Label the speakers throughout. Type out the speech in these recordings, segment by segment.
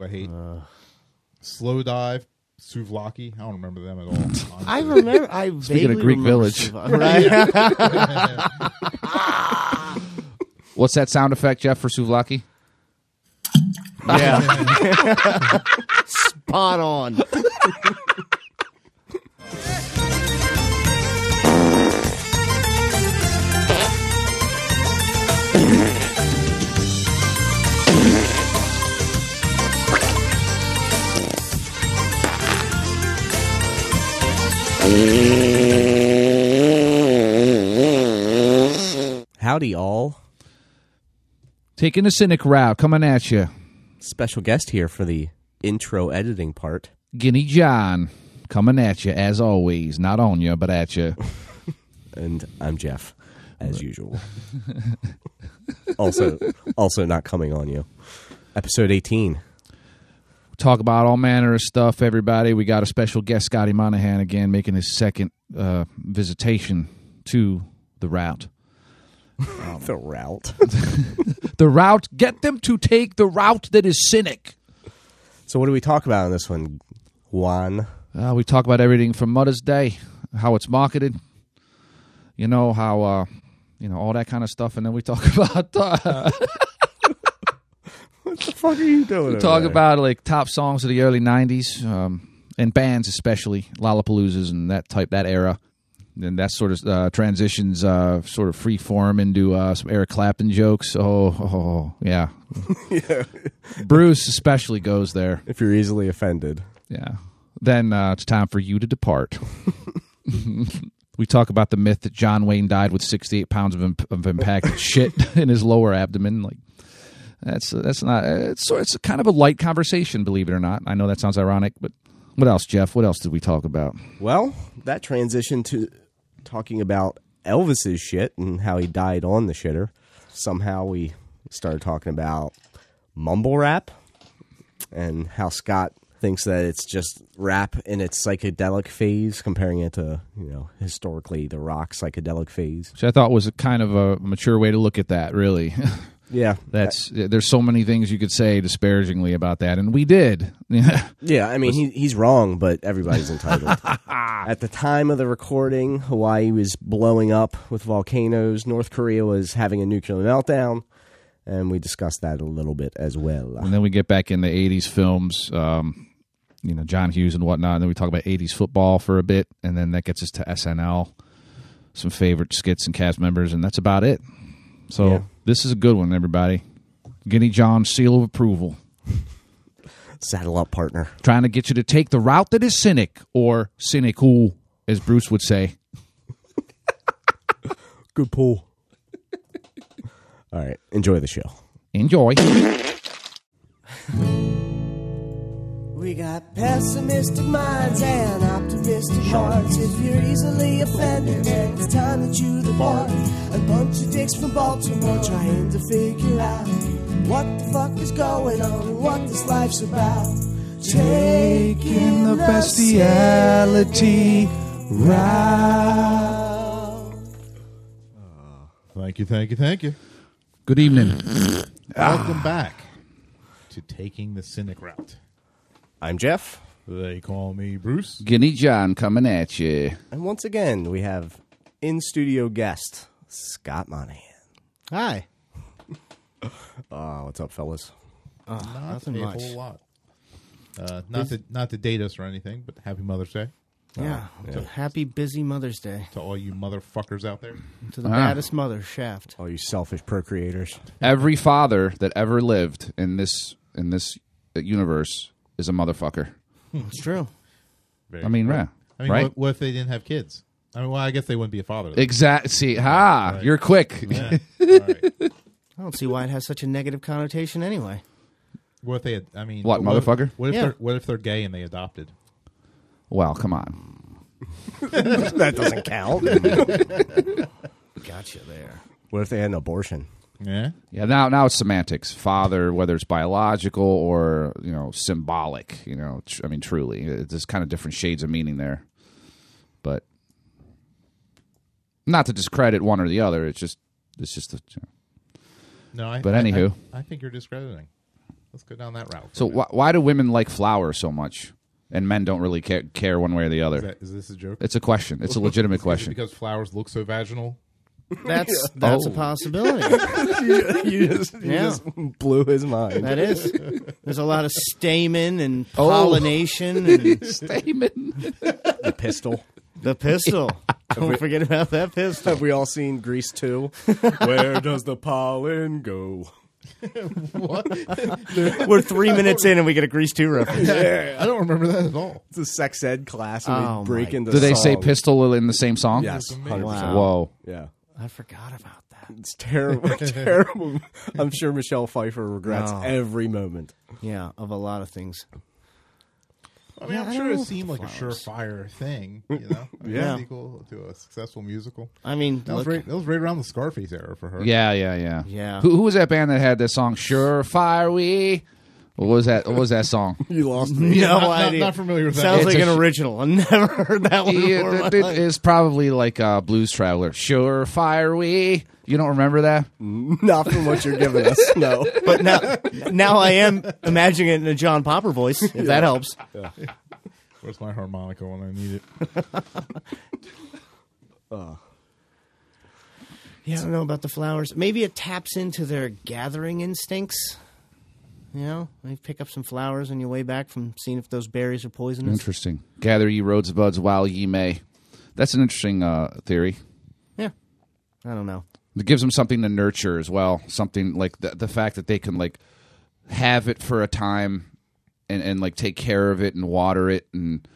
Speaker 1: I hate
Speaker 2: Uh,
Speaker 1: slow dive, Suvlaki. I don't remember them at all. honestly.
Speaker 2: I remember. I
Speaker 3: Speaking
Speaker 2: vaguely
Speaker 3: of Greek
Speaker 2: remember
Speaker 3: Village.
Speaker 2: Sivan- right?
Speaker 3: What's that sound effect, Jeff, for Suvlaki?
Speaker 2: yeah. Spot on.
Speaker 4: Howdy, all.
Speaker 3: Taking the cynic route, coming at you.
Speaker 4: Special guest here for the intro editing part.
Speaker 3: Guinea John, coming at you as always. Not on you, but at you.
Speaker 4: And I'm Jeff, as usual. also, also not coming on you. Episode 18.
Speaker 3: Talk about all manner of stuff, everybody. We got a special guest, Scotty Monahan, again, making his second uh, visitation to the route.
Speaker 4: Oh, the route.
Speaker 3: The route, get them to take the route that is cynic.
Speaker 4: so, what do we talk about in this one, Juan?
Speaker 3: Uh, we talk about everything from Mother's Day, how it's marketed, you know, how, uh, you know, all that kind of stuff. And then we talk about. Uh,
Speaker 4: What the fuck are you doing?
Speaker 3: We talk about like top songs of the early '90s um, and bands, especially Lollapaloozas and that type, that era. And that sort of uh, transitions, uh, sort of free form into uh, some Eric Clapton jokes. Oh, oh yeah. Bruce especially goes there.
Speaker 4: If you're easily offended,
Speaker 3: Yeah. Then uh, it's time for you to depart. we talk about the myth that John Wayne died with 68 pounds of, imp- of impacted shit in his lower abdomen. Like that's that's not it's so it's kind of a light conversation, believe it or not. I know that sounds ironic, but what else, Jeff? What else did we talk about?
Speaker 4: Well, that transition to talking about Elvis's shit and how he died on the shitter. Somehow we started talking about mumble rap and how Scott thinks that it's just rap in its psychedelic phase, comparing it to, you know, historically the rock psychedelic phase.
Speaker 3: Which I thought was a kind of a mature way to look at that, really.
Speaker 4: Yeah.
Speaker 3: That's there's so many things you could say disparagingly about that, and we did.
Speaker 4: Yeah, I mean he, he's wrong, but everybody's entitled. At the time of the recording, Hawaii was blowing up with volcanoes. North Korea was having a nuclear meltdown, and we discussed that a little bit as well.
Speaker 3: And then we get back into 80s films, um, you know, John Hughes and whatnot. And then we talk about 80s football for a bit. And then that gets us to SNL, some favorite skits and cast members. And that's about it. So
Speaker 4: Yeah.
Speaker 3: this is a good one, everybody. Guinea John's seal of approval.
Speaker 4: Saddle up, partner.
Speaker 3: Trying to get you to take the route that is cynic or cynical, as Bruce would say.
Speaker 4: Good pull. All right, enjoy the show.
Speaker 3: Enjoy.
Speaker 5: We got pessimistic minds and optimistic hearts. If you're easily offended, then it's time that you depart. A bunch of dicks from Baltimore trying to figure out what the fuck is going on and what this life's about. Taking the bestiality route.
Speaker 1: Thank you, thank you, thank you.
Speaker 3: Good evening. Ah.
Speaker 1: Welcome back to Taking the Cynic Route.
Speaker 4: I'm Jeff,
Speaker 1: They call me Bruce.
Speaker 3: Guinea John coming at you.
Speaker 4: and once again we have in studio guest Scott Monahan.
Speaker 2: Hi.
Speaker 4: Oh, what's up, fellas?
Speaker 1: Not
Speaker 2: nothing
Speaker 1: a
Speaker 2: much.
Speaker 1: whole lot. Uh, not to not to date us or anything, but Happy Mother's Day
Speaker 2: Yeah. So Happy busy Mother's Day
Speaker 1: to all you motherfuckers out there.
Speaker 2: to the baddest mother, Shaft.
Speaker 4: All you selfish procreators.
Speaker 3: Every father that ever lived in this in this uh, universe is a motherfucker.
Speaker 2: Oh, It's true.
Speaker 1: Very
Speaker 3: I mean,
Speaker 1: good.
Speaker 3: yeah,
Speaker 1: I mean,
Speaker 3: right?
Speaker 1: what, what if they didn't have kids? I mean, well, I guess they wouldn't be a father. then.
Speaker 3: Exactly. See, ha! You're quick.
Speaker 1: Yeah. All right.
Speaker 2: I don't see why it has such a negative connotation anyway.
Speaker 1: What if they? Had, I mean,
Speaker 3: What,
Speaker 1: if-
Speaker 3: motherfucker?
Speaker 1: What if
Speaker 2: Yeah.
Speaker 1: they're What if they're gay and they adopted?
Speaker 3: Well, come on.
Speaker 4: That doesn't count.
Speaker 2: Gotcha there.
Speaker 4: what if they had an abortion?
Speaker 1: Yeah.
Speaker 3: Yeah. Now, now it's semantics. Father, whether it's biological or you know symbolic. You know, tr- I mean, truly, uh, there's kind of different shades of meaning there. But not to discredit one or the other. It's just, it's just. A,
Speaker 1: No. I,
Speaker 3: But
Speaker 1: I-
Speaker 3: anywho.
Speaker 1: I, I think you're discrediting. Let's go down that route.
Speaker 3: So wh- why do women like flowers so much, and men don't really care, care one way or the other?
Speaker 1: is, that, uh, is this a joke?
Speaker 3: it's a question. It's a legitimate question.
Speaker 1: because flowers look so vaginal.
Speaker 2: That's that's
Speaker 3: Oh.
Speaker 2: a possibility.
Speaker 4: you just, you
Speaker 2: Yeah.
Speaker 4: just blew his mind.
Speaker 2: That is. There's a lot of stamen and pollination and
Speaker 3: Stamen.
Speaker 4: The pistol.
Speaker 2: the pistol. Don't forget about that pistol.
Speaker 4: Have we all seen Grease 2? Where does the pollen go?
Speaker 2: We're three minutes in and we get a Grease 2 reference.
Speaker 1: I don't remember that at all.
Speaker 4: It's a sex ed class and
Speaker 2: Oh,
Speaker 4: they break
Speaker 2: my
Speaker 4: into
Speaker 3: Do they say
Speaker 4: song.
Speaker 3: pistol in the same song?
Speaker 4: Yes. 100%.
Speaker 2: Wow.
Speaker 3: Whoa.
Speaker 4: Yeah.
Speaker 2: I forgot about that.
Speaker 4: It's terrible. terrible. I'm sure Michelle Pfeiffer regrets
Speaker 2: No.
Speaker 4: every moment.
Speaker 2: Yeah, of a lot of things.
Speaker 1: I mean,
Speaker 2: Yeah,
Speaker 1: I'm
Speaker 2: I
Speaker 1: sure
Speaker 2: don't
Speaker 1: it
Speaker 2: know
Speaker 1: seemed like a surefire thing, you know? I mean,
Speaker 4: Yeah.
Speaker 1: a sequel to a successful musical.
Speaker 2: I mean,
Speaker 1: That was,
Speaker 2: look,
Speaker 1: right, that was right around the Scarface era for her.
Speaker 3: Yeah, yeah, yeah.
Speaker 2: Yeah.
Speaker 3: Who, who was that band that had that song? Sure, fire we. What was that? What was that song?
Speaker 4: You lost me.
Speaker 2: no
Speaker 1: Not- not-
Speaker 2: idea.
Speaker 1: not familiar with that.
Speaker 2: Sounds
Speaker 3: It's
Speaker 2: like
Speaker 3: a
Speaker 2: an
Speaker 3: sh-
Speaker 2: original. I've never heard that one before. in
Speaker 3: yeah,
Speaker 2: my
Speaker 3: it, it
Speaker 2: life.
Speaker 3: is probably like uh, Blues Traveler. Sure, fire we. You don't remember that?
Speaker 4: Not from what you're giving us. No.
Speaker 2: But now, now I am imagining it in a John Popper voice, if that helps.
Speaker 1: Where's my harmonica when I need it?
Speaker 2: Yeah, I don't know about the flowers. Maybe it taps into their gathering instincts. You know, you pick up some flowers on your way back from seeing if those berries are poisonous.
Speaker 3: Interesting. Gather ye rosebuds while ye may. That's an interesting uh, theory.
Speaker 2: Yeah, I don't know.
Speaker 3: It gives them something to nurture as well. Something like the, the fact that they can like have it for a time and, and like take care of it and water it and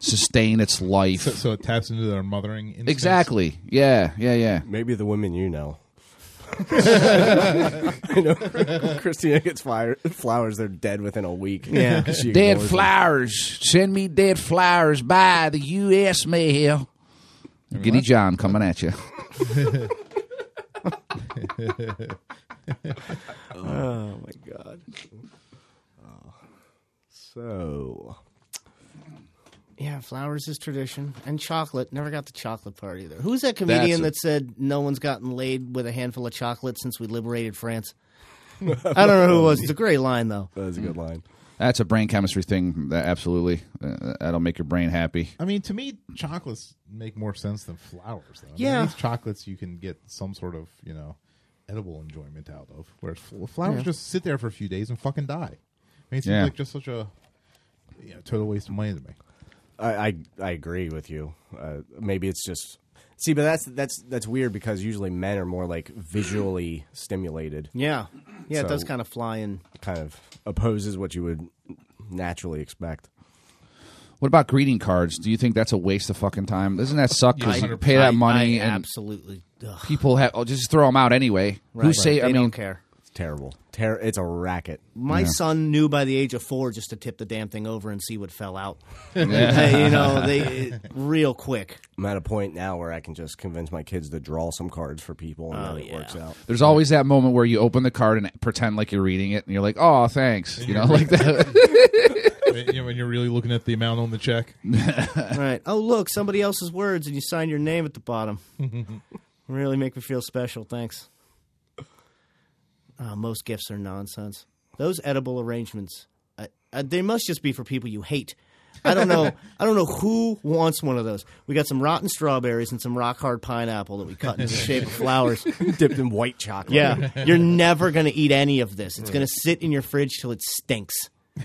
Speaker 3: sustain its life.
Speaker 1: So, so it taps into their mothering instincts.
Speaker 3: exactly. Yeah. Yeah. Yeah.
Speaker 4: Maybe the women you know. I know. Christina gets fire, flowers. They're dead within a week.
Speaker 2: Yeah.
Speaker 4: She
Speaker 3: Dead
Speaker 4: ignores them.
Speaker 3: flowers. Send me dead flowers by the U.S. mail. Giddy John coming at you.
Speaker 4: Oh my god. Oh. So
Speaker 2: Yeah, flowers is tradition. And chocolate. Never got the chocolate part either. Who's that comedian that
Speaker 3: That's
Speaker 2: said no one's gotten laid with a handful of chocolate since we liberated France? I don't know who it was. It's a great line, though.
Speaker 4: that's a good line.
Speaker 3: That's a brain chemistry thing. That absolutely, uh, that'll make your brain happy.
Speaker 1: I mean, to me, chocolates make more sense than flowers. Though. I mean,
Speaker 2: Yeah.
Speaker 1: at least chocolates you can get some sort of you know edible enjoyment out of, whereas fl- flowers just sit there for a few days and fucking die. I mean, it seems
Speaker 3: Yeah.
Speaker 1: like just such a you know, total waste of money to me.
Speaker 4: I, I I agree with you. Uh, maybe it's just see, but that's that's that's weird because usually men are more like visually stimulated.
Speaker 2: Yeah. Yeah,
Speaker 4: So-
Speaker 2: it does kind of fly in.
Speaker 4: Kind of opposes what you would naturally expect.
Speaker 3: What about greeting cards? Do you think that's a waste of fucking time? Doesn't that suck? 'Cause
Speaker 1: Yeah,
Speaker 3: you pay that
Speaker 2: I-
Speaker 3: money
Speaker 2: I
Speaker 3: and
Speaker 2: absolutely. Ugh,
Speaker 3: people have oh, just throw them out anyway. Who
Speaker 2: right.
Speaker 3: say?
Speaker 2: they
Speaker 3: I mean,
Speaker 2: don't care.
Speaker 4: It's terrible. Ter- it's a racket.
Speaker 2: My son knew by the age of four just to tip the damn thing over and see what fell out. They- you know, they it- real quick.
Speaker 4: I'm at a point now where I can just convince my kids to draw some cards for people, and then it works out.
Speaker 3: there's always that moment where you open the card and pretend like you're reading it, and you're like, "Oh, thanks," you know, like that.
Speaker 1: you know, when you're really looking at the amount on the check,
Speaker 2: Right. Oh, look, somebody else's words, and you sign your name at the bottom. really make me feel special. Thanks. Ah, most gifts are nonsense. Those edible arrangements, I, I, they must just be for people you hate. I don't know. I don't know who wants one of those. We got some rotten strawberries and some rock hard pineapple that we cut into the shape of flowers.
Speaker 4: Dipped in white chocolate.
Speaker 2: Yeah, you're never going to eat any of this. It's going to sit in your fridge till it stinks.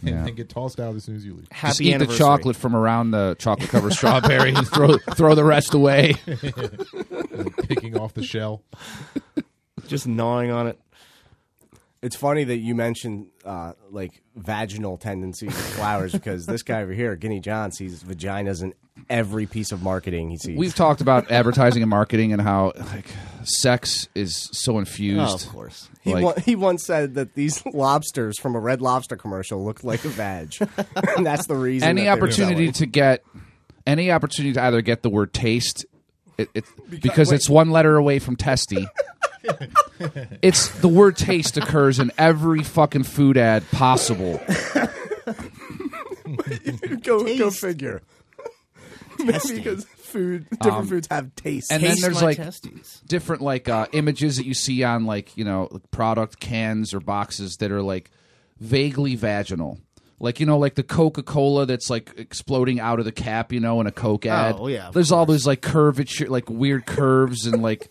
Speaker 1: and then get tossed out as soon as you leave.
Speaker 2: Happy
Speaker 3: Just eat the
Speaker 2: anniversary.
Speaker 3: chocolate from around the chocolate covered strawberry and throw throw the rest away.
Speaker 1: Picking off the shell.
Speaker 2: Just gnawing on it.
Speaker 4: It's funny that you mentioned uh, like vaginal tendencies of flowers because this guy over here, Guinea John, sees vaginas in every piece of marketing he sees.
Speaker 3: We've talked about advertising and marketing and how like sex is so infused.
Speaker 2: Oh, of course.
Speaker 4: he,
Speaker 3: like-
Speaker 4: on- he once said that these lobsters from a Red Lobster commercial looked like a vag, and that's the reason. that
Speaker 3: any
Speaker 4: they were
Speaker 3: opportunity
Speaker 4: selling.
Speaker 3: to get any opportunity to either get the word taste it, it, because, it's one letter away from testy it's the word taste occurs in every fucking food ad possible
Speaker 4: go, go figure. Maybe because food, different foods have taste.
Speaker 3: Um, and then
Speaker 2: Taste
Speaker 3: there's
Speaker 2: my
Speaker 3: like
Speaker 2: testes.
Speaker 3: different like uh, images that you see on like you know like product cans or boxes that are like vaguely vaginal. Like you know, like the Coca Cola that's like exploding out of the cap, you know, in a Coke ad.
Speaker 2: Oh, yeah, of
Speaker 3: There's all those like curvature, like weird curves and like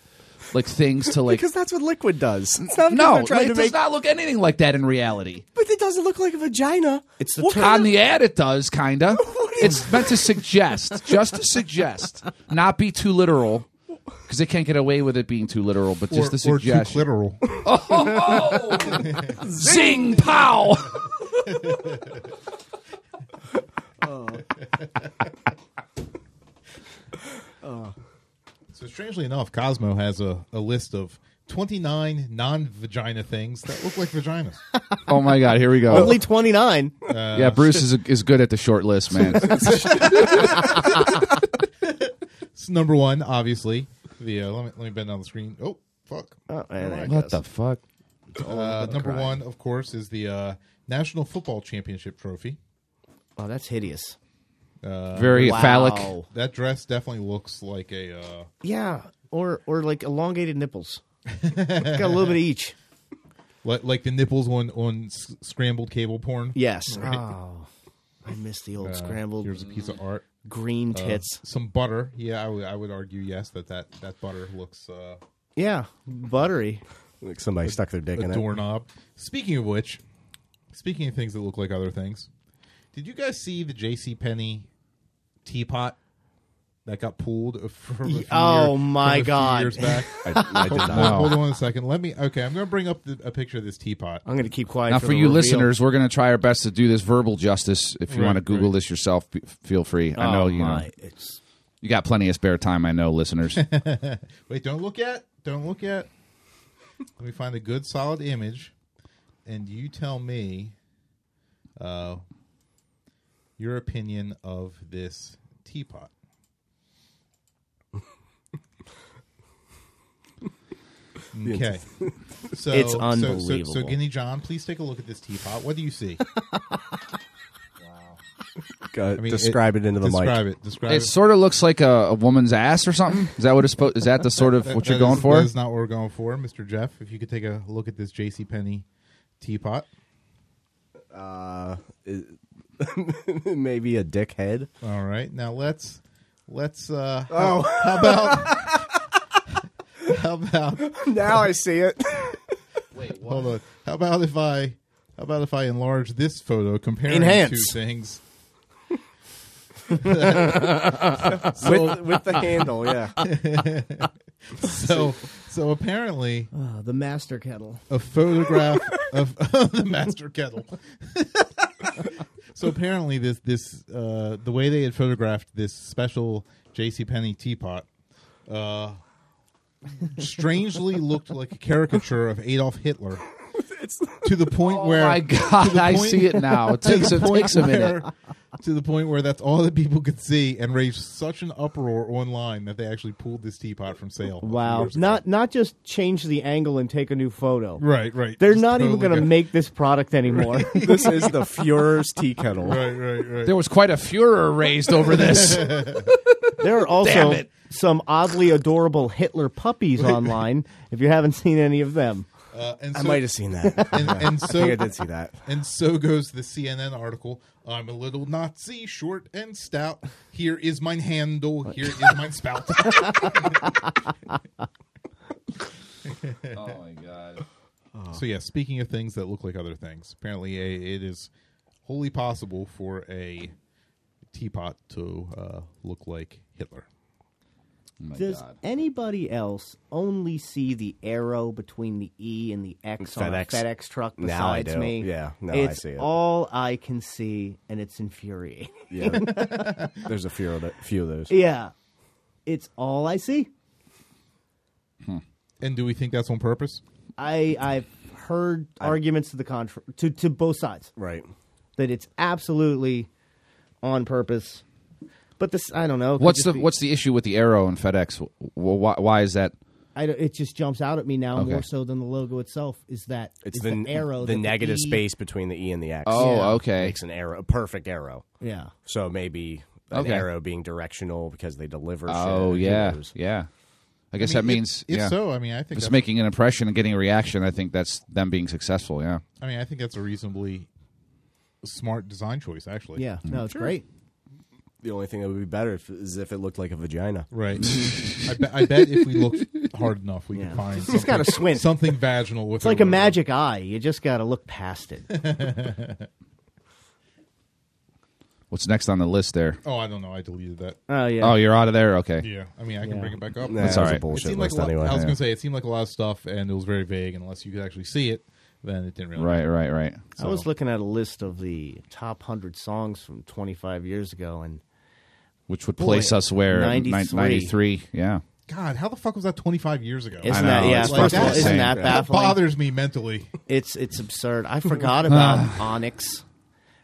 Speaker 3: like things to like.
Speaker 4: because that's what liquid does. It's not because
Speaker 3: no,
Speaker 4: they're
Speaker 3: it
Speaker 4: trying to
Speaker 3: does
Speaker 4: make,
Speaker 3: not look anything like that in reality.
Speaker 4: but it doesn't look like a vagina. It's
Speaker 2: the
Speaker 4: what,
Speaker 3: On the ad, it does kinda. It's meant to suggest, just to suggest, not be too literal, because they can't get away with it being too literal. But just the
Speaker 1: or, or too
Speaker 3: suggestion.
Speaker 1: clitoral.
Speaker 3: Zing pow.
Speaker 1: so strangely enough, Cosmo has a, a list of 29 non-vagina things that look like vaginas.
Speaker 3: Oh my god, here we go.
Speaker 2: Only 29.
Speaker 3: yeah, Bruce is is good at the short list, man.
Speaker 1: It's number one, obviously. The uh, let me let me bend down the screen. Oh fuck!
Speaker 2: there
Speaker 1: Alright.
Speaker 2: it
Speaker 3: what the fuck?
Speaker 1: Uh, number one, of course, is the uh, National Football Championship trophy.
Speaker 2: Oh, that's hideous.
Speaker 3: Very
Speaker 2: Wow.
Speaker 3: phallic.
Speaker 1: That dress definitely looks like a uh,
Speaker 2: Yeah, or or like elongated nipples. Got a little bit of each.
Speaker 1: li- like the nipples on on s- scrambled cable porn.
Speaker 2: Yes. Oh, I miss the
Speaker 3: Uh,
Speaker 2: old scrambled
Speaker 1: Here's a piece of art.
Speaker 2: green tits.
Speaker 1: Some butter. Yeah, I would- I would argue yes that that, that butter looks uh,
Speaker 2: yeah, buttery.
Speaker 4: Like somebody stuck their dick
Speaker 1: a
Speaker 4: in it.
Speaker 1: doorknob. Speaking of which, speaking of things that look like other things, did you guys see the J.C. Penney teapot that got pulled from a few
Speaker 2: oh
Speaker 1: year-
Speaker 2: my
Speaker 1: from a few
Speaker 2: God.
Speaker 1: years back?
Speaker 4: I, I did
Speaker 1: hold,
Speaker 4: not.
Speaker 1: hold on a second. Let me. Okay, I'm going to bring up the, a picture of this teapot.
Speaker 2: I'm gonna keep quiet.
Speaker 3: Now,
Speaker 2: for,
Speaker 3: for
Speaker 2: the
Speaker 3: you
Speaker 2: reveal.
Speaker 3: listeners, we're going to try our best to do this verbal justice. If you
Speaker 1: Right,
Speaker 3: want to Google
Speaker 1: right.
Speaker 3: this yourself, be- feel free.
Speaker 2: oh
Speaker 3: I know you
Speaker 2: my,
Speaker 3: know,
Speaker 2: it's
Speaker 3: you got plenty of spare time. I know, listeners.
Speaker 1: Wait, don't look at. Don't look at. Let me find a good solid image, and you tell me uh, your opinion of this teapot. okay, so
Speaker 2: It's
Speaker 1: so- So, so,
Speaker 2: unbelievable.
Speaker 1: Guinea John, please take a look at this teapot. What do you see?
Speaker 4: Go-
Speaker 1: I mean,
Speaker 4: describe it, into the
Speaker 1: describe
Speaker 4: mic.
Speaker 1: it. Describe
Speaker 3: it
Speaker 1: it.
Speaker 3: sort of looks like a, a woman's ass or something. Is that what it's supposed? Is that the sort of what
Speaker 1: That-
Speaker 3: you're
Speaker 1: that
Speaker 3: going
Speaker 1: is-
Speaker 3: for?
Speaker 1: That is not what we're going for, Mr. Jeff. If you could take a look at this J.C. Penney teapot.
Speaker 4: Maybe a dick head.
Speaker 1: All right, now let's let's. uh Oh, how about how about
Speaker 4: Now I see it.
Speaker 1: hold on? How about if I how about if I enlarge this photo, comparing
Speaker 2: Enhance.
Speaker 1: two things?
Speaker 4: with, with the handle, yeah.
Speaker 1: So so apparently
Speaker 2: uh, the master kettle.
Speaker 1: a photograph of, of the master kettle. so apparently this this uh, the way they had photographed this special J.C. Penney teapot uh, strangely looked like a caricature of Adolf Hitler. to the point
Speaker 3: Oh
Speaker 1: where
Speaker 3: my god, I
Speaker 1: point-
Speaker 3: see it now. It takes a, takes a minute.
Speaker 1: where- to the point where that's all that people could see and raised such an uproar online that they actually pulled this teapot from sale. a few
Speaker 2: Wow,
Speaker 1: years ago.
Speaker 2: not not just change the angle and take a new photo.
Speaker 1: right, right.
Speaker 2: They're
Speaker 1: Just
Speaker 2: not even
Speaker 1: totally
Speaker 2: gonna
Speaker 1: got-
Speaker 2: make this product anymore.
Speaker 4: This is the Fuhrer's tea kettle.
Speaker 1: Right, right, right.
Speaker 3: There was quite a furor raised over this.
Speaker 2: There are
Speaker 3: Damn
Speaker 2: also
Speaker 3: it.
Speaker 2: some oddly adorable Hitler puppies online. If you haven't seen any of them,
Speaker 1: Uh, and
Speaker 4: I
Speaker 1: so-
Speaker 4: might have seen that.
Speaker 1: and, and so
Speaker 4: I think I did see that.
Speaker 1: and so goes the CNN article. I'm a little Nazi, short and stout. Here is mine handle. Here is mine spout.
Speaker 3: oh my god.
Speaker 1: so yeah, speaking of things that look like other things, apparently a, it is wholly possible for a teapot to uh, look like Hitler.
Speaker 4: Oh
Speaker 2: does anybody else only see the arrow between the E and the X on
Speaker 4: FedEx.
Speaker 2: a FedEx truck besides
Speaker 4: Now I do.
Speaker 2: me?
Speaker 4: Yeah, now I
Speaker 2: it's
Speaker 4: see it.
Speaker 2: all I can see, and it's infuriating.
Speaker 4: Yeah. There's a few of, the, few of those.
Speaker 2: yeah, it's all I see.
Speaker 1: And do we think that's on purpose?
Speaker 2: I I've heard arguments to the contra- to to both sides.
Speaker 4: Right.
Speaker 2: that it's absolutely on purpose. But this, I don't know. it could
Speaker 3: What's
Speaker 2: just
Speaker 3: the
Speaker 2: be-
Speaker 3: what's the issue with the arrow and FedEx? Wh- wh- Why, why is that?
Speaker 2: I don't- it just jumps out at me now
Speaker 3: Okay.
Speaker 2: more so than the logo itself. Is that
Speaker 4: It's
Speaker 2: is
Speaker 4: the,
Speaker 2: the, arrow,
Speaker 4: the
Speaker 2: that
Speaker 4: negative
Speaker 2: E-
Speaker 4: space between the E and the X.
Speaker 3: Oh,
Speaker 2: Yeah.
Speaker 3: okay.
Speaker 4: Makes an arrow, a perfect arrow.
Speaker 2: Yeah,
Speaker 4: So maybe an
Speaker 3: Okay.
Speaker 4: arrow being directional because they deliver.
Speaker 3: Oh
Speaker 4: shit. Who
Speaker 3: yeah,
Speaker 4: knows?
Speaker 3: yeah. I guess
Speaker 1: I mean,
Speaker 3: that
Speaker 1: if-
Speaker 3: means
Speaker 1: if,
Speaker 3: yeah.
Speaker 1: so, I mean, I think
Speaker 3: If it's
Speaker 1: that's-
Speaker 3: making an impression and getting a reaction, I think that's them being successful. Yeah.
Speaker 1: I mean, I think that's a reasonably smart design choice, actually.
Speaker 2: Yeah,
Speaker 4: Mm-hmm.
Speaker 2: no, it's great.
Speaker 4: The only thing that would be better if, is if it looked like a vagina.
Speaker 1: Right. I, bet I bet if we looked hard enough, we
Speaker 2: Yeah.
Speaker 1: could find
Speaker 2: He's got a
Speaker 1: something-
Speaker 2: squint.
Speaker 1: something vaginal with
Speaker 2: It's like a magic eye. You just got to look past it.
Speaker 3: What's next on the list there?
Speaker 1: Oh, I don't know. I deleted that.
Speaker 2: Oh yeah.
Speaker 3: Oh, you're out of there. Okay.
Speaker 1: Yeah. I mean, I can
Speaker 2: Yeah.
Speaker 1: bring it back up.
Speaker 4: Nah,
Speaker 3: That's
Speaker 4: it
Speaker 3: all
Speaker 4: was a
Speaker 3: right.
Speaker 1: It
Speaker 4: bullshit
Speaker 1: seemed like
Speaker 4: list
Speaker 1: a lot-
Speaker 4: anyway.
Speaker 1: I was
Speaker 3: yeah.
Speaker 1: going to say it seemed like a lot of stuff, and it was very vague. and Unless you could actually see it, then it didn't really.
Speaker 3: Right. Right. Right.
Speaker 2: I was looking at a list of the top hundred songs from 25 years ago, and
Speaker 3: Which would place us where
Speaker 2: 93.
Speaker 3: ninety three? Yeah.
Speaker 1: God, how the fuck was that 25 years ago?
Speaker 2: isn't
Speaker 3: know,
Speaker 2: that yeah?
Speaker 3: it's
Speaker 2: First of all,
Speaker 1: fucking
Speaker 2: isn't
Speaker 3: insane.
Speaker 2: that
Speaker 3: That
Speaker 1: that
Speaker 2: baffling?
Speaker 1: bothers me mentally.
Speaker 2: It's it's absurd. I forgot about Onyx.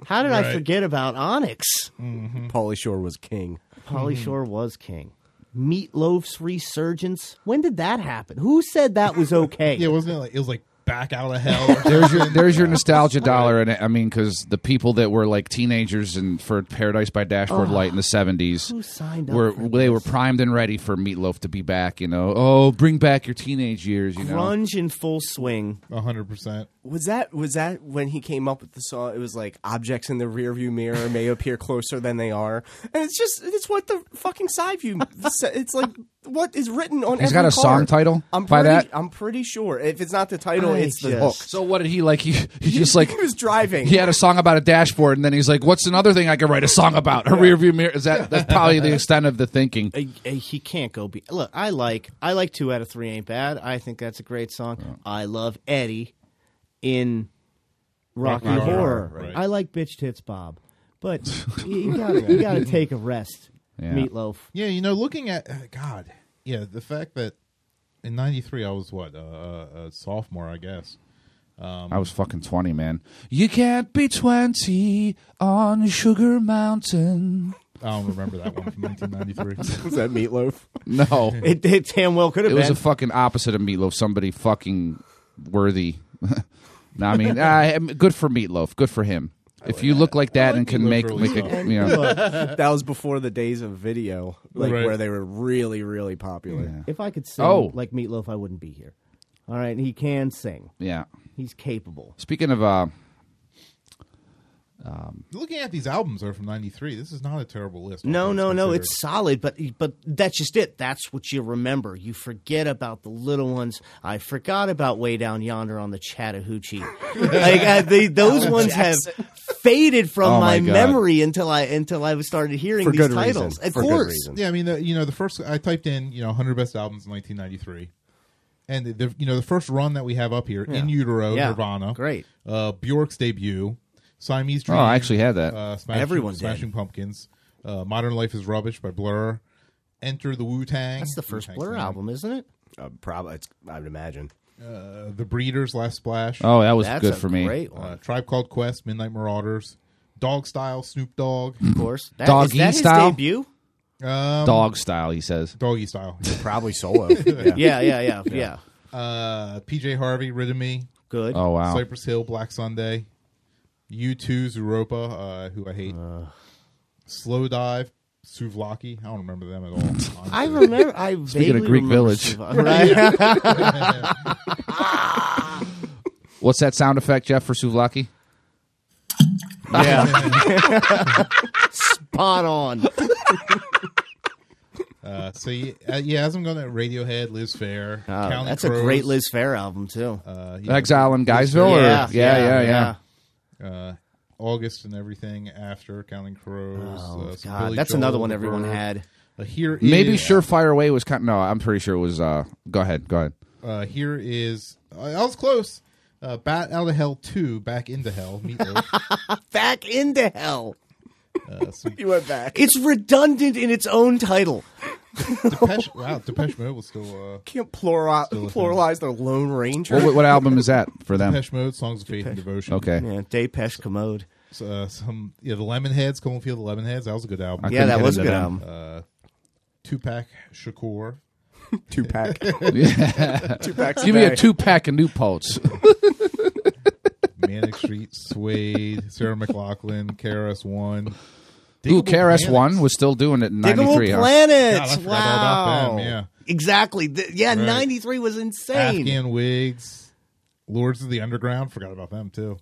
Speaker 2: How did I
Speaker 1: Right.
Speaker 2: forget about Onyx?
Speaker 4: Mm-hmm.
Speaker 2: Hmm.
Speaker 4: Pauly Shore was king.
Speaker 2: Polly Shore was king. Meatloaf's resurgence. When did that happen? Who said that was okay?
Speaker 1: Yeah, wasn't it like it was like back out of hell? Or something?
Speaker 3: There's your there's your nostalgia dollar, and I mean, because the people that were like teenagers and for Paradise by Dashboard Light in the seventies,
Speaker 2: Who signed up
Speaker 3: were
Speaker 2: for
Speaker 3: they were primed and ready for Meatloaf to be back. You know, oh, bring back your teenage years. You know,
Speaker 2: Grunge in full swing.
Speaker 1: hundred percent.
Speaker 4: Was that was that when he came up with the song? It was like objects in the rearview mirror may appear closer than they are, and it's just it's what the fucking side view. It's like what is written on.
Speaker 3: He's got
Speaker 4: every
Speaker 3: a
Speaker 4: car.
Speaker 3: song title
Speaker 4: I'm
Speaker 3: by
Speaker 4: pretty,
Speaker 3: that?
Speaker 4: I'm pretty sure. If it's not the title,
Speaker 2: I
Speaker 4: it's the hook.
Speaker 2: just-
Speaker 3: so what did he like? He, he just like
Speaker 4: he was driving.
Speaker 3: he had a song about a dashboard, and then he's like, "What's another thing I could write a song about? A rearview mirror." Is that that's probably the extent of the thinking?
Speaker 2: Uh, uh, he can't go be. Look, I like I like two out of three ain't bad. I think that's a great song. I love Eddie in Rocky,
Speaker 1: Rocky
Speaker 2: Horror.
Speaker 1: Horror, right.
Speaker 2: I like bitch tits Bob, but you, you gotta you gotta take a rest.
Speaker 3: Yeah.
Speaker 2: Meatloaf.
Speaker 1: Yeah, you know, looking at uh, God, yeah, the fact that in '93 I was what uh, uh, a sophomore, I guess.
Speaker 2: Um,
Speaker 3: I was fucking twenty, man. You can't be twenty on Sugar Mountain.
Speaker 1: I don't remember that one from 1993.
Speaker 4: Was that meatloaf?
Speaker 3: No,
Speaker 2: It, it damn well could have
Speaker 3: It
Speaker 2: been.
Speaker 3: was a fucking opposite of meatloaf. Somebody fucking worthy. no, I mean, I, am good for meatloaf. Good for him. If you look like that
Speaker 1: like
Speaker 3: and can
Speaker 1: Meatloaf
Speaker 3: make
Speaker 1: early
Speaker 3: make a
Speaker 1: stuff.
Speaker 3: you know,
Speaker 4: that was before the days of video, like
Speaker 1: Right.
Speaker 4: where they were really really popular.
Speaker 2: if I could sing
Speaker 3: Oh.
Speaker 2: like Meatloaf, I wouldn't be here. All right, and he can sing.
Speaker 3: yeah.
Speaker 2: He's capable.
Speaker 3: Speaking of uh,
Speaker 1: looking at these albums are from '93. This is not a terrible list. all
Speaker 2: No,
Speaker 1: things
Speaker 2: no, no.
Speaker 1: considered.
Speaker 2: It's solid, but but that's just it. That's what you remember. You forget about the little ones. I forgot about way down yonder on the Chattahoochee. like uh, they, those ones have faded from
Speaker 3: Oh,
Speaker 2: my,
Speaker 3: my God.
Speaker 2: memory until I until I started hearing
Speaker 4: For
Speaker 2: these
Speaker 4: good
Speaker 2: titles.
Speaker 4: reason.
Speaker 2: Of
Speaker 4: For good
Speaker 2: course,
Speaker 4: reason.
Speaker 1: yeah. I mean, the, you know, the first I typed in you know 100 best albums in 1993. And the, the you know the first run that we have up here in utero
Speaker 2: Yeah.
Speaker 1: Nirvana
Speaker 2: Great.
Speaker 1: uh, Bjork's debut Siamese
Speaker 3: oh,
Speaker 1: Dream
Speaker 3: I actually had that.
Speaker 1: uh, Smashing,
Speaker 2: Everyone did.
Speaker 1: Smashing Pumpkins, uh, Modern Life is Rubbish by Blur, Enter the Wu Tang.
Speaker 2: that's the first Blur album, isn't it?
Speaker 4: Uh, probably, it's, I would imagine.
Speaker 1: Uh, the Breeders, Last Splash,
Speaker 3: oh, that was
Speaker 2: That's
Speaker 3: good
Speaker 2: a
Speaker 3: for me.
Speaker 2: Great one,
Speaker 1: uh, Tribe Called Quest, Midnight Marauders, Dog Style, Snoop Dogg,
Speaker 2: of course. That,
Speaker 3: Mm. Doggy
Speaker 2: is that his
Speaker 3: style?
Speaker 2: debut?
Speaker 3: Dog style, he says.
Speaker 1: Doggy Style,
Speaker 4: Probably solo. yeah.
Speaker 2: Yeah, yeah, yeah, yeah.
Speaker 1: uh, PJ Harvey, Rid of Me,
Speaker 2: Good.
Speaker 3: Oh wow,
Speaker 1: Cypress Hill, Black Sunday, U2, Zuropa, uh, who I hate, Slow Dive, Suvlaki. I don't remember them at all. honestly.
Speaker 2: I remember. I
Speaker 3: Speaking
Speaker 2: vaguely
Speaker 3: of Greek
Speaker 2: remember
Speaker 3: Village.
Speaker 2: Sivan- Right?
Speaker 3: what's that sound effect, Jeff, for Suvlaki?
Speaker 2: Spot on.
Speaker 1: uh, so yeah, uh, yeah, as I'm going to Radiohead, Liz Fair,
Speaker 2: Oh,
Speaker 1: Counting
Speaker 2: that's
Speaker 1: Crows,
Speaker 2: a great Liz Fair album too.
Speaker 1: Uh, yeah,
Speaker 3: Exile in Guysville, or yeah, yeah, yeah.
Speaker 1: uh, August and everything after Counting Crows.
Speaker 2: Oh
Speaker 1: uh, some
Speaker 2: God,
Speaker 1: Billy
Speaker 2: that's
Speaker 1: Joel,
Speaker 2: another one
Speaker 1: The
Speaker 2: everyone
Speaker 1: Verve.
Speaker 2: had.
Speaker 1: Uh, here
Speaker 3: Maybe
Speaker 1: is-
Speaker 3: Surefire Away was kind. no, I'm pretty sure it was. Uh, go ahead, go ahead.
Speaker 1: Uh, here is uh, I was close. Uh, Bat out of hell two, back into hell. Meatloaf.
Speaker 2: Back into hell.
Speaker 1: Uh, some
Speaker 4: He went back.
Speaker 2: It's redundant in its own title.
Speaker 1: Depeche, wow, Depeche Mode was still. Uh,
Speaker 4: Can't plural,
Speaker 1: a thing.
Speaker 4: pluralize the Lone Ranger.
Speaker 3: What, what album is that for them?
Speaker 1: Depeche Mode, songs of faith and devotion.
Speaker 3: Okay,
Speaker 2: Yeah, Depeche Commode.
Speaker 1: So, uh, some yeah, the Lemonheads, Colefield, the Lemonheads. That was a good album.
Speaker 3: Okay.
Speaker 2: Yeah, that
Speaker 3: couldn't get
Speaker 2: was a
Speaker 3: into
Speaker 2: good
Speaker 3: them.
Speaker 2: album.
Speaker 1: Tupac Shakur.
Speaker 4: Two pack. Two packs.
Speaker 3: Give me a
Speaker 4: day.
Speaker 3: two pack of New Paltz.
Speaker 1: Manic Street, Suede, Sarah McLaughlin, KRS One.
Speaker 3: Ooh,
Speaker 1: Diggable
Speaker 3: KRS One
Speaker 1: Planets.
Speaker 3: was still doing it in
Speaker 2: Diggable
Speaker 3: '93. Huh?
Speaker 1: God, I
Speaker 2: Planets.
Speaker 1: forgot all
Speaker 2: wow.
Speaker 1: about them,
Speaker 2: exactly. Th- yeah,
Speaker 1: Right.
Speaker 2: 93 was insane.
Speaker 1: Afghan Wigs, Lords of the Underground. Forgot about them too.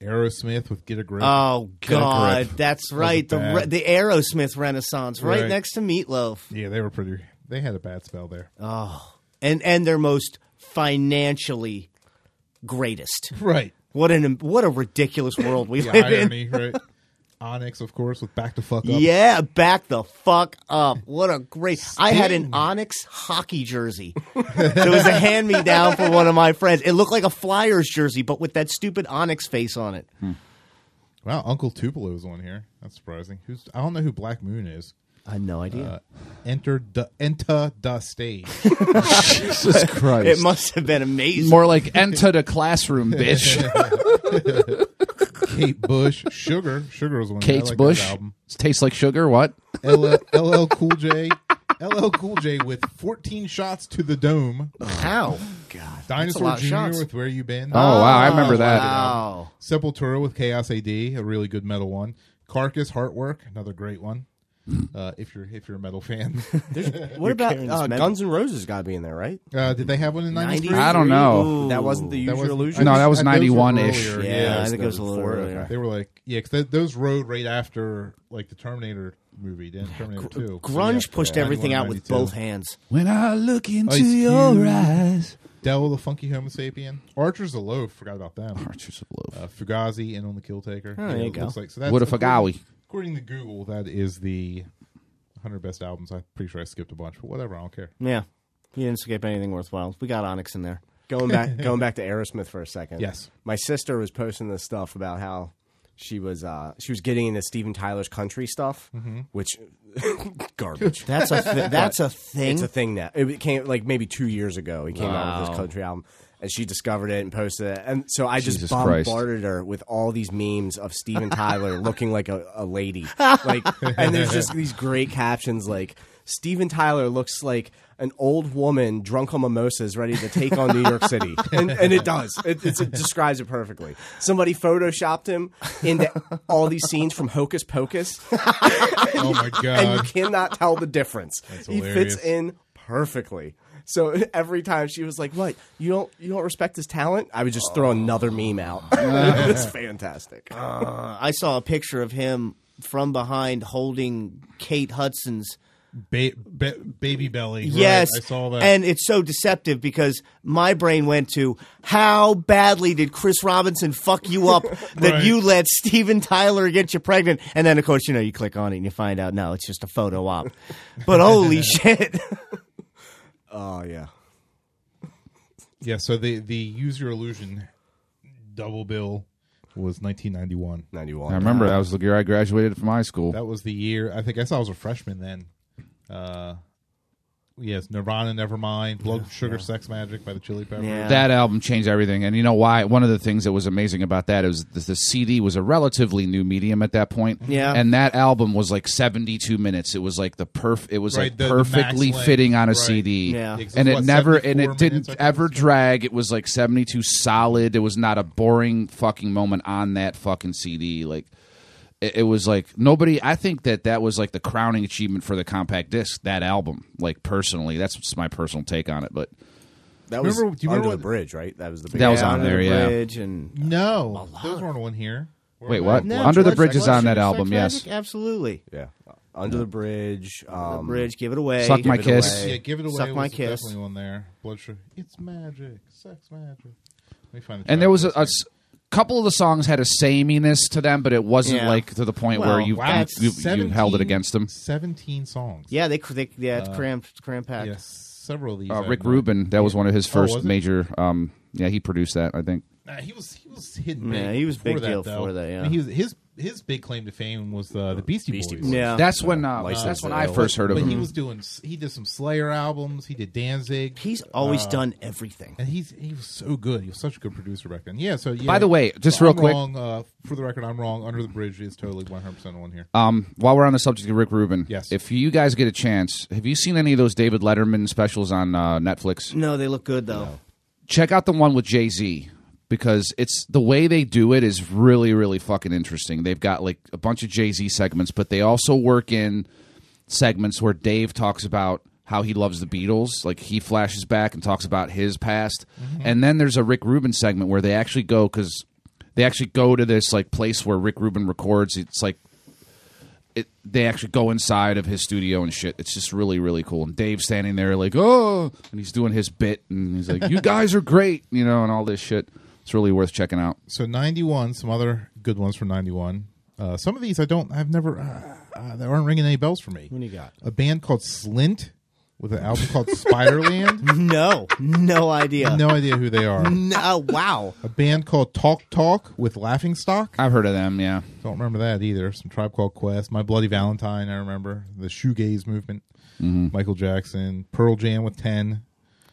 Speaker 1: Aerosmith with Get a Grip.
Speaker 2: Oh
Speaker 1: a
Speaker 2: God,
Speaker 1: grip.
Speaker 2: that's right. The
Speaker 1: bad.
Speaker 2: re- the Aerosmith Renaissance, right,
Speaker 1: Right.
Speaker 2: next to Meatloaf.
Speaker 1: yeah, they were pretty. They had a bad spell there.
Speaker 2: Oh, and and their most financially greatest.
Speaker 1: right.
Speaker 2: What an what a ridiculous world we
Speaker 1: The
Speaker 2: live in.
Speaker 1: irony, right? Onyx, of course, with Back to Fuck Up.
Speaker 2: Yeah, back the fuck up. What a great. I had an
Speaker 1: Sting.
Speaker 2: Onyx hockey jersey. it was a hand me down from one of my friends. It looked like a Flyers jersey, but with that stupid Onyx face on it.
Speaker 1: Wow, Uncle Tupelo's on here. That's surprising. Who's I don't know who Black Moon is.
Speaker 2: I had no idea.
Speaker 1: Uh, enter the enter the stage.
Speaker 3: Jesus Christ.
Speaker 2: it must have been amazing.
Speaker 3: More like enter the classroom, bitch.
Speaker 1: Kate Bush, Sugar, Sugar was one. I
Speaker 3: Kate's
Speaker 1: like
Speaker 3: Bush.
Speaker 1: that album.
Speaker 3: Tastes like sugar. What?
Speaker 1: LL, LL Cool J, LL Cool J with 14 shots to the dome.
Speaker 2: How?
Speaker 4: Oh,
Speaker 2: God.
Speaker 1: Dinosaur
Speaker 2: lot of
Speaker 1: Jr.
Speaker 2: shots.
Speaker 1: with Where You Been.
Speaker 3: Oh, wow. I remember that.
Speaker 2: Ah, Wow.
Speaker 1: Sepultura with Chaos AD, a really good metal one. Carcass Heartwork, another great one.
Speaker 3: Hmm.
Speaker 1: Uh, if you're if you're a metal fan,
Speaker 4: What about
Speaker 2: carrying this
Speaker 4: uh,
Speaker 2: metal.
Speaker 4: Guns N' Roses? Got to be in there, right?
Speaker 1: uh, did they have one in '93?
Speaker 3: I don't know.
Speaker 4: That wasn't the
Speaker 1: That
Speaker 4: usual
Speaker 1: was-
Speaker 4: illusion.
Speaker 3: No, that was
Speaker 1: I- those were
Speaker 3: 91-ish.
Speaker 1: earlier,
Speaker 2: Yeah,
Speaker 4: Yeah,
Speaker 2: I
Speaker 4: it's
Speaker 2: think it was a
Speaker 4: the
Speaker 2: little
Speaker 4: four,
Speaker 2: earlier.
Speaker 1: They were like, yeah, because those rode right after like the Terminator movie, then Terminator Two. So,
Speaker 2: Grunge
Speaker 1: yeah,
Speaker 2: pushed
Speaker 1: 91,
Speaker 2: everything out with
Speaker 1: 92.
Speaker 2: both hands.
Speaker 3: When I look into
Speaker 1: Ice Cube.
Speaker 3: eyes.
Speaker 1: Devil, the Funky Homo Sapien, Archers of Loaf. Forgot about them.
Speaker 3: Archers of Love.
Speaker 1: Uh, Fugazi and on the Kill Taker.
Speaker 2: Oh, there you
Speaker 1: it
Speaker 2: go.
Speaker 1: Looks like, so that's
Speaker 3: What a
Speaker 1: according-
Speaker 3: Fugawi.
Speaker 1: According to Google, that is the 100 best albums. I'm pretty sure I skipped a bunch, but whatever. I don't care.
Speaker 2: Yeah. You didn't skip anything worthwhile. We got Onyx in there.
Speaker 4: going back going back to Aerosmith for a second.
Speaker 1: Yes.
Speaker 4: My sister was posting this stuff about how she was uh, she was getting into Steven Tyler's country stuff, which garbage.
Speaker 2: That's a th- that's a thing.
Speaker 4: It's a thing now. It came like maybe two years ago. He came out with this country album, and she discovered it and posted it. And so I just
Speaker 3: Jesus
Speaker 4: bombarded
Speaker 3: Christ.
Speaker 4: her with all these memes of Steven Tyler looking like a, a lady. Like, and there's just these great captions like Steven Tyler looks like an old woman drunk on mimosas ready to take on New York City, and, and it does. It, it's, it describes it perfectly. Somebody photoshopped him into all these scenes from Hocus Pocus
Speaker 1: Oh my
Speaker 4: and you
Speaker 1: god!
Speaker 4: cannot tell the difference. he
Speaker 1: hilarious.
Speaker 4: fits in perfectly. So every time she was like, "What? You don't you don't respect his talent?" I would just throw another meme out. it's fantastic.
Speaker 2: I saw a picture of him from behind holding Kate Hudson's.
Speaker 1: Ba- ba- baby belly. Right,
Speaker 2: yes,
Speaker 1: I saw that.
Speaker 2: and it's so deceptive because my brain went to how badly did Chris Robinson fuck you up that
Speaker 1: Right.
Speaker 2: you let Steven Tyler get you pregnant, and then of course you know you click on it and you find out no, it's just a photo op. But holy shit!
Speaker 4: oh yeah.
Speaker 1: yeah, so the the Use Your Illusion double bill was 1991.
Speaker 4: 91.
Speaker 3: I remember that was the year I graduated from high school.
Speaker 1: That was the year I think I saw I was a freshman then. Uh, yes, Nirvana, Nevermind, Blood Sugar Sex Magic by the Chili Peppers.
Speaker 2: Yeah.
Speaker 3: That album changed everything, and you know why? One of the things that was amazing about that is the, the CD was a relatively new medium at that point.
Speaker 2: Yeah.
Speaker 3: and that album was like seventy-two minutes. It was like the perf. It was
Speaker 1: Right,
Speaker 3: like
Speaker 1: the- the max
Speaker 3: perfectly
Speaker 1: length.
Speaker 3: fitting on a
Speaker 1: Right.
Speaker 3: CD.
Speaker 2: Yeah.
Speaker 1: It's
Speaker 3: and it
Speaker 1: what,
Speaker 3: never and
Speaker 1: 74
Speaker 3: it didn't
Speaker 1: minutes, I think
Speaker 3: ever
Speaker 1: it's called?
Speaker 3: drag. It was like seventy-two solid. It was not a boring fucking moment on that fucking CD. Like. It it was like nobody. I think that that was like the crowning achievement for the compact disc. That album, like personally, that's just my personal take on it. But
Speaker 4: That was
Speaker 1: Remember- do you remember
Speaker 4: Under
Speaker 1: what-
Speaker 4: the bridge, right? That was the big
Speaker 3: That was
Speaker 2: Yeah,
Speaker 3: on
Speaker 2: Under the
Speaker 3: there, yeah.
Speaker 2: Bridge and
Speaker 1: No, those weren't on here. Were
Speaker 3: Wait,
Speaker 1: they?
Speaker 3: what?
Speaker 2: No,
Speaker 3: Under the
Speaker 2: Blood
Speaker 3: Bridge is
Speaker 2: Sugar-
Speaker 3: on that
Speaker 2: Blood Sugar
Speaker 3: album,
Speaker 2: Sex
Speaker 3: yes.
Speaker 2: Magic? absolutely.
Speaker 4: yeah. Under the bridge. Um,
Speaker 2: Bridge, give it away.
Speaker 3: Suck My
Speaker 4: Give It
Speaker 3: Kiss.
Speaker 1: Yeah,
Speaker 4: Away.
Speaker 1: give it away.
Speaker 2: Suck
Speaker 1: was
Speaker 2: My Kiss.
Speaker 1: Definitely on there. Blood Sugar. It's magic. Sex magic. Let me find the track
Speaker 3: And there was a,
Speaker 1: list
Speaker 3: a
Speaker 1: here.
Speaker 3: s- couple of the songs had a saminess to them, but it wasn't
Speaker 2: Yeah.
Speaker 3: like to the point where
Speaker 2: Well,
Speaker 3: you
Speaker 2: wow,
Speaker 3: you, you held
Speaker 1: 17
Speaker 3: it against them.
Speaker 1: Seventeen songs.
Speaker 2: Yeah, they, they yeah, it's cramped, cramped packed.
Speaker 1: Yes, several of these.
Speaker 3: Uh,
Speaker 1: I
Speaker 3: Rick
Speaker 1: know.
Speaker 3: Rubin, that was one of his first
Speaker 1: was it?
Speaker 3: major. Um, yeah, he produced that, I think.
Speaker 1: Nah, he was he was hidden.
Speaker 2: Yeah,
Speaker 1: big
Speaker 2: he was
Speaker 1: before
Speaker 2: big
Speaker 1: that,
Speaker 2: deal
Speaker 1: though.
Speaker 2: before that, yeah.
Speaker 1: I mean, he was, his his big claim to fame was uh, the Beastie,
Speaker 4: Beastie
Speaker 1: Boys.
Speaker 4: Boys.
Speaker 2: Yeah.
Speaker 3: That's when uh,
Speaker 4: License
Speaker 3: that's when
Speaker 4: to
Speaker 3: I
Speaker 4: Ill.
Speaker 3: first heard of
Speaker 1: But he
Speaker 3: him.
Speaker 1: was doing. s- He did some Slayer albums. He did Danzig.
Speaker 2: He's always
Speaker 3: Uh,
Speaker 2: done everything.
Speaker 1: and he's he was so good. He was such a good producer back then. Yeah. So yeah,
Speaker 3: By the way, just
Speaker 1: I'm
Speaker 3: real quick-
Speaker 1: wrong, uh, for the record, I'm wrong. Under the Bridge is totally 100 percent on here.
Speaker 3: Um, while we're on the subject of Rick Rubin,
Speaker 1: Yes.
Speaker 3: if you guys get a chance, have you seen any of those David Letterman specials on uh, Netflix?
Speaker 2: No, they look good though.
Speaker 3: check out the one with Jay Z because it's the way they do it is really really fucking interesting. They've got like a bunch of Jay Z segments, but they also work in segments where Dave talks about how he loves the Beatles. Like he flashes back and talks about his past, and then there's a Rick Rubin segment where they actually go because they actually go to this like place where Rick Rubin records. It's like it, they actually go inside of his studio and shit. It's just really, really cool. And Dave's standing there like, oh, and he's doing his bit, and he's like, you guys are great, you know, and all this shit. It's really worth checking out.
Speaker 1: So ninety one, some other good ones from ninety one. Uh, some of these I don't, I've never, uh, uh, they aren't ringing any bells for me. What
Speaker 2: do you got?
Speaker 1: A band called Slint with an album called Spiderland.
Speaker 2: No, no idea.
Speaker 1: No idea who they are.
Speaker 2: No, wow.
Speaker 1: A band called Talk Talk with Laughing Stock.
Speaker 3: I've heard of them, yeah.
Speaker 1: Don't remember that either. Some Tribe Called Quest, My Bloody Valentine. I remember the shoegaze movement.
Speaker 3: Mm-hmm.
Speaker 1: Michael Jackson, Pearl Jam with ten.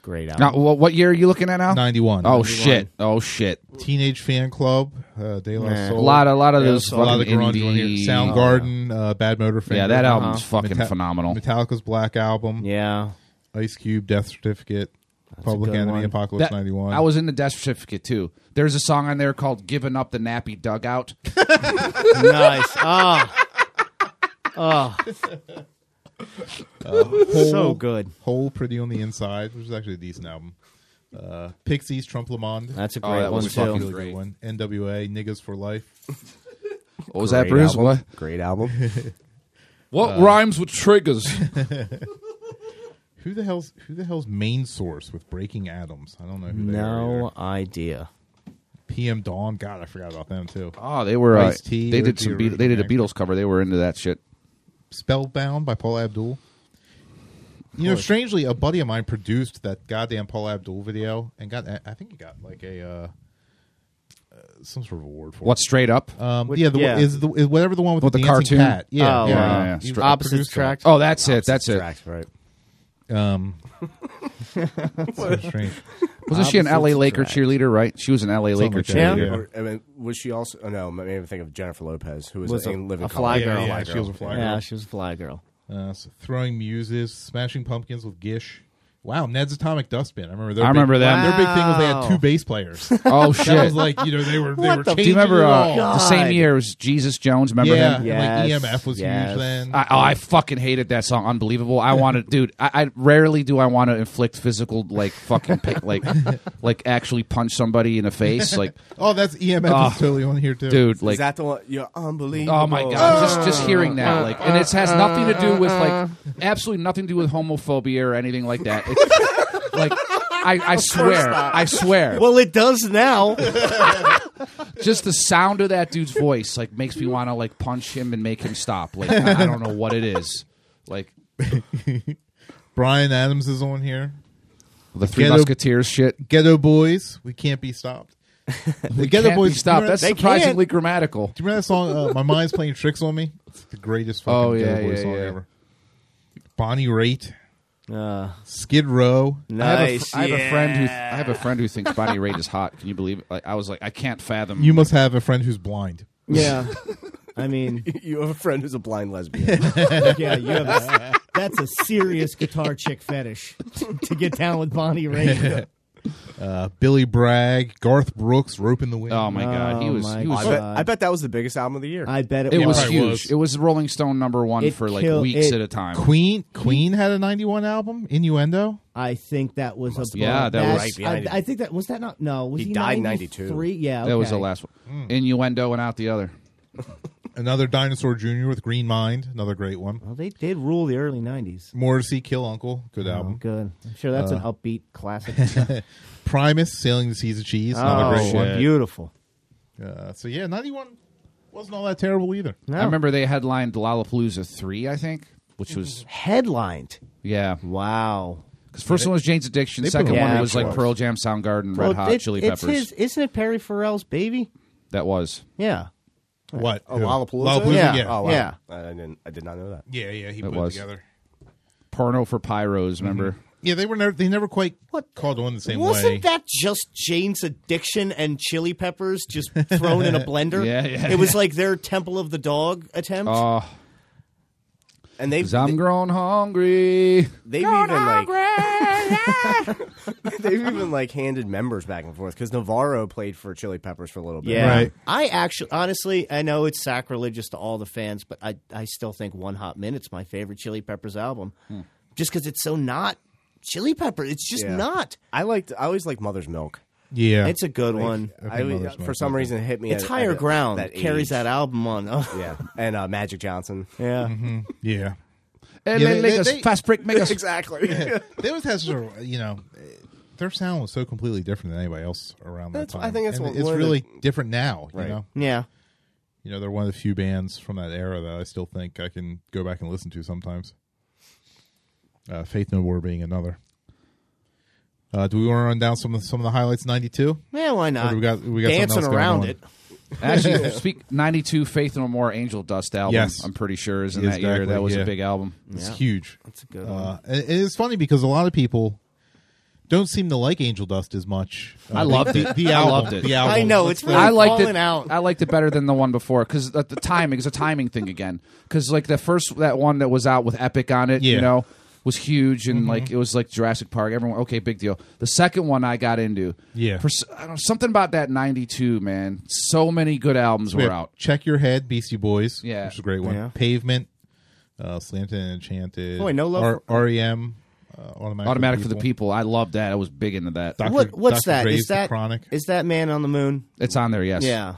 Speaker 2: Great album.
Speaker 3: Now, wh- what year are you looking at now?
Speaker 1: 91.
Speaker 3: Oh shit! Oh shit!
Speaker 1: Teenage Fan Club, uh, De La
Speaker 2: Nah.
Speaker 1: Soul.
Speaker 3: A lot, a lot of
Speaker 1: Yeah,
Speaker 3: those.
Speaker 1: so a lot of
Speaker 3: fucking
Speaker 1: grunge on here.
Speaker 3: indie- Oh,
Speaker 1: Soundgarden, uh, Bad Motor Finger.
Speaker 3: Yeah, that album's fucking
Speaker 1: Meta-
Speaker 3: phenomenal.
Speaker 1: Metallica's Black Album,
Speaker 2: Yeah.
Speaker 1: Ice Cube, Death Certificate, Public
Speaker 2: good
Speaker 1: Enemy,
Speaker 2: one.
Speaker 1: Apocalypse
Speaker 3: That-
Speaker 1: '91.
Speaker 3: I was in the death certificate too. There's a song on there called "Giving Up the Nappy Dugout."
Speaker 2: nice. Ah. Oh. so good.
Speaker 1: Whole Pretty on the Inside, which is actually a decent album. Uh, Pixies, Trump Lamond.
Speaker 2: That's a
Speaker 3: Oh,
Speaker 2: great
Speaker 3: that
Speaker 2: one
Speaker 3: was
Speaker 2: too.
Speaker 3: fucking
Speaker 1: really
Speaker 3: great.
Speaker 1: good one. NWA, Niggas for Life.
Speaker 3: What was that,
Speaker 4: Great
Speaker 3: Bruce?
Speaker 4: album.
Speaker 3: What?
Speaker 4: Great album.
Speaker 1: Uh,
Speaker 3: What rhymes with triggers?
Speaker 1: Who the hell's Who the hell's Main Source with Breaking Atoms? I don't know who they are.
Speaker 2: No
Speaker 1: either.
Speaker 2: idea.
Speaker 1: PM Dawn. God, I forgot about them too.
Speaker 3: oh, they were. Uh,
Speaker 1: Ice-T
Speaker 3: they
Speaker 1: with
Speaker 3: did
Speaker 1: the
Speaker 3: some. Be-
Speaker 1: original
Speaker 3: they did a
Speaker 1: Magnetic.
Speaker 3: Beatles cover. They were into that shit.
Speaker 1: Spellbound by Paul Abdul. You know, strangely, a buddy of mine produced that goddamn Paul Abdul video and got, I I think he got like a, uh, uh, some sort of award for
Speaker 3: What
Speaker 1: it.
Speaker 3: straight up?
Speaker 1: Um, yeah, the,
Speaker 2: yeah.
Speaker 1: Is the, is whatever the one with,
Speaker 3: With
Speaker 1: the,
Speaker 3: the
Speaker 1: dancing
Speaker 3: cartoon?
Speaker 1: cat. Yeah,
Speaker 2: Oh,
Speaker 1: yeah,
Speaker 2: wow.
Speaker 1: yeah.
Speaker 3: Yeah,
Speaker 1: He
Speaker 3: yeah.
Speaker 2: Opposites
Speaker 1: produced that.
Speaker 2: attract.
Speaker 3: oh, that's it. That's it.
Speaker 2: Tracks, right.
Speaker 1: Um, so strange.
Speaker 3: Wasn't she an LA
Speaker 2: Opposites
Speaker 3: Laker
Speaker 2: attract.
Speaker 3: cheerleader? Right? She was an LA Laker
Speaker 1: like that,
Speaker 3: cheerleader.
Speaker 1: yeah.
Speaker 4: Or, I mean, was she also? Oh, no, maybe I'm thinking of Jennifer Lopez, who was,
Speaker 2: Was a-
Speaker 4: in Living
Speaker 2: a
Speaker 4: Color.
Speaker 2: fly
Speaker 1: Yeah,
Speaker 2: girl.
Speaker 1: yeah, she was a fly
Speaker 2: Yeah,
Speaker 1: girl.
Speaker 2: she was a fly girl.
Speaker 1: Uh, so throwing muses, smashing pumpkins with Gish. Wow, Ned's Atomic Dustbin. I remember. Their
Speaker 3: I
Speaker 1: big,
Speaker 3: remember them.
Speaker 1: Their big thing was they had
Speaker 2: Wow.
Speaker 1: two bass players. that
Speaker 3: Oh
Speaker 1: was
Speaker 3: shit!
Speaker 1: like you know they were they were changing
Speaker 2: the- Do
Speaker 3: Do you remember
Speaker 1: it
Speaker 3: uh,
Speaker 1: all.
Speaker 3: the same year was Jesus Jones? Remember
Speaker 1: Oh, yeah,
Speaker 3: him?
Speaker 1: and,
Speaker 2: Yes,
Speaker 1: like EMF was
Speaker 2: yes.
Speaker 1: huge then.
Speaker 3: I, oh, I fucking hated that song. Unbelievable. I wanted, dude. I, I rarely do I want to inflict physical, like fucking, pick, like, like actually punch somebody in the face, like,
Speaker 1: Oh, that's EMF
Speaker 3: Oh.
Speaker 1: is totally on here too.
Speaker 3: dude,
Speaker 4: Is
Speaker 3: like,
Speaker 4: that the one? You're unbelievable.
Speaker 3: oh my god, just
Speaker 2: Uh,
Speaker 3: just hearing that, like, and it has nothing to do with like, absolutely nothing to do with homophobia or anything like that. It's, like, I, I swear, I swear,
Speaker 2: Well, it does now.
Speaker 3: just the sound of that dude's voice, like, makes me want to like punch him and make him stop. Like, I, I don't know what it is, like.
Speaker 1: Brian Adams is on here.
Speaker 3: The Three
Speaker 1: Ghetto-
Speaker 3: Musketeers shit.
Speaker 1: Ghetto Boys, we can't be stopped. The Ghetto
Speaker 3: Can't be
Speaker 1: Boys
Speaker 3: stopped.
Speaker 1: remember
Speaker 3: That's
Speaker 1: that-
Speaker 3: surprisingly grammatical.
Speaker 1: Do you remember that song? Uh, My mind's playing tricks on me. It's the greatest fucking
Speaker 3: Oh, yeah,
Speaker 1: Ghetto Boys
Speaker 3: yeah,
Speaker 1: song
Speaker 3: yeah.
Speaker 1: ever. Bonnie Raitt,
Speaker 2: Uh,
Speaker 1: Skid Row.
Speaker 2: nice.
Speaker 3: I have, a, fr- I have a
Speaker 2: yeah.
Speaker 3: friend who I have a friend who thinks Bonnie Raitt is hot. Can you believe it? Like, I was like, I can't fathom.
Speaker 1: You must have a friend who's blind.
Speaker 2: Yeah. I mean,
Speaker 4: You have a friend who's a blind lesbian.
Speaker 2: yeah, you have a, that's a serious guitar chick fetish to get down with Bonnie Raitt.
Speaker 1: Uh, Billy Bragg, Garth Brooks, Rope in the Wind.
Speaker 3: oh my god, he
Speaker 2: Oh
Speaker 3: was.
Speaker 2: my
Speaker 3: he
Speaker 4: I,
Speaker 3: was
Speaker 4: bet,
Speaker 2: God.
Speaker 4: I bet that was the biggest album of the year.
Speaker 2: I bet it,
Speaker 3: it was
Speaker 1: probably
Speaker 3: huge.
Speaker 1: was.
Speaker 3: It was Rolling Stone number one
Speaker 2: It
Speaker 3: for like
Speaker 2: killed-
Speaker 3: weeks
Speaker 2: it-
Speaker 3: at a time.
Speaker 1: Queen Queen had a 91 album, Innuendo.
Speaker 2: I think that was a blow.
Speaker 3: yeah, that was-
Speaker 2: That's-
Speaker 4: Right behind
Speaker 2: I, I think that was that not no. Was
Speaker 4: He
Speaker 2: he,
Speaker 4: died in
Speaker 2: 92?
Speaker 4: 92.
Speaker 2: Yeah,
Speaker 3: That was the
Speaker 2: okay.
Speaker 3: last
Speaker 1: Hmm.
Speaker 3: one. Innuendo and out the other.
Speaker 1: Another Dinosaur Jr. with Green Mind, another great one.
Speaker 2: Well, they did rule the early nineties.
Speaker 1: Morrissey, Kill Uncle, good
Speaker 4: Uh-huh.
Speaker 2: Oh,
Speaker 1: album.
Speaker 2: good. I'm sure that's
Speaker 3: Uh,
Speaker 2: an upbeat classic.
Speaker 1: Primus, Sailing the Seas of Cheese, another
Speaker 2: oh,
Speaker 1: great one.
Speaker 2: beautiful.
Speaker 1: Uh, so yeah, ninety-one wasn't all that terrible either.
Speaker 2: No.
Speaker 3: I remember they headlined Lollapalooza three, I think, which was
Speaker 2: headlined.
Speaker 3: yeah.
Speaker 2: Wow.
Speaker 3: Because first one was Jane's Addiction,
Speaker 1: Mm-hmm. they put
Speaker 3: second
Speaker 1: on
Speaker 3: one
Speaker 2: a
Speaker 3: was
Speaker 2: show.
Speaker 3: like Pearl Jam, Soundgarden, Red
Speaker 2: Well,
Speaker 3: Hot
Speaker 2: it-
Speaker 3: Chili
Speaker 2: it's
Speaker 3: Peppers.
Speaker 2: his- isn't it Perry Farrell's baby?
Speaker 3: That was.
Speaker 2: Yeah.
Speaker 1: What?
Speaker 4: oh,
Speaker 1: Who?
Speaker 4: Lollapalooza?
Speaker 1: Lollapalooza,
Speaker 2: Yeah.
Speaker 1: yeah.
Speaker 4: oh,
Speaker 1: Yeah.
Speaker 4: wow.
Speaker 2: Yeah.
Speaker 4: I didn't. I did not know that.
Speaker 1: yeah, he put
Speaker 3: was.
Speaker 1: it together.
Speaker 3: Porno for Pyros, remember?
Speaker 1: Yeah, they were never they never quite
Speaker 2: What?
Speaker 1: called on the same
Speaker 2: Wasn't
Speaker 1: way.
Speaker 2: that just Jane's addiction and chili peppers just thrown in a blender?
Speaker 3: Yeah, yeah.
Speaker 2: It was like their Temple of the Dog attempt.
Speaker 3: Oh,
Speaker 4: And they've
Speaker 3: 'cause I'm grown hungry.
Speaker 4: they've even like they've even like handed members back and forth because Navarro played for Chili Peppers for a little bit.
Speaker 2: yeah.
Speaker 1: Right.
Speaker 2: I actually, honestly, I know it's
Speaker 3: Hmm.
Speaker 2: sacrilegious to all the fans, but I, I still think One Hot Minute's my favorite Chili Peppers album. just because it's so not chili pepper. It's just
Speaker 4: Yeah.
Speaker 2: not.
Speaker 4: I liked. I always liked Mother's Milk.
Speaker 1: Yeah,
Speaker 2: It's a good one.
Speaker 1: I
Speaker 4: I
Speaker 1: think
Speaker 4: always-
Speaker 1: Mother's
Speaker 4: for
Speaker 1: Milk's
Speaker 4: some
Speaker 1: not
Speaker 4: reason, it hit me.
Speaker 2: It's
Speaker 4: at-
Speaker 2: higher
Speaker 4: at
Speaker 2: ground.
Speaker 4: That
Speaker 2: carries
Speaker 4: age.
Speaker 2: that album on. Oh,
Speaker 4: Yeah, and uh, Magic Johnson.
Speaker 2: yeah.
Speaker 1: Mm-hmm. yeah.
Speaker 3: And
Speaker 1: Yeah, they-
Speaker 3: then make us
Speaker 1: they-
Speaker 3: fast break, make us.
Speaker 4: exactly.
Speaker 1: they always had sort of, you know, eh, their sound was so completely different than anybody else around
Speaker 4: That's-
Speaker 1: that
Speaker 4: I
Speaker 1: time.
Speaker 4: think that's
Speaker 1: And
Speaker 4: what-
Speaker 1: it's
Speaker 4: one of the-
Speaker 1: really different now. You
Speaker 4: Right.
Speaker 1: know,
Speaker 2: Yeah.
Speaker 1: you know, they're one of the few bands from that era that I still think I can go back and listen to sometimes. Uh, Faith No More being another. Uh, do we want to run down some of some of the highlights? Ninety two.
Speaker 2: Yeah, why
Speaker 1: Or
Speaker 2: not?
Speaker 1: do we got- we got something
Speaker 2: Dancing
Speaker 1: else going
Speaker 2: around
Speaker 1: on?
Speaker 2: it.
Speaker 3: Actually, speak '92 Faith No More, Angel Dust album.
Speaker 1: Yes.
Speaker 3: I'm pretty sure is in
Speaker 1: Yeah,
Speaker 3: that year.
Speaker 1: exactly,
Speaker 3: That was
Speaker 1: yeah.
Speaker 3: a big album.
Speaker 1: It's huge.
Speaker 2: That's a good one.
Speaker 1: Uh, and and it's funny because a lot of people don't seem to like Angel Dust as much. Uh,
Speaker 3: I loved
Speaker 1: the,
Speaker 3: it.
Speaker 1: The,
Speaker 3: I
Speaker 1: album,
Speaker 3: loved it.
Speaker 1: The album.
Speaker 2: I know
Speaker 1: Let's-
Speaker 2: it's really
Speaker 3: I liked
Speaker 2: falling
Speaker 3: it.
Speaker 2: out.
Speaker 3: I liked it better than the one before because the, the timing is a timing thing again. Because like the first that one that was out with Epic on it,
Speaker 1: Yeah.
Speaker 3: you know, was huge and like it was like Jurassic Park. Everyone, okay, big deal. The second one I got into,
Speaker 1: Yeah.
Speaker 3: for, s- I don't know, something about that '92 man. So many good albums
Speaker 1: we
Speaker 3: were
Speaker 1: have
Speaker 3: out.
Speaker 1: Check Your Head, Beastie Boys.
Speaker 3: Yeah.
Speaker 1: Which is a great one.
Speaker 2: Yeah.
Speaker 1: Pavement, uh, Slanted and Enchanted.
Speaker 2: Oh, wait, No Love
Speaker 1: R- REM, uh, Automatic,
Speaker 3: Automatic for the People. I loved that. I was big into that.
Speaker 1: Doc-
Speaker 2: what, what's
Speaker 1: Dr.
Speaker 2: that?
Speaker 1: Dre's
Speaker 2: Is that
Speaker 1: Chronic.
Speaker 2: is that Man on the Moon?
Speaker 3: It's on there. Yes.
Speaker 2: Yeah,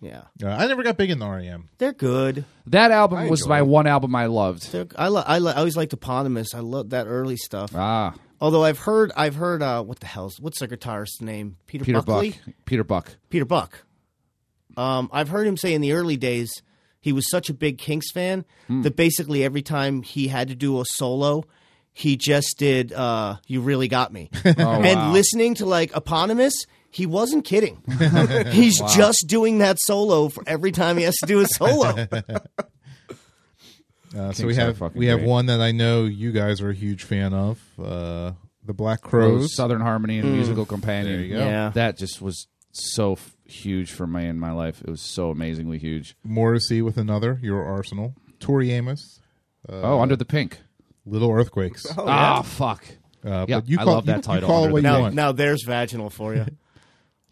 Speaker 2: yeah.
Speaker 1: Uh, I never got big in REM.
Speaker 2: They're good.
Speaker 3: That album was
Speaker 4: enjoyed
Speaker 3: my
Speaker 4: it.
Speaker 3: one album I loved.
Speaker 2: They're, I lo- I, lo- I always liked Eponymous. I love that early stuff.
Speaker 3: Ah,
Speaker 2: Although I've heard I've heard uh, what the hell's what's their guitarist's name? Peter,
Speaker 3: Peter
Speaker 2: Buckley.
Speaker 3: Buck. Peter Buck.
Speaker 2: Peter Buck. Um, I've heard him say in the early days he was such a big Kinks fan
Speaker 1: Hmm.
Speaker 2: that basically every time he had to do a solo, he just did uh, "You Really Got Me."
Speaker 1: Oh,
Speaker 2: and
Speaker 3: wow.
Speaker 2: listening to like Eponymous, he wasn't kidding. He's just doing that solo for every time he has to do a solo.
Speaker 1: Uh, so
Speaker 3: Kinks
Speaker 1: we
Speaker 3: are
Speaker 1: have
Speaker 3: fucking
Speaker 1: we have
Speaker 3: great.
Speaker 1: one that I know you guys are a huge fan of, uh, the Black Crows.
Speaker 3: Southern Harmony and Musical Companion.
Speaker 1: Hmm. There you go.
Speaker 2: Yeah.
Speaker 3: That just was so f- huge for me in my life. It was so amazingly huge.
Speaker 1: Morrissey with another. Your Arsenal. Tori Amos. Uh,
Speaker 3: oh, Under the Pink.
Speaker 1: Little Earthquakes.
Speaker 3: Oh, ah, fuck.
Speaker 1: Uh,
Speaker 3: Yeah,
Speaker 1: but you
Speaker 3: I
Speaker 1: call,
Speaker 3: love
Speaker 1: you-
Speaker 3: that
Speaker 1: you
Speaker 3: title,
Speaker 1: call it
Speaker 3: Under
Speaker 1: what
Speaker 3: the
Speaker 1: you
Speaker 2: now,
Speaker 1: want.
Speaker 2: now there's vaginal for you.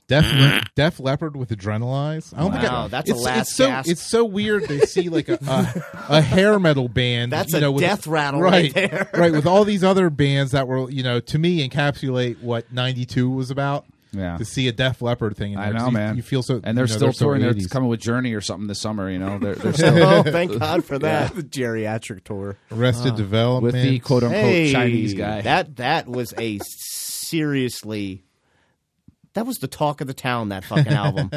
Speaker 1: Def, Le- Def Leopard with Adrenalize. I don't think
Speaker 2: Wow,
Speaker 1: I-
Speaker 2: that's a
Speaker 1: it's,
Speaker 2: last
Speaker 1: it's so
Speaker 2: gasp.
Speaker 1: it's so weird to see like a, a, a hair metal band.
Speaker 2: That's
Speaker 1: you
Speaker 2: a
Speaker 1: know, with-
Speaker 2: death rattle
Speaker 1: right,
Speaker 2: right there.
Speaker 1: right, with all these other bands that were you know to me encapsulate what '92 was about.
Speaker 3: Yeah.
Speaker 1: to see a Def Leopard thing. In
Speaker 3: I
Speaker 1: there,
Speaker 3: know,
Speaker 1: 'cause you,
Speaker 3: man.
Speaker 1: You feel so,
Speaker 3: and they're
Speaker 1: you know,
Speaker 3: still
Speaker 1: so
Speaker 3: touring. They're
Speaker 1: 80s.
Speaker 3: coming with Journey or something this summer. You know, they're, they're still
Speaker 2: oh, thank God for that.
Speaker 4: the geriatric tour.
Speaker 1: Arrested Development
Speaker 3: Ah. with the quote um, unquote
Speaker 2: Hey,
Speaker 3: Chinese guy.
Speaker 2: That that was a seriously. That was the talk of the town. That fucking album.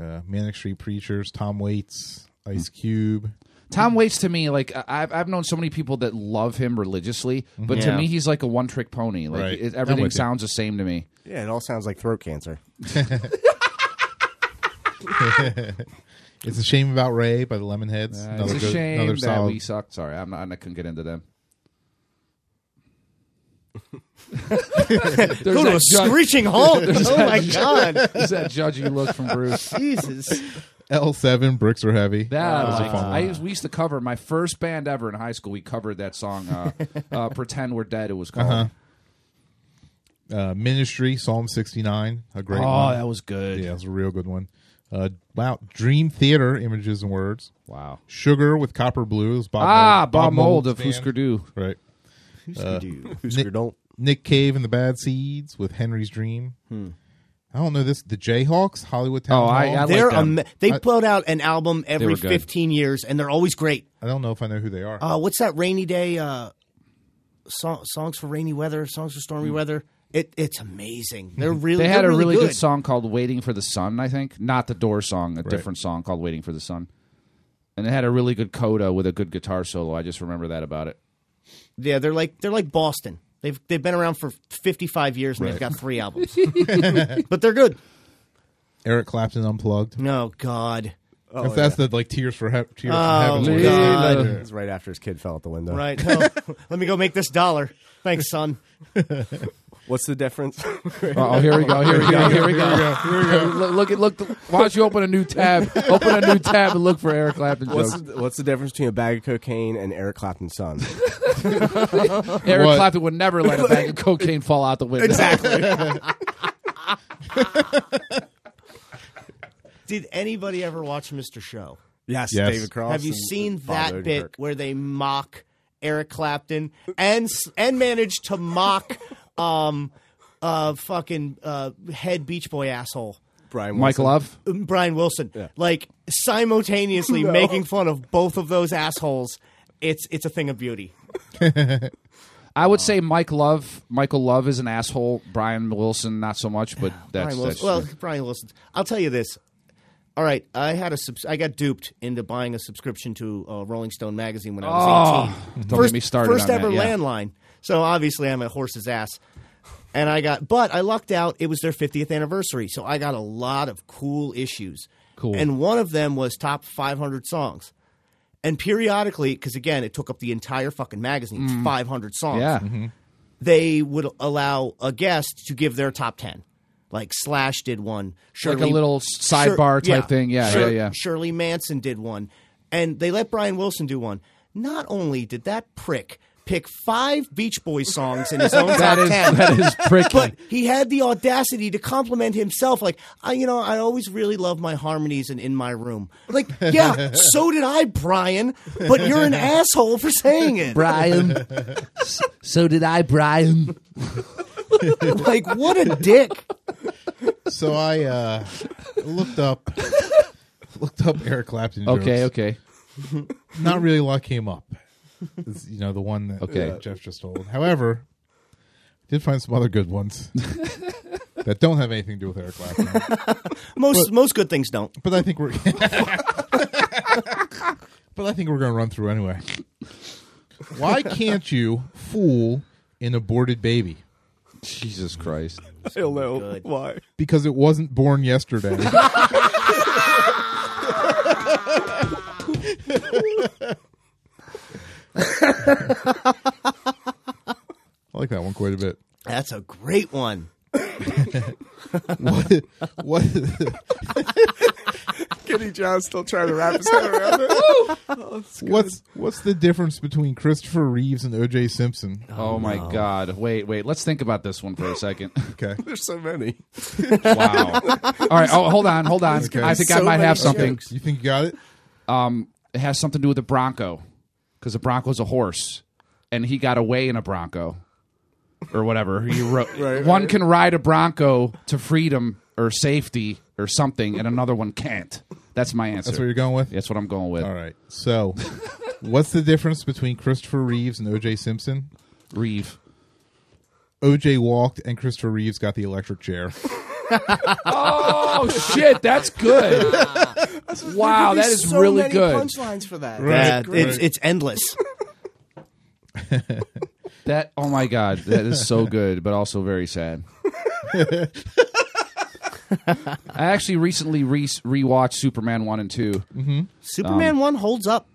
Speaker 1: uh, Manic Street Preachers, Tom Waits, Ice
Speaker 3: Hmm.
Speaker 1: Cube.
Speaker 3: Tom Waits to me, like I- I've I've known so many people that love him religiously, but
Speaker 2: Mm-hmm. Yeah.
Speaker 3: to me he's like a one trick pony. Like
Speaker 1: Right.
Speaker 3: it,
Speaker 1: I'm
Speaker 3: everything
Speaker 1: with you.
Speaker 3: sounds the same to me.
Speaker 4: Yeah, it all sounds like throat cancer.
Speaker 1: It's a shame about Ray by the Lemonheads.
Speaker 3: Uh, it's a
Speaker 1: good-
Speaker 3: shame
Speaker 1: another
Speaker 3: that
Speaker 1: solid-
Speaker 3: we sucked. Sorry, I'm not. I couldn't get into them. There's
Speaker 2: Go to a
Speaker 3: that judge-
Speaker 2: screeching halt. oh my God,
Speaker 3: There's that judgy look from Bruce.
Speaker 2: Jesus!
Speaker 1: L7, Bricks Are Heavy.
Speaker 3: That
Speaker 1: was
Speaker 3: I
Speaker 1: a
Speaker 3: liked.
Speaker 1: fun one.
Speaker 3: I used, we used to cover my first band ever in high school. We covered that song, uh, uh, "Pretend We're Dead." It was
Speaker 1: Uh-huh.
Speaker 3: called.
Speaker 1: Uh, Ministry, Psalm 69, a great one.
Speaker 3: Oh, that was good.
Speaker 1: yeah, that's a real good one. Uh, wow, Dream Theater, Images and Words.
Speaker 3: Wow.
Speaker 1: Sugar with Copper Blue. Is Bob
Speaker 3: Ah,
Speaker 1: Mould-
Speaker 3: Bob Mold of
Speaker 1: Mould's band.
Speaker 3: Husker Du.
Speaker 1: Right.
Speaker 4: Who's
Speaker 1: Nick-
Speaker 4: your Uh, don't?
Speaker 1: Nick Cave and the Bad Seeds with Henry's Dream. I don't know this. The Jayhawks, Hollywood Town
Speaker 3: Hmm. Oh, I-
Speaker 1: Hall.
Speaker 3: I like-
Speaker 2: They're
Speaker 3: them.
Speaker 2: ama- they
Speaker 1: I-
Speaker 2: put out an album every
Speaker 3: were good.
Speaker 2: fifteen years, and they're always great.
Speaker 1: I don't know if I know who they are.
Speaker 2: Uh, what's that rainy day? Uh, song, songs for rainy weather, songs for stormy weather. It, it's amazing. They're really
Speaker 3: Hmm. Mm-hmm. They had
Speaker 2: they're
Speaker 3: a really
Speaker 2: good.
Speaker 3: good song called "Waiting for the Sun." I think not the Door song, a different song called "Waiting for the Sun," and it had a really good coda with a good guitar solo. I just remember that about it.
Speaker 2: Yeah, they're like they're like Boston. They've they've been around for 55 years and they've got three albums, but they're good.
Speaker 1: Eric Clapton Unplugged.
Speaker 2: No God,
Speaker 1: That's- that's the like Tears for Hea- Tears
Speaker 2: Oh,
Speaker 1: from Heaven.
Speaker 2: God.
Speaker 4: It was right after his kid fell out the window.
Speaker 2: right? No. Let me go make this dollar. Thanks, son.
Speaker 4: What's the difference?
Speaker 3: Oh, here we go. Here we go. Here we go. Look, look, at- look. Why don't you open a new tab? Open a new tab and look for Eric Clapton
Speaker 4: what's,
Speaker 3: jokes.
Speaker 4: the, what's the difference between a bag of cocaine and Eric Clapton's son?
Speaker 3: Eric
Speaker 1: What?
Speaker 3: Clapton would never let a bag of cocaine fall out the window. Exactly.
Speaker 2: Did anybody ever watch Mr. Show?
Speaker 4: yes,
Speaker 1: Yes.
Speaker 4: David Cross.
Speaker 2: Have you
Speaker 4: and
Speaker 2: seen
Speaker 4: Bob
Speaker 2: that bit
Speaker 4: Odenkirk.
Speaker 2: where they mock Eric Clapton and s- and managed to mock um uh fucking uh head Beach Boy asshole. um,
Speaker 4: Brian
Speaker 3: Mike
Speaker 4: Wilson.
Speaker 3: Love.
Speaker 2: Brian Wilson, like simultaneously making fun of both of those assholes. It's it's a thing of beauty.
Speaker 3: I would say Mike Love. Michael Love is an asshole. Brian Wilson, not so much, but that's,
Speaker 2: Brian
Speaker 3: that's
Speaker 2: Wilson. Well, Brian Wilson. I'll tell you this. All right, I had a subs- I got duped into buying a subscription to uh, Rolling Stone magazine when I was
Speaker 3: Oh,
Speaker 2: 18.
Speaker 3: don't get me started
Speaker 2: First
Speaker 3: on
Speaker 2: ever
Speaker 3: that, yeah.
Speaker 2: landline. So obviously I'm a horse's ass. And I got but I lucked out. It was their 50th anniversary. So I got a lot of cool issues.
Speaker 3: Cool.
Speaker 2: And one of them was top 500 songs. And periodically, because again, it took up the entire fucking magazine, it's 500 songs
Speaker 3: Mm. yeah.
Speaker 2: they would allow a guest to give their top 10. Like Slash did one.
Speaker 3: Like
Speaker 2: Shirley,
Speaker 3: a little sidebar type thing. Yeah,
Speaker 2: Shir-
Speaker 3: yeah, yeah.
Speaker 2: Shirley Manson did one. And they let Brian Wilson do one. Not only did that prick pick five Beach Boys songs in his own top
Speaker 3: That is
Speaker 2: 10,
Speaker 3: that is pricky.
Speaker 2: but he had the audacity to compliment himself like I, you know i always really love my harmonies in in my room like yeah so did i brian but you're an asshole for saying it
Speaker 3: Brian. so did I, Brian.
Speaker 2: like what a dick
Speaker 1: So I uh, looked up looked up Eric Clapton.
Speaker 3: Okay,
Speaker 1: jokes.
Speaker 3: okay.
Speaker 1: Not really a lot came up. It's, you know the one that
Speaker 3: Okay.
Speaker 1: uh, Jeff just told. However, did find some other good ones that don't have anything to do with Eric Clapton.
Speaker 2: Most most good things don't.
Speaker 1: But I think we're But I think we're going to run through anyway. Why can't you fool an aborted baby?
Speaker 3: Jesus Christ.
Speaker 4: I don't know
Speaker 2: Good.
Speaker 4: why.
Speaker 1: Because it wasn't born yesterday. I like that one quite a bit.
Speaker 2: That's a great one.
Speaker 1: What? What?
Speaker 4: Kenny John's still trying to wrap his head around it.
Speaker 1: What's What's the difference between Christopher Reeves and O.J. Simpson?
Speaker 3: Oh, my God. Wait, wait. Let's think about this one for a second.
Speaker 1: Okay.
Speaker 4: There's so many.
Speaker 3: Wow. All right. Oh, hold on. Hold on.
Speaker 1: Okay.
Speaker 3: I think I
Speaker 4: So
Speaker 3: might
Speaker 4: many
Speaker 3: have something.
Speaker 1: You think you got it?
Speaker 3: It has something to do with the Bronco because the Bronco's a horse and he got away in a Bronco or whatever. He ro- one can ride a Bronco to freedom or safety or something, and another one can't. That's my answer.
Speaker 1: That's what you're going with.
Speaker 3: That's what I'm going with.
Speaker 1: All right. So, what's the difference between Christopher Reeves and O.J. Simpson?
Speaker 3: Reeve.
Speaker 1: O.J. walked, and Christopher Reeves got the electric chair.
Speaker 3: Oh shit, that's good. wow, that is really good.
Speaker 4: Punchlines for that.
Speaker 2: Yeah,
Speaker 1: Right,
Speaker 2: it's
Speaker 1: right.
Speaker 2: it's endless.
Speaker 3: That oh my god, that is so good, but also very sad. I actually recently re- rewatched Superman one and 2
Speaker 4: Um,
Speaker 2: Superman one holds up.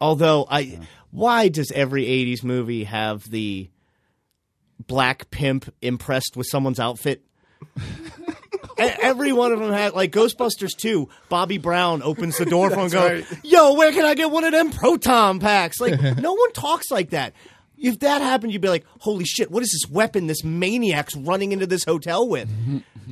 Speaker 2: Although I, why does every '80s movie have the black pimp impressed with someone's outfit? E- Every one of them had like Ghostbusters 2, Bobby Brown opens the door for him and goes, Yo, where can I get one of them proton packs? Like, no one talks like that. If that happened, you'd be like, Holy shit, what is this weapon this maniac's running into this hotel with?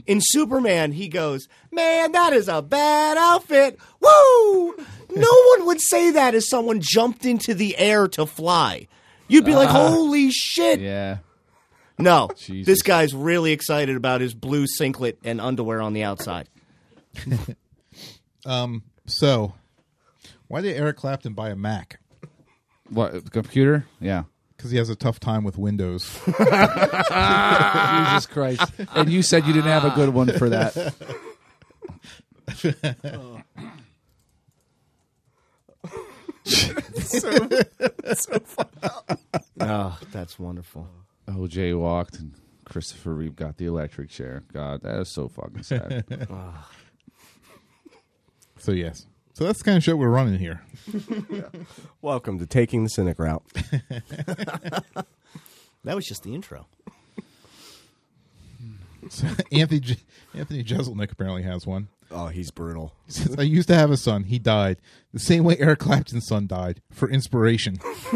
Speaker 2: In Superman, he goes, Man, that is a bad outfit. Woo! No one would say that if someone jumped into the air to fly. You'd be like, Holy shit.
Speaker 3: Yeah.
Speaker 2: No,
Speaker 3: Jesus.
Speaker 2: this guy's really excited about his blue singlet and underwear on the outside.
Speaker 1: So, why did Eric Clapton buy a Mac?
Speaker 3: What computer? Yeah.
Speaker 1: Because he has a tough time with Windows.
Speaker 3: Jesus Christ. And you said you didn't have a good one for that.
Speaker 2: Oh, that's wonderful.
Speaker 3: OJ walked and Christopher Reeve got the electric chair. God, that is so fucking sad.
Speaker 1: so, yes. So, that's the kind of shit we're running here.
Speaker 4: Welcome to Taking the Cynic Route.
Speaker 2: That was just the intro.
Speaker 1: So, Anthony, J- Anthony Jeselnik apparently has one.
Speaker 4: Oh, he's brutal.
Speaker 1: He says, I used to have a son. He died. The same way Eric Clapton's son died for inspiration.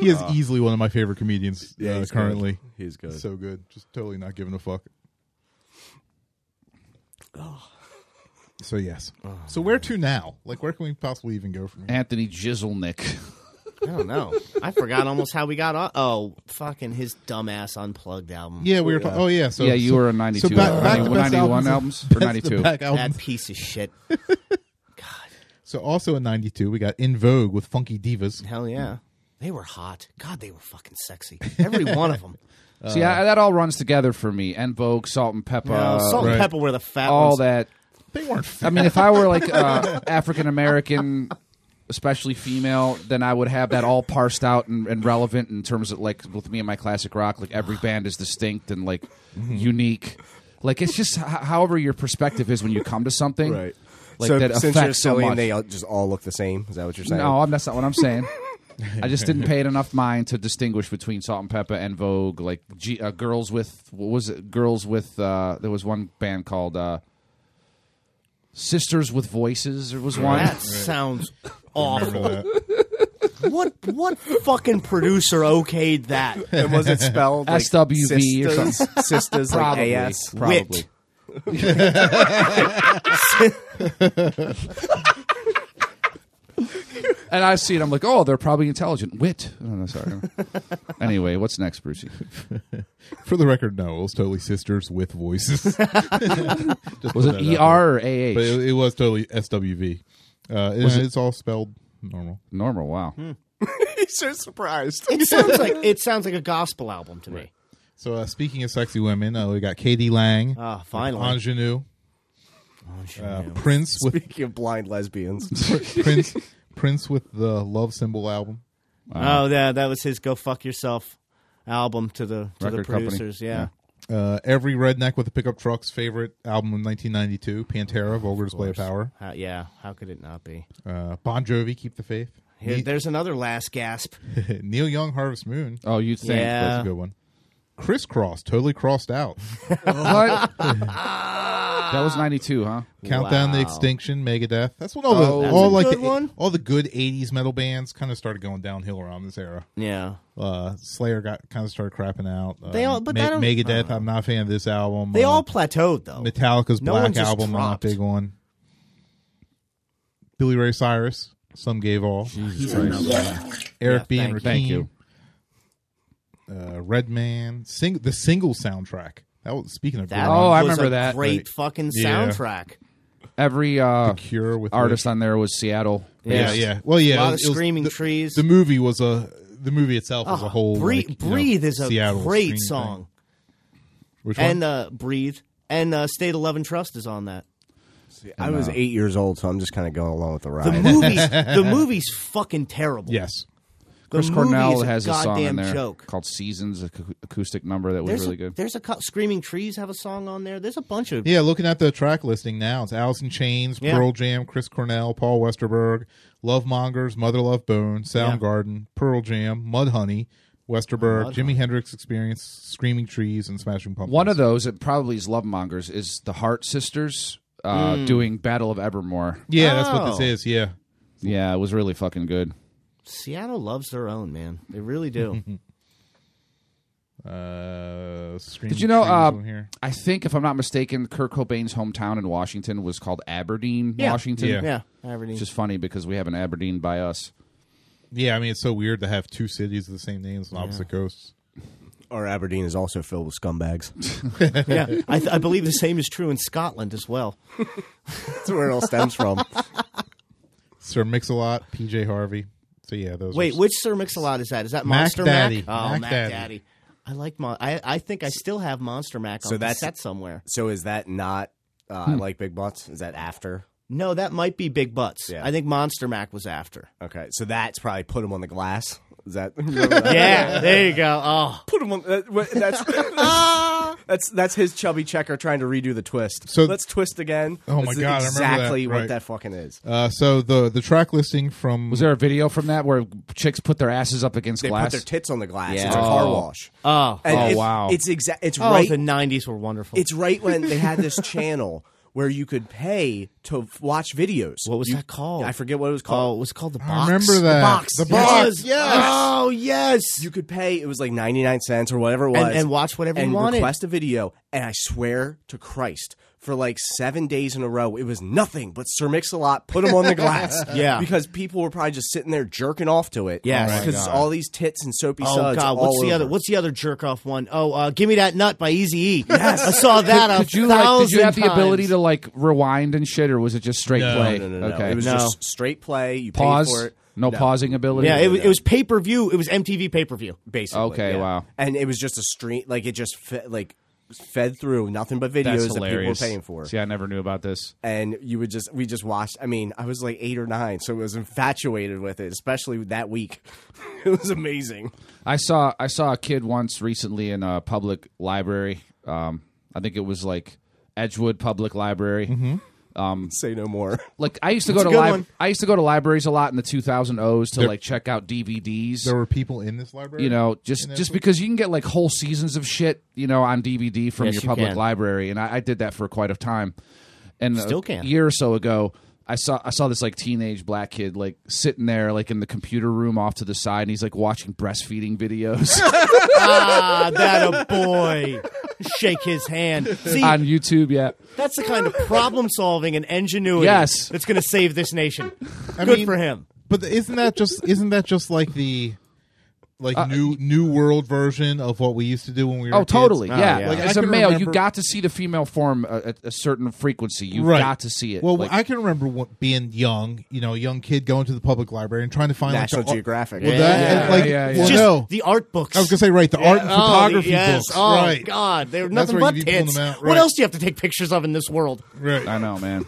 Speaker 1: he is easily one of my favorite comedians uh,
Speaker 4: Ah. he's
Speaker 1: currently.
Speaker 4: Good. He's good.
Speaker 1: So good. Just totally not giving a fuck. So yes. so where to now? Like where can we possibly even go from here?
Speaker 3: Anthony Jizzlenick.
Speaker 2: I don't know. I forgot almost how we got on. Oh, fucking his dumbass unplugged album.
Speaker 1: Yeah, we were. talking. oh yeah. So
Speaker 3: yeah, you
Speaker 1: so-
Speaker 3: were in 92.
Speaker 1: So back, back to best
Speaker 3: 91 albums,
Speaker 1: albums,
Speaker 3: or
Speaker 1: Best to
Speaker 3: 92.
Speaker 1: back
Speaker 2: that
Speaker 1: albums.
Speaker 2: piece of shit.
Speaker 1: So also in '92, we got In Vogue with Funky Divas.
Speaker 2: Hell yeah. They were hot. God, they were fucking sexy. Every one of them.
Speaker 3: See, I, that all runs together for me. And Vogue, Salt and Pepper,
Speaker 2: Salt
Speaker 1: right.
Speaker 2: and Pepper were the fat
Speaker 3: Uh, all
Speaker 2: ones.
Speaker 3: that.
Speaker 1: They weren't. Fat.
Speaker 3: I mean, if I were like uh, African American, especially female, then I would have that all parsed out and, and relevant in terms of like with me and my classic rock. Like every band is distinct and like
Speaker 4: Mm-hmm.
Speaker 3: unique. Like it's just h- however your perspective is when you come to something.
Speaker 4: Right.
Speaker 3: Like
Speaker 4: so
Speaker 3: that
Speaker 4: since you're
Speaker 3: affects so
Speaker 4: silly
Speaker 3: much.
Speaker 4: and they all- just all look the same, is that what you're saying?
Speaker 3: No, I'm- that's not what I'm saying. I just didn't pay it enough mind to distinguish between Salt and Pepper and Vogue. Like G, uh, girls with what was it? Girls with uh, there was one band called uh, Sisters with Voices. There was one.
Speaker 2: That sounds
Speaker 1: Remember
Speaker 2: awful.
Speaker 1: that.
Speaker 2: What what fucking producer okayed that?
Speaker 4: And was it spelled like
Speaker 3: SWV or
Speaker 4: sisters, sisters like
Speaker 3: Probably.
Speaker 4: AS?
Speaker 3: Probably.
Speaker 2: Wit.
Speaker 3: And I see it. I'm like, oh, they're probably intelligent. Wit. Oh, no, sorry. anyway, what's next, Brucey?
Speaker 1: For the record, no, it was totally sisters with voices.
Speaker 3: Was it ER or AH?
Speaker 1: but it, it was totally SWV. Uh, and it's all spelled normal.
Speaker 3: Normal. Wow.
Speaker 1: Hmm.
Speaker 4: He's so surprised.
Speaker 2: It sounds like it sounds like a gospel album to me.
Speaker 1: So uh, speaking of sexy women, uh, we got Katie Lang,
Speaker 2: Ah, finally.
Speaker 1: Ingenue, uh,
Speaker 2: Ingenue.
Speaker 1: Prince with
Speaker 4: Speaking of blind lesbians,
Speaker 1: Prince, Prince with the Love Symbol album.
Speaker 2: oh yeah, that was his "Go Fuck Yourself" album to the to the
Speaker 3: Record company.
Speaker 2: producers. Yeah.
Speaker 1: Uh, Every redneck with a pickup truck's favorite album of 1992, Pantera, Vulgar Display of Power.
Speaker 2: How, yeah, how could it not be?
Speaker 1: Uh, bon Jovi, Keep the Faith.
Speaker 2: Here,
Speaker 1: Ne-
Speaker 2: there's another last gasp.
Speaker 1: Neil Young, Harvest Moon.
Speaker 2: Uh,
Speaker 3: Oh, you'd think.
Speaker 2: Yeah.
Speaker 1: That's a good one. Crisscross, totally crossed out.
Speaker 3: What? that was 92, huh?
Speaker 1: Countdown to
Speaker 2: Wow.
Speaker 1: Extinction, Megadeth. That's what all the
Speaker 3: Oh,
Speaker 2: that's
Speaker 1: all
Speaker 2: a
Speaker 1: like
Speaker 2: good
Speaker 1: the,
Speaker 2: one.
Speaker 1: all the good '80s metal bands kind of started going downhill around this era.
Speaker 2: Yeah,
Speaker 1: Uh, Slayer got kind of started crapping out. Uh,
Speaker 2: They all- but I don't-
Speaker 1: Megadeth. I'm not a fan of this album.
Speaker 2: they
Speaker 1: Uh,
Speaker 2: all plateaued though.
Speaker 1: Metallica's
Speaker 2: Uh-huh. No one
Speaker 1: Black
Speaker 2: just
Speaker 1: album. I'm not
Speaker 2: dropped.
Speaker 1: big on. Billy Ray Cyrus. Some gave all. Eric B. and Rakim.
Speaker 2: thank-
Speaker 3: thank you.
Speaker 1: Uh, Redman. Sing the single soundtrack. That was speaking of
Speaker 2: That
Speaker 1: great-
Speaker 3: Oh, I
Speaker 2: was
Speaker 3: remember
Speaker 2: a
Speaker 3: that.
Speaker 2: great
Speaker 1: Right.
Speaker 2: fucking
Speaker 1: Yeah.
Speaker 2: soundtrack.
Speaker 3: Every uh,
Speaker 1: Cure with
Speaker 3: artist on there was Seattle.
Speaker 1: Yeah, yeah. Well, yeah.
Speaker 2: A lot of
Speaker 1: it was-
Speaker 2: screaming
Speaker 1: the,
Speaker 2: trees.
Speaker 1: The movie was a. The movie itself was
Speaker 2: Oh,
Speaker 1: a whole.
Speaker 2: breathe,
Speaker 1: like, you know,
Speaker 2: breathe is a
Speaker 1: Seattle
Speaker 2: great
Speaker 1: screen
Speaker 2: song,
Speaker 1: thing. Which
Speaker 2: and
Speaker 1: one?
Speaker 2: uh, breathe and uh, state of love and trust is on that.
Speaker 4: I was eight years old, so I'm just kind of going along with the
Speaker 2: The
Speaker 4: ride.
Speaker 2: movies, the movies, fucking terrible.
Speaker 1: yes.
Speaker 2: the
Speaker 3: Chris
Speaker 2: movie
Speaker 3: Cornell
Speaker 2: is a
Speaker 3: has a song in
Speaker 2: goddamn
Speaker 3: there
Speaker 2: joke.
Speaker 3: called "Seasons," a acou- acoustic number that was
Speaker 2: There's
Speaker 3: really
Speaker 2: a,
Speaker 3: good.
Speaker 2: There's a cou- screaming trees have a song on there. There's a bunch of
Speaker 1: Yeah, looking at the track listing now, it's Alice in Chains,
Speaker 2: Yeah.
Speaker 1: Pearl Jam, Chris Cornell, Paul Westerberg, Love Mongers, Mother Love Bone, Soundgarden, Pearl Jam, Mudhoney, Westerberg, Jimi Hendrix Experience, Screaming Trees, and Smashing Pumpkins.
Speaker 3: One of those, it probably is Love Mongers, is the Hart Sisters uh,
Speaker 4: Mm.
Speaker 3: doing "Battle of Evermore."
Speaker 1: yeah, that's what
Speaker 2: Oh.
Speaker 1: this is. Yeah,
Speaker 3: Yeah, it was really fucking good.
Speaker 2: Seattle loves their own man. They really do.
Speaker 1: uh, Screaming
Speaker 3: Did you know?
Speaker 1: Trees
Speaker 3: Uh,
Speaker 1: on here.
Speaker 3: I think, if I'm not mistaken, Kurt Cobain's hometown in Washington was called Aberdeen,
Speaker 2: Yeah.
Speaker 3: Washington.
Speaker 1: Yeah.
Speaker 2: yeah, Aberdeen.
Speaker 3: Which is funny because we have an Aberdeen by us.
Speaker 1: Yeah, I mean it's so weird to have two cities with the same names on opposite coasts.
Speaker 4: Our Aberdeen is also filled with scumbags.
Speaker 2: yeah, I, th- I believe the same is true in Scotland as well.
Speaker 4: That's where it all stems from.
Speaker 1: Sir Mix-a-Lot, PJ Harvey. So yeah, those.
Speaker 2: Wait,
Speaker 1: are,
Speaker 2: which Sir Mix-a-Lot is that? Is that
Speaker 1: Mac
Speaker 2: Monster
Speaker 1: Daddy.
Speaker 2: Mac? Oh,
Speaker 1: Mac
Speaker 2: Mac,
Speaker 1: Daddy.
Speaker 2: Daddy. I like Mon. I, I think I still have Monster Mac on
Speaker 4: So that's-
Speaker 2: cassette somewhere.
Speaker 4: So is that not uh, I like big butts? Is that after?
Speaker 2: No, that might be Big Butts.
Speaker 4: Yeah.
Speaker 2: I think Monster Mac was after.
Speaker 4: Okay, so that's probably put them on the glass. Is that? remember that?
Speaker 2: Yeah, there you go. Oh,
Speaker 4: Put him on. That, wha- that's, that's that's that's his chubby checker trying to redo the twist.
Speaker 1: So-
Speaker 4: let's twist again.
Speaker 1: Oh my
Speaker 4: That's
Speaker 1: God, I remember that.
Speaker 4: Exactly
Speaker 1: Right.
Speaker 4: what that fucking is.
Speaker 1: Uh, so the the track listing from
Speaker 3: Was there a video from that where chicks put their asses up against
Speaker 4: They
Speaker 3: glass?
Speaker 4: put their tits on the glass.
Speaker 2: Yeah.
Speaker 4: It's a car
Speaker 3: Oh.
Speaker 4: wash.
Speaker 2: oh,
Speaker 4: And
Speaker 3: Oh,
Speaker 4: it's-
Speaker 3: wow.
Speaker 4: It's exact. It's
Speaker 2: oh,
Speaker 4: right.
Speaker 2: the '90s were wonderful.
Speaker 4: it's right when they had this channel where you could pay to f- watch videos.
Speaker 2: what was that called?
Speaker 4: I forget what it was
Speaker 2: Oh, it
Speaker 4: called.
Speaker 2: was called the box.
Speaker 1: I remember that
Speaker 4: box.
Speaker 1: The
Speaker 4: Yes.
Speaker 1: box.
Speaker 2: Oh yes.
Speaker 4: You could pay. It was like ninety nine cents or whatever it was,
Speaker 2: and watch whatever you
Speaker 4: and
Speaker 2: wanted.
Speaker 4: request a video. And I swear to Christ, for like seven days in a row. It was nothing but Sir Mix-a-Lot put him on the glass.
Speaker 2: Yeah.
Speaker 4: because people were probably just sitting there jerking off to it.
Speaker 2: Yes. Oh my
Speaker 4: because all these tits and soapy
Speaker 2: Oh
Speaker 4: suds.
Speaker 2: God! What's
Speaker 4: all
Speaker 2: the
Speaker 4: over.
Speaker 2: other? What's the other jerk off one? Oh, uh, give me that nut by Easy E. Yes, I saw that. a
Speaker 3: Did you, like, did you have
Speaker 2: thousand
Speaker 3: the ability
Speaker 2: times.
Speaker 3: to like rewind and shit, or was it just straight
Speaker 1: No,
Speaker 3: play?
Speaker 4: No, no, no, no.
Speaker 3: okay,
Speaker 4: It was
Speaker 2: No.
Speaker 4: just straight play. You
Speaker 3: pause.
Speaker 4: paid for it.
Speaker 3: No, pausing ability.
Speaker 2: Yeah, it was, it was pay per view. It was MTV pay per view.
Speaker 4: basically.
Speaker 3: Okay,
Speaker 4: yeah.
Speaker 3: wow.
Speaker 4: And it was just a stream, like it just fed, like fed through nothing but videos
Speaker 3: That's
Speaker 4: that people were
Speaker 3: hilarious.
Speaker 4: paying for.
Speaker 3: See, I never knew about this.
Speaker 4: And you would just, we just watched. I mean, I was like eight or nine, so I was infatuated with it, especially that week. it was amazing.
Speaker 3: I saw I saw a kid once recently in a public library. Um, I think it was like Edgewood Public Library.
Speaker 4: Say no more.
Speaker 3: Like I used to
Speaker 2: Mm-hmm. That's
Speaker 3: go
Speaker 2: a
Speaker 3: to
Speaker 2: good
Speaker 3: lib-
Speaker 2: one.
Speaker 3: I used to go to libraries a lot in the 2000 O's to
Speaker 1: There-
Speaker 3: like check out DVDs.
Speaker 1: There were people in this library.
Speaker 3: you know, just
Speaker 1: that
Speaker 3: just
Speaker 1: book?
Speaker 3: because you can get like whole seasons of shit, you know, on DVD from
Speaker 2: Yes,
Speaker 3: your
Speaker 2: you
Speaker 3: public
Speaker 2: can.
Speaker 3: library, and I, I did that for quite a time. And
Speaker 2: Still
Speaker 3: a
Speaker 2: can.
Speaker 3: year or so ago, I saw I saw this like teenage black kid like sitting there like in the computer room off to the side, and he's like watching breastfeeding videos
Speaker 2: ah, that a boy. Shake his hand. See,
Speaker 3: on YouTube. Yeah,
Speaker 2: that's the kind of problem solving and ingenuity
Speaker 3: Yes.
Speaker 2: that's going to save this nation.
Speaker 1: I
Speaker 2: Good
Speaker 1: mean,
Speaker 2: for him.
Speaker 1: But the- isn't that just isn't that just like the like new new world version of what we used to do when we were
Speaker 3: Uh, oh
Speaker 1: kids?
Speaker 3: totally,
Speaker 2: Oh,
Speaker 3: yeah.
Speaker 2: yeah.
Speaker 1: Like, I
Speaker 3: As a
Speaker 1: can
Speaker 3: male,
Speaker 1: remember-
Speaker 3: you got to see the female form a- at a certain frequency. You have
Speaker 1: Right.
Speaker 3: got to see it.
Speaker 1: Well,
Speaker 3: Like,
Speaker 1: I can remember what, being young, you know, a young kid going to the public library and trying to find
Speaker 4: National
Speaker 1: like, the-
Speaker 4: Geographic.
Speaker 1: oh, Well, that,
Speaker 2: Yeah,
Speaker 1: and, like,
Speaker 3: yeah, yeah.
Speaker 1: well,
Speaker 2: Just
Speaker 1: no.
Speaker 2: the art books.
Speaker 1: I was gonna say right, the art and
Speaker 2: Yeah. Oh, the-
Speaker 1: photography
Speaker 2: yes.
Speaker 1: books.
Speaker 2: Oh,
Speaker 1: right,
Speaker 2: God. They're
Speaker 1: That's
Speaker 2: nothing
Speaker 1: where
Speaker 2: but
Speaker 1: you'd be pulling
Speaker 2: tits.
Speaker 1: them out,
Speaker 2: What
Speaker 1: right.
Speaker 2: else do you have to take pictures of in this world?
Speaker 1: right.
Speaker 3: I know, man.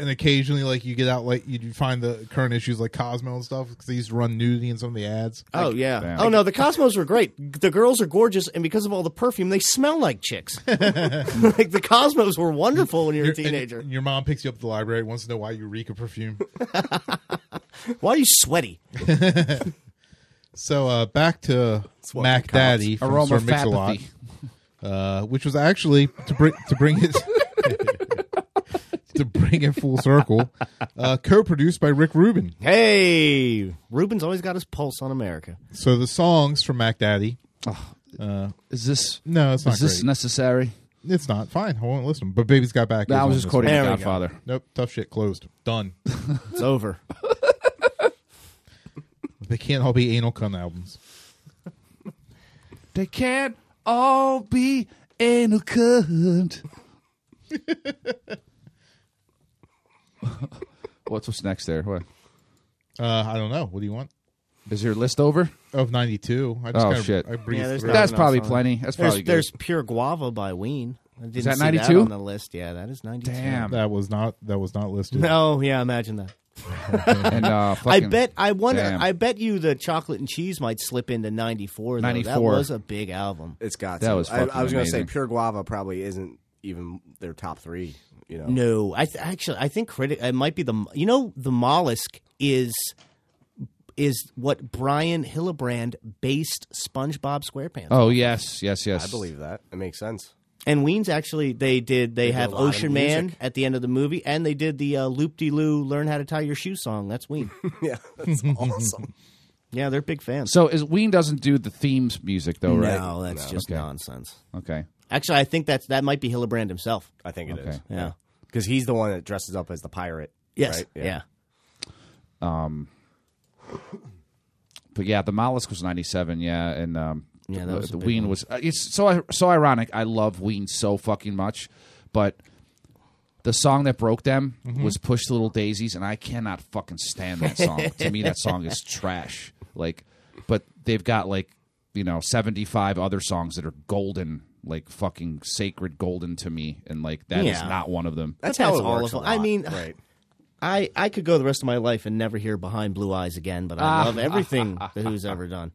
Speaker 1: and occasionally, like you get out, like you find the current issues like Cosmo and stuff because they used to run nudity in some of the ads.
Speaker 2: Oh yeah.
Speaker 3: man.
Speaker 2: Oh no, the Cosmos were great. The girls are gorgeous, and because of all the perfume, they smell like chicks. like the Cosmos were wonderful when you were a
Speaker 1: Your- and-
Speaker 2: teenager.
Speaker 1: and your mom picks you up at the library, wants to know why you reek of perfume.
Speaker 2: Why are you sweaty?
Speaker 1: so uh, back to
Speaker 4: what
Speaker 1: Mac
Speaker 4: we call it.
Speaker 1: Daddy from Sir Mix a Lot,
Speaker 3: Aromaphapathy.
Speaker 1: uh, which was actually to bring to bring it to bring it full circle, uh, co-produced by Rick Rubin.
Speaker 2: Hey, Ruben's always got his pulse on America.
Speaker 1: So the songs from Mac Daddy.
Speaker 3: Is this
Speaker 1: No, it's not
Speaker 3: is this
Speaker 1: great.
Speaker 3: necessary?
Speaker 1: It's not fine. I won't listen. But Baby's Got Back. is
Speaker 3: I
Speaker 1: on
Speaker 3: was just
Speaker 1: this
Speaker 3: quoting
Speaker 1: one.
Speaker 3: The
Speaker 2: There we go.
Speaker 3: Godfather.
Speaker 1: Nope. Tough shit. Closed. Done.
Speaker 2: It's over.
Speaker 1: they can't all be anal cunt albums.
Speaker 3: They can't all be anal cunt. what's what's next there? What
Speaker 1: Uh, I don't know. What do you want?
Speaker 3: is your list over?
Speaker 1: Of ninety two. I just
Speaker 3: Oh,
Speaker 1: kinda,
Speaker 3: shit.
Speaker 1: I breathed
Speaker 2: Yeah, there's
Speaker 1: through.
Speaker 2: that-
Speaker 3: That's
Speaker 2: enough
Speaker 3: probably
Speaker 2: on it.
Speaker 3: plenty.
Speaker 2: There's,
Speaker 3: That's probably good.
Speaker 2: there's pure guava by Ween. I didn't
Speaker 3: that
Speaker 2: see
Speaker 3: 92?
Speaker 2: on the list? Yeah, that is ninety two.
Speaker 3: Damn.
Speaker 1: that was not that was not listed.
Speaker 2: Oh yeah, imagine that.
Speaker 3: and uh,
Speaker 2: I
Speaker 3: fucking-
Speaker 2: bet. I wonder.
Speaker 3: Damn.
Speaker 2: I bet you the chocolate and cheese might slip into ninety four. That
Speaker 3: 94.
Speaker 2: was a big album.
Speaker 4: It's got
Speaker 3: That
Speaker 4: to.
Speaker 3: was
Speaker 4: I, I was
Speaker 3: fucking
Speaker 4: gonna say
Speaker 3: amazing.
Speaker 4: pure guava probably isn't even their top three. You know,
Speaker 2: No, I th- actually I think critic. It might be the you know the mollusk is is what Brian Hillebrand based SpongeBob SquarePants. on.
Speaker 3: Oh yes, yes, yes.
Speaker 4: I believe that it makes sense.
Speaker 2: And Ween's actually they did they,
Speaker 4: did
Speaker 2: have
Speaker 4: a lot of
Speaker 2: Ocean Man
Speaker 4: music.
Speaker 2: at the end of the movie, and they did the uh, Loop De Loo Learn How to Tie Your Shoe song. That's Ween.
Speaker 4: yeah, that's awesome.
Speaker 2: yeah, they're big fans.
Speaker 3: So is Ween doesn't do the themes music though, right?
Speaker 2: No, that's just
Speaker 3: Okay.
Speaker 2: nonsense.
Speaker 3: Okay.
Speaker 2: Actually, I think that's that might be Hillebrand himself.
Speaker 4: I think it is.
Speaker 3: Okay.
Speaker 2: Yeah.
Speaker 4: because he's the one that dresses up as the pirate.
Speaker 2: Yes.
Speaker 4: right?
Speaker 2: Yeah.
Speaker 3: But yeah, the mollusk was ninety seven. Yeah, and um,
Speaker 2: Yeah, that
Speaker 3: the,
Speaker 2: was a
Speaker 3: the
Speaker 2: big
Speaker 3: Ween
Speaker 2: one.
Speaker 3: was. uh, It's so so ironic. I love Ween so fucking much, but the song that broke them was "Push the Little Daisies," and I cannot fucking stand that song. to me, that song is trash. Like, but they've got like you know seventy five other songs that are golden. Like fucking sacred golden to me, and like that is
Speaker 2: Yeah.
Speaker 3: not one of them.
Speaker 4: That's,
Speaker 2: That's
Speaker 4: how it
Speaker 2: all
Speaker 4: works
Speaker 2: of
Speaker 4: a
Speaker 2: them. I
Speaker 4: lot,
Speaker 2: mean,
Speaker 4: right?
Speaker 2: I, I could go the rest of my life and never hear Behind Blue Eyes again, but
Speaker 4: Ah.
Speaker 2: I love everything that Who's ever done.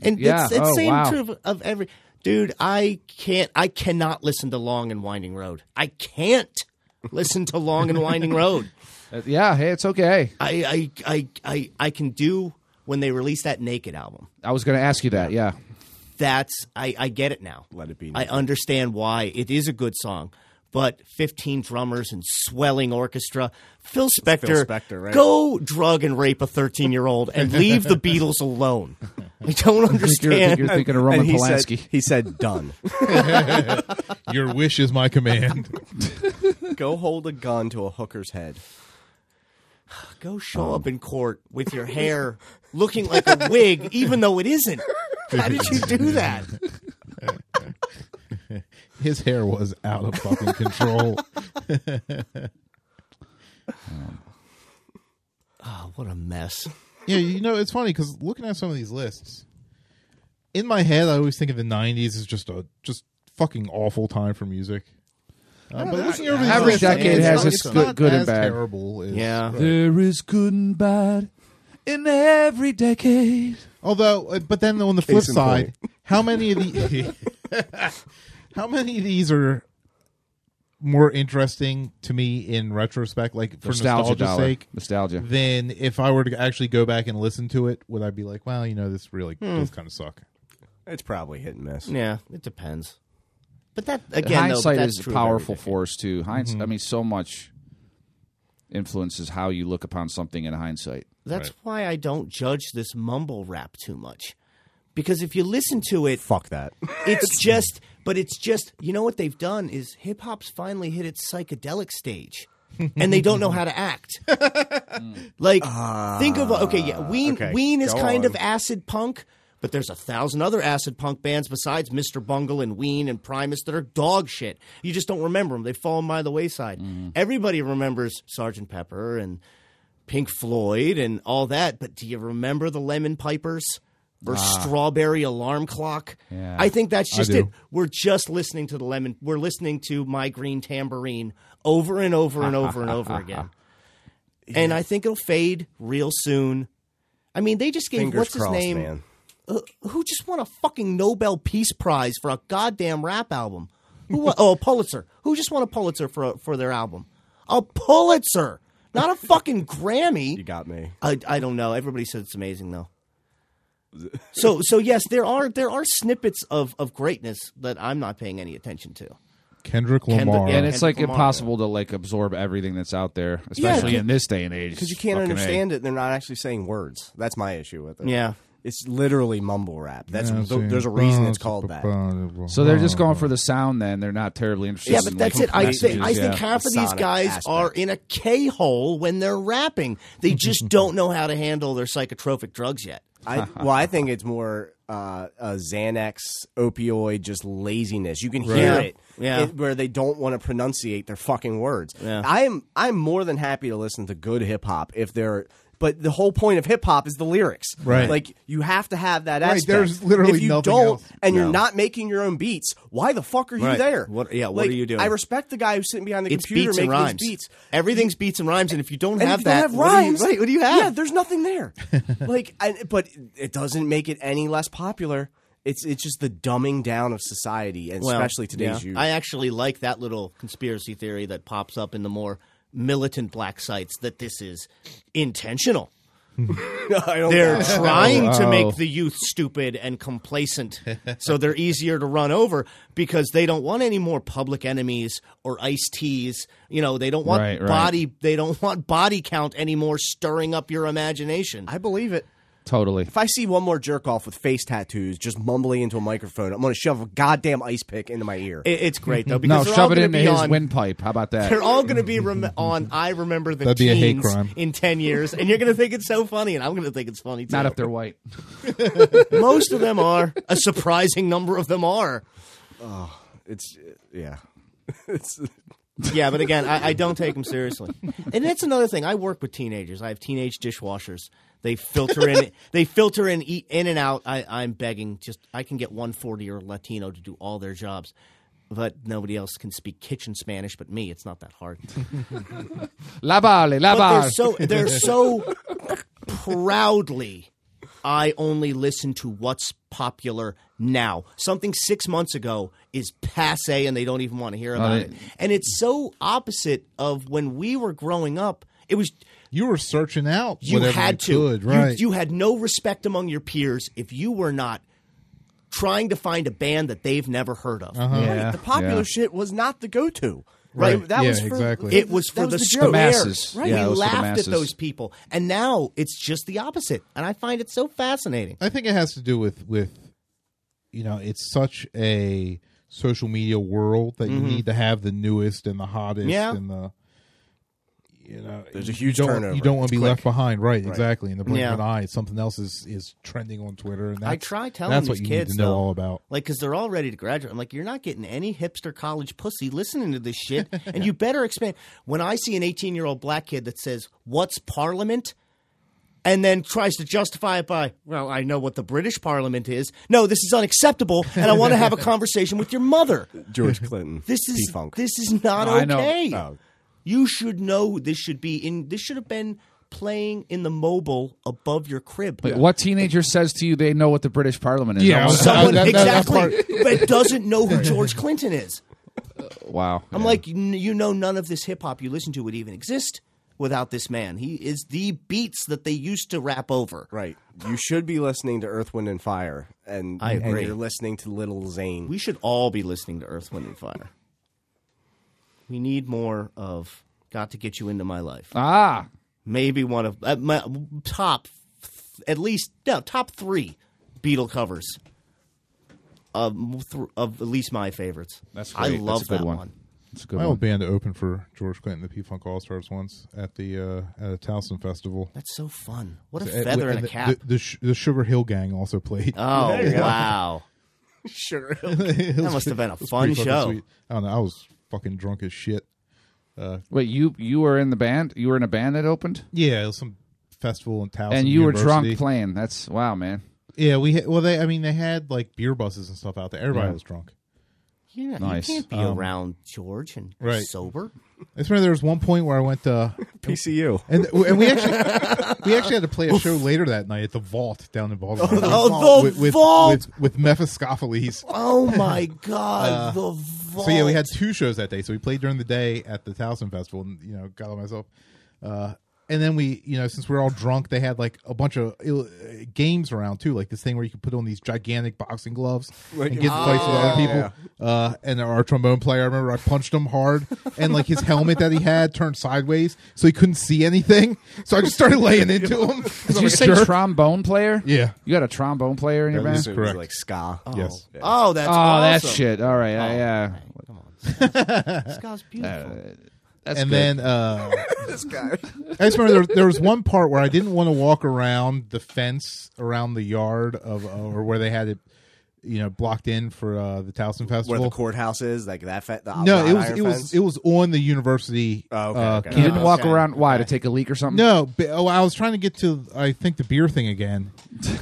Speaker 2: And
Speaker 3: Yeah.
Speaker 2: it's, it's
Speaker 3: Oh,
Speaker 2: same
Speaker 3: wow.
Speaker 2: true of, of every dude. I can't. I cannot listen to Long and Winding Road. I can't listen to Long and Winding Road.
Speaker 3: Uh, yeah, hey, it's okay.
Speaker 2: I I, I I I can do when they release that Naked album.
Speaker 3: I was gonna ask you that. Yeah,
Speaker 2: That's I I get it now.
Speaker 4: Let it be.
Speaker 2: I understand why it is a good song, but 15 drummers and swelling orchestra. Phil Spector,
Speaker 4: Spector, right.
Speaker 2: go drug and rape a 13 year old and leave the Beatles alone. I don't
Speaker 3: You're,
Speaker 2: understand.
Speaker 3: you're thinking of Roman
Speaker 4: and he
Speaker 3: Polanski.
Speaker 4: Said, he said, "Done.
Speaker 1: Your wish is my command.
Speaker 4: Go hold a gun to a hooker's head."
Speaker 2: Go show up in court with your hair looking like a wig, even though it isn't. How did you do that?
Speaker 1: His hair was out of fucking control.
Speaker 2: Oh, what a mess.
Speaker 1: yeah, you know it's funny because looking at some of these lists, in my head I always think of the '90s as just a just fucking awful time for music. Uh, but listening over these
Speaker 3: every
Speaker 1: lists,
Speaker 3: decade
Speaker 1: it's
Speaker 3: has
Speaker 1: not-
Speaker 3: its
Speaker 1: it's
Speaker 3: good-
Speaker 1: not
Speaker 3: good and
Speaker 1: as
Speaker 3: bad.
Speaker 1: Terrible, as-
Speaker 2: Yeah.
Speaker 3: There is good and bad in every decade.
Speaker 1: Although, uh, but then on the flip
Speaker 4: Case in
Speaker 1: side, how many of the how many of these are more interesting to me in retrospect, like for nostalgia's
Speaker 3: dollar.
Speaker 1: sake,
Speaker 3: Nostalgia.
Speaker 1: than if I were to actually go back and listen to it, would I be like, well, you know, this really does kind of suck.
Speaker 4: It's probably hit and miss.
Speaker 2: Yeah, it depends. But that again, though,
Speaker 3: hindsight
Speaker 2: that's
Speaker 3: is a
Speaker 2: true of every
Speaker 3: powerful
Speaker 2: decade.
Speaker 3: force too. Hindsight. I mean, so much influences how you look upon something in hindsight.
Speaker 2: That's why I don't judge this mumble rap too much. Because if you listen to it,
Speaker 4: Fuck that.
Speaker 2: it's just, but it's just, you know what they've done is hip hop's finally hit its psychedelic stage. and they don't know how to act. like, think of okay, yeah, Ween.
Speaker 4: Ah, okay,
Speaker 2: Ween is
Speaker 4: go
Speaker 2: kind
Speaker 4: on.
Speaker 2: of acid punk, but there's a thousand other acid punk bands besides Mr. Bungle and Ween and Primus that are dog shit. You just don't remember them; they've fallen by the wayside.
Speaker 4: Mm-hmm.
Speaker 2: Everybody remembers Sgt. Pepper and Pink Floyd and all that, but do you remember the Lemon Pipers?
Speaker 4: Ah.
Speaker 2: Or strawberry alarm clock.
Speaker 3: Yeah.
Speaker 2: I think that's
Speaker 1: I
Speaker 2: just
Speaker 1: do.
Speaker 2: it. We're just listening to the lemon. We're listening to my green tambourine over and over and over and over again and I think it'll fade real soon. I mean, they just gave
Speaker 4: Fingers
Speaker 2: what's
Speaker 4: crossed,
Speaker 2: his name,
Speaker 4: man.
Speaker 2: who just won a fucking Nobel Peace Prize for a goddamn rap album. Who won, oh, a Pulitzer. Who just won a Pulitzer for a, for their album? A Pulitzer, not a fucking
Speaker 4: You
Speaker 2: Grammy.
Speaker 4: got me.
Speaker 2: I, I don't know. Everybody said it's amazing though. So so yes, there are there are snippets of of greatness that I'm not paying any attention to.
Speaker 1: Kendrick
Speaker 2: Kend-
Speaker 1: Lamar.
Speaker 2: yeah,
Speaker 3: And it's
Speaker 2: Kendrick
Speaker 3: like
Speaker 2: Lamar.
Speaker 3: impossible to like absorb everything that's out there, especially
Speaker 2: Yeah.
Speaker 3: in this day and age.
Speaker 4: Because you can't
Speaker 3: Fucking A.
Speaker 4: understand it. They're not actually saying words. That's my issue with it.
Speaker 2: Yeah.
Speaker 4: It's literally mumble rap. That's
Speaker 1: You know what I'm
Speaker 4: th- there's a
Speaker 1: saying?
Speaker 4: reason it's called that.
Speaker 3: So they're just going for the sound. Then they're not terribly interested.
Speaker 2: Yeah,
Speaker 3: in,
Speaker 2: but
Speaker 3: like,
Speaker 2: that's it. I
Speaker 3: messages.
Speaker 2: think I think
Speaker 3: Yeah.
Speaker 2: half of these
Speaker 4: Sonic
Speaker 2: guys
Speaker 4: aspect.
Speaker 2: are in a K hole when they're rapping. They just don't know how to handle their psychotropic drugs yet.
Speaker 4: I, well, I think it's more uh, a Xanax, opioid, just laziness. You can hear
Speaker 2: Yeah.
Speaker 4: it,
Speaker 2: Yeah.
Speaker 4: it- where they don't want to pronunciate their fucking words.
Speaker 2: Yeah.
Speaker 4: I'm I'm more than happy to listen to good hip hop if they're. But the whole point of hip hop is the lyrics,
Speaker 1: Right.
Speaker 4: Like you have to have that
Speaker 1: Right,
Speaker 4: aspect.
Speaker 1: there's literally
Speaker 4: if you
Speaker 1: nothing
Speaker 4: don't,
Speaker 1: else.
Speaker 4: and you're not making your own beats. Why the fuck are you
Speaker 2: Right.
Speaker 4: there?
Speaker 2: What- yeah, what
Speaker 4: Like,
Speaker 2: are you doing?
Speaker 4: I respect the guy who's sitting behind the
Speaker 2: It's
Speaker 4: computer
Speaker 2: beats and
Speaker 4: making
Speaker 2: rhymes.
Speaker 4: these beats.
Speaker 2: Everything's beats and rhymes, and if you don't
Speaker 4: And
Speaker 2: have
Speaker 4: if you
Speaker 2: that,
Speaker 4: don't have
Speaker 2: what do you-
Speaker 4: rhymes.
Speaker 2: right, what do you have?
Speaker 4: Yeah, there's nothing there. like, I, but it doesn't make it any less popular. It's it's just the dumbing down of society, and
Speaker 2: Well,
Speaker 4: especially today's
Speaker 2: yeah.
Speaker 4: youth.
Speaker 2: I actually like that little conspiracy theory that pops up in the more militant black sites that this is intentional.
Speaker 4: I don't
Speaker 2: They're
Speaker 4: know.
Speaker 2: trying to
Speaker 3: Oh.
Speaker 2: make the youth stupid and complacent, so they're easier to run over because they don't want any more public enemies or ice teas. You know, they don't want
Speaker 3: Right, right.
Speaker 2: body. They don't want body count anymore, stirring up your imagination.
Speaker 4: I believe it.
Speaker 3: totally.
Speaker 4: If I see one more jerk off with face tattoos just mumbling into a microphone, I'm going to shove a goddamn ice pick into my ear.
Speaker 2: It- it's great though
Speaker 3: No,
Speaker 2: because they're all
Speaker 3: shove it
Speaker 2: gonna
Speaker 3: into
Speaker 2: be
Speaker 3: his
Speaker 2: on,
Speaker 3: windpipe. How about that?
Speaker 2: They're all going to be rem- on. I remember the
Speaker 1: That'd be a
Speaker 2: teens
Speaker 1: hate crime.
Speaker 2: in ten years, and you're going to think it's so funny, and I'm going to think it's funny too.
Speaker 3: Not if they're white.
Speaker 2: Most of them are. A surprising number of them are.
Speaker 4: it's yeah. it's
Speaker 2: Yeah, but again, I, I don't take them seriously. And that's another thing. I work with teenagers. I have teenage dishwashers. They filter in. they filter in eat, in and out. I, I'm begging. Just I can get one forty or Latino to do all their jobs, but nobody else can speak kitchen Spanish but me. It's not that hard.
Speaker 3: La vale, la
Speaker 2: But they're
Speaker 3: vale.
Speaker 2: so they're so proudly. I only listen to what's popular now. Something six months ago is passe, and they don't even want to hear about
Speaker 3: they-
Speaker 2: it. And it's so opposite of when we were growing up. It was
Speaker 1: you were searching out
Speaker 2: you
Speaker 1: whatever
Speaker 2: had
Speaker 1: you
Speaker 2: to.
Speaker 1: could,
Speaker 2: You-
Speaker 1: right?
Speaker 2: You, had no respect among your peers if you were not
Speaker 1: Uh-huh.
Speaker 2: trying to find a band that they've never heard of.
Speaker 4: the popular shit was not the go to.
Speaker 2: Right.
Speaker 1: Right.
Speaker 6: That
Speaker 1: Yeah,
Speaker 6: was for,
Speaker 1: exactly.
Speaker 2: It was for
Speaker 6: that
Speaker 2: the,
Speaker 3: The
Speaker 2: square.
Speaker 3: joke. masses.
Speaker 2: Right.
Speaker 3: Yeah, it
Speaker 2: we
Speaker 3: was for the
Speaker 2: laughed at
Speaker 3: masses.
Speaker 2: those people. And now it's just the opposite. And I find it so fascinating.
Speaker 1: I think it has to do with with you know it's such a social media world that you need to have the newest and the hottest
Speaker 2: Mm-hmm. Yeah.
Speaker 1: and the you know
Speaker 4: There's a
Speaker 1: you
Speaker 4: huge
Speaker 1: don't-
Speaker 4: turnover.
Speaker 1: You don't want to be
Speaker 4: It's
Speaker 1: left behind, right? Exactly. In the blink
Speaker 2: Yeah.
Speaker 1: of an eye, something else is is trending on Twitter, and that's,
Speaker 2: I try telling
Speaker 1: that's what
Speaker 2: these
Speaker 1: you
Speaker 2: kids
Speaker 1: need to know
Speaker 2: though,
Speaker 1: all about.
Speaker 2: Like, because they're all ready to graduate. I'm like, you're not getting any hipster college pussy listening to this shit, and you better expand. When I see an 18 year old black kid that says, "What's Parliament?" and then tries to justify it by, "Well, I know what the British Parliament is." No, this is unacceptable, and I want to have a conversation with your mother.
Speaker 4: George Clinton.
Speaker 2: This is
Speaker 4: P-Funk.
Speaker 2: this is not
Speaker 3: No, I know.
Speaker 2: okay.
Speaker 4: Oh.
Speaker 2: You should know who this should be in. This should have been playing in the mobile above your crib.
Speaker 3: Wait, What teenager says to you they know what the British Parliament is?
Speaker 1: Yeah,
Speaker 3: I was-
Speaker 2: Someone
Speaker 1: That- that- that
Speaker 2: exactly that doesn't know who George Clinton is.
Speaker 3: wow.
Speaker 2: I'm like, "N- you know, none of this hip hop you listen to would even exist without this man. He is the beats that they used to rap over.
Speaker 4: Right. You should be listening to Earth, Wind, and Fire, and
Speaker 2: I
Speaker 4: and
Speaker 2: agree.
Speaker 4: you're listening to Little Zane.
Speaker 2: We should all be listening to Earth, Wind, and Fire. We need more of "Got to Get You Into My Life."
Speaker 3: ah,
Speaker 2: Maybe one of uh, my top, th- at least no top three Beatle covers. Of, th- of at least my favorites.
Speaker 3: that's
Speaker 2: I
Speaker 3: great.
Speaker 2: love
Speaker 3: that's a good
Speaker 2: that
Speaker 3: one.
Speaker 2: one.
Speaker 3: That's a good
Speaker 1: My
Speaker 3: one.
Speaker 1: old band opened for George Clinton, the P Funk All Stars, once at the uh, at a Towson festival.
Speaker 2: That's so fun. What a
Speaker 3: uh,
Speaker 1: At-
Speaker 2: feather in
Speaker 1: and
Speaker 2: a
Speaker 1: the-
Speaker 2: cap.
Speaker 1: The, the, Sh- the Sugar Hill Gang also played.
Speaker 2: Oh wow!
Speaker 4: Sure.
Speaker 1: that
Speaker 2: must have been a fun show.
Speaker 1: I don't know. I was fucking drunk as shit.
Speaker 3: Wait, you you were in the band? You were in a band that opened,
Speaker 1: Yeah, it was some festival in Towson.
Speaker 3: and you were
Speaker 1: University.
Speaker 3: drunk playing. That's wow, man.
Speaker 1: Yeah, we had, well, they I mean they had like beer buses and stuff out there. Everybody was drunk.
Speaker 2: You're not,
Speaker 3: Nice. Um,
Speaker 2: You can't be around George and
Speaker 1: right.
Speaker 2: sober.
Speaker 1: I just remember there was one point where I went to
Speaker 4: PCU.
Speaker 1: and and we actually we actually had to play a show later that night at the Vault down in Baltimore.
Speaker 2: Oh, the
Speaker 1: with, with,
Speaker 2: Vault!
Speaker 1: with, with Mephistopheles.
Speaker 2: Oh my
Speaker 3: Uh,
Speaker 2: God! the vault.
Speaker 1: So yeah, we had two shows that day. So we played during the day at the Towson Festival, and you know, got on myself. Uh, and then we, you know, since we are all drunk, they had like a bunch of Ill- uh, games around too, like this thing where you could put on these gigantic boxing gloves and get in fights with other people. Uh, and our trombone player, I remember I punched him hard, and like his helmet that he had turned sideways, so he couldn't see anything. So I just started laying into him. 'cause
Speaker 3: Did
Speaker 1: I'm
Speaker 3: you
Speaker 1: a
Speaker 3: say
Speaker 1: jerk.
Speaker 3: trombone player?
Speaker 1: Yeah.
Speaker 3: you got a trombone player in your band.
Speaker 4: It was
Speaker 1: Correct.
Speaker 4: Like ska.
Speaker 1: Yes.
Speaker 2: Oh, that's
Speaker 3: Oh,
Speaker 2: awesome.
Speaker 3: that shit. All right, I, uh,
Speaker 2: Come on, this guy's beautiful.
Speaker 3: that's
Speaker 1: and
Speaker 3: good.
Speaker 1: then uh, I just remember there, there was one part where I didn't want to walk around the fence around the yard of uh, or where they had it, you know, blocked in for uh, the Towson Festival.
Speaker 4: Where the courthouse is, like that. Fe- the
Speaker 1: no, it was
Speaker 4: iron
Speaker 1: it was
Speaker 4: fence.
Speaker 1: it was on the university.
Speaker 4: Oh, okay,
Speaker 1: uh,
Speaker 4: okay.
Speaker 3: you
Speaker 1: campus.
Speaker 3: didn't walk
Speaker 4: Okay.
Speaker 3: around. Why to take a leak or something?
Speaker 1: No, but, oh, I was trying to get to I think the beer thing again,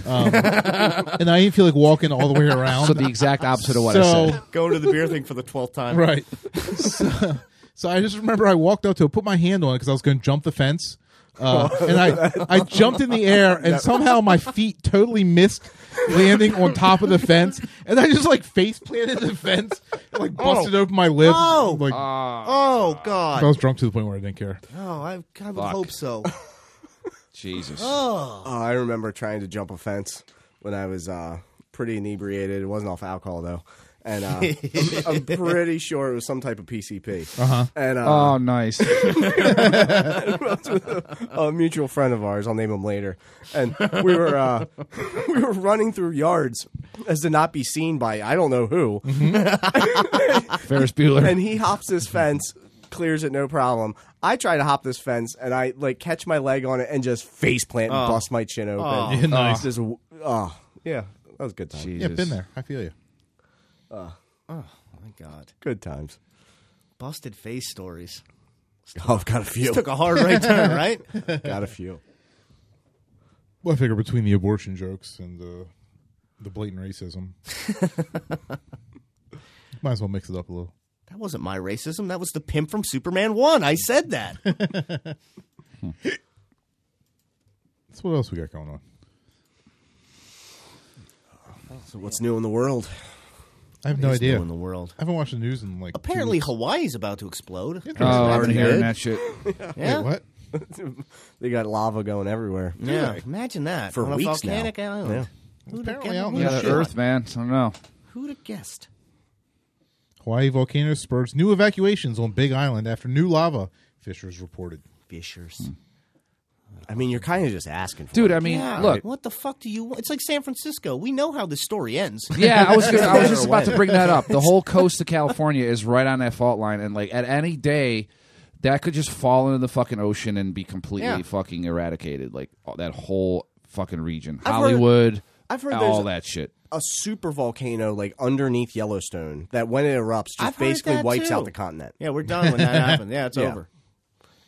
Speaker 1: um, and I didn't feel like walking all the way around.
Speaker 3: So the exact opposite of what I
Speaker 1: So-
Speaker 3: said.
Speaker 2: Going to the beer thing for the twelfth time.
Speaker 1: Right. so, so I just remember I walked up to it, put my hand on it because I was going to jump the fence. Uh, and I, I jumped in the air, and somehow my feet totally missed landing on top of the fence. And I just like face planted the fence, and, like busted open my lip.
Speaker 2: Oh.
Speaker 1: Like,
Speaker 2: Oh
Speaker 1: I
Speaker 2: God!
Speaker 1: was drunk to the point where I didn't care.
Speaker 2: Oh, I kind of
Speaker 3: Fuck.
Speaker 2: hope so.
Speaker 3: Jesus.
Speaker 4: Oh, I remember trying to jump a fence when I was uh, pretty inebriated. It wasn't off alcohol though, and uh, I'm, I'm pretty sure it was some type of PCP. Uh-huh. And uh,
Speaker 3: Oh, nice.
Speaker 4: a mutual friend of ours, I'll name him later, and we were uh, we were running through yards as to not be seen by I don't know who,
Speaker 3: Ferris Bueller.
Speaker 4: and he hops this fence. Clears it no problem. I try to hop this fence and I like catch my leg on it and just face plant
Speaker 2: Oh.
Speaker 4: and bust my chin open.
Speaker 1: Yeah, nice.
Speaker 4: Just, oh, yeah, that was good times.
Speaker 1: yeah, been there. I feel you.
Speaker 2: Oh my God!
Speaker 4: Good times.
Speaker 2: Busted face stories.
Speaker 4: Oh, I've got a few.
Speaker 2: Took a hard right turn, right?
Speaker 4: got a few.
Speaker 1: Well, I figure between the abortion jokes and the, the blatant racism, might as well mix it up a little.
Speaker 2: That wasn't my racism. That was the pimp from Superman One. I said that.
Speaker 1: So, what else we got going on?
Speaker 4: So what's new in the world?
Speaker 1: I have no
Speaker 2: It's
Speaker 1: idea.
Speaker 2: new in the world.
Speaker 1: I haven't watched the news in like two
Speaker 2: Apparently,
Speaker 1: weeks.
Speaker 2: Hawaii's about to explode.
Speaker 3: oh, I've been
Speaker 2: Already
Speaker 3: hearing
Speaker 2: did.
Speaker 3: that shit.
Speaker 2: Yeah.
Speaker 1: Wait, what?
Speaker 4: They got lava going everywhere.
Speaker 2: Yeah, imagine that
Speaker 4: For
Speaker 2: on
Speaker 4: weeks
Speaker 2: a volcanic island. Who'd have
Speaker 1: Apparently
Speaker 2: guessed-
Speaker 1: out in
Speaker 2: who'd
Speaker 3: Yeah,
Speaker 1: the
Speaker 2: have
Speaker 3: the
Speaker 2: thought?
Speaker 3: Earth, man. I don't know.
Speaker 2: Who'd have guessed?
Speaker 1: Hawaii volcano spurs new evacuations on Big Island after new lava, Fishers reported.
Speaker 2: Fishers.
Speaker 4: I mean, you're kind of just asking for
Speaker 3: Dude,
Speaker 4: it.
Speaker 3: I mean,
Speaker 2: Yeah,
Speaker 3: look.
Speaker 2: What the fuck do you want? It's like San Francisco. We know how this story ends.
Speaker 3: Yeah, I was gonna, I was just
Speaker 4: Or
Speaker 3: about to
Speaker 4: when.
Speaker 3: bring that up. The whole coast of California is right on that fault line, and like at any day, that could just fall into the fucking ocean and be completely
Speaker 2: Yeah.
Speaker 3: fucking eradicated. Like all- that whole fucking region,
Speaker 4: I've heard-
Speaker 3: Hollywood,
Speaker 4: I've heard
Speaker 3: all
Speaker 4: there's-
Speaker 3: that shit.
Speaker 4: a super volcano like underneath Yellowstone that when it erupts just
Speaker 2: I've heard
Speaker 4: basically
Speaker 2: that,
Speaker 4: wipes
Speaker 2: too.
Speaker 4: out the continent.
Speaker 2: Yeah, we're done when that happened. Yeah, it's
Speaker 4: Yeah.
Speaker 2: over.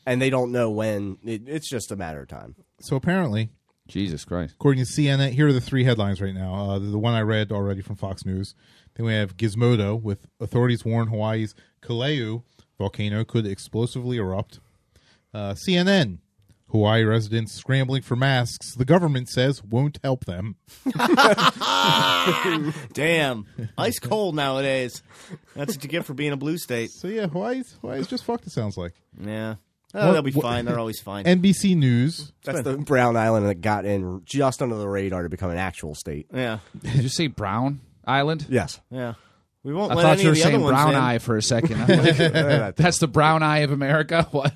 Speaker 4: And they don't know when. It, it's just a matter of time.
Speaker 1: So apparently,
Speaker 3: Jesus Christ.
Speaker 1: according to CNN, here are the three headlines right now. Uh, the one I read already from Fox News. Then we have Gizmodo with authorities warn Hawaii's Kaleu volcano could explosively erupt. Uh, CNN, Hawaii residents scrambling for masks. The government says won't help them.
Speaker 2: Damn, ice cold nowadays. That's what you get for being a blue state.
Speaker 1: So yeah, Hawaii's Hawaii's just fucked. It sounds like
Speaker 2: Yeah, oh, they'll be fine. They're always fine.
Speaker 1: NBC News.
Speaker 4: That's the Brown Island that got in just under the radar to become an actual state.
Speaker 2: yeah,
Speaker 3: Did you say Brown Island?
Speaker 4: Yes.
Speaker 2: yeah. We won't
Speaker 3: I
Speaker 2: let
Speaker 3: thought
Speaker 2: any
Speaker 3: you were
Speaker 2: of the other
Speaker 3: saying
Speaker 2: ones
Speaker 3: Brown
Speaker 2: in.
Speaker 3: Eye for a second. I'm like, that's the Brown Eye of America. What?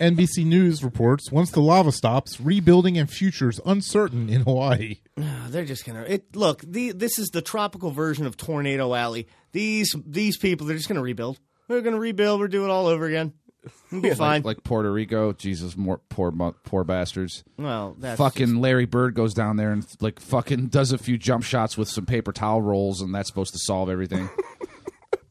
Speaker 1: NBC News reports once the lava stops, rebuilding and futures uncertain in Hawaii.
Speaker 2: Oh, They're just gonna it, look. The, this is the tropical version of Tornado Alley. These these people, they're just gonna rebuild. They're gonna rebuild. We're do it all over again. We'll be fine.
Speaker 3: Like Puerto Rico. Jesus, more poor mu- poor bastards.
Speaker 2: well, that's
Speaker 3: fucking Larry Bird goes down there and like fucking does a few jump shots with some paper towel rolls, and that's supposed to solve everything.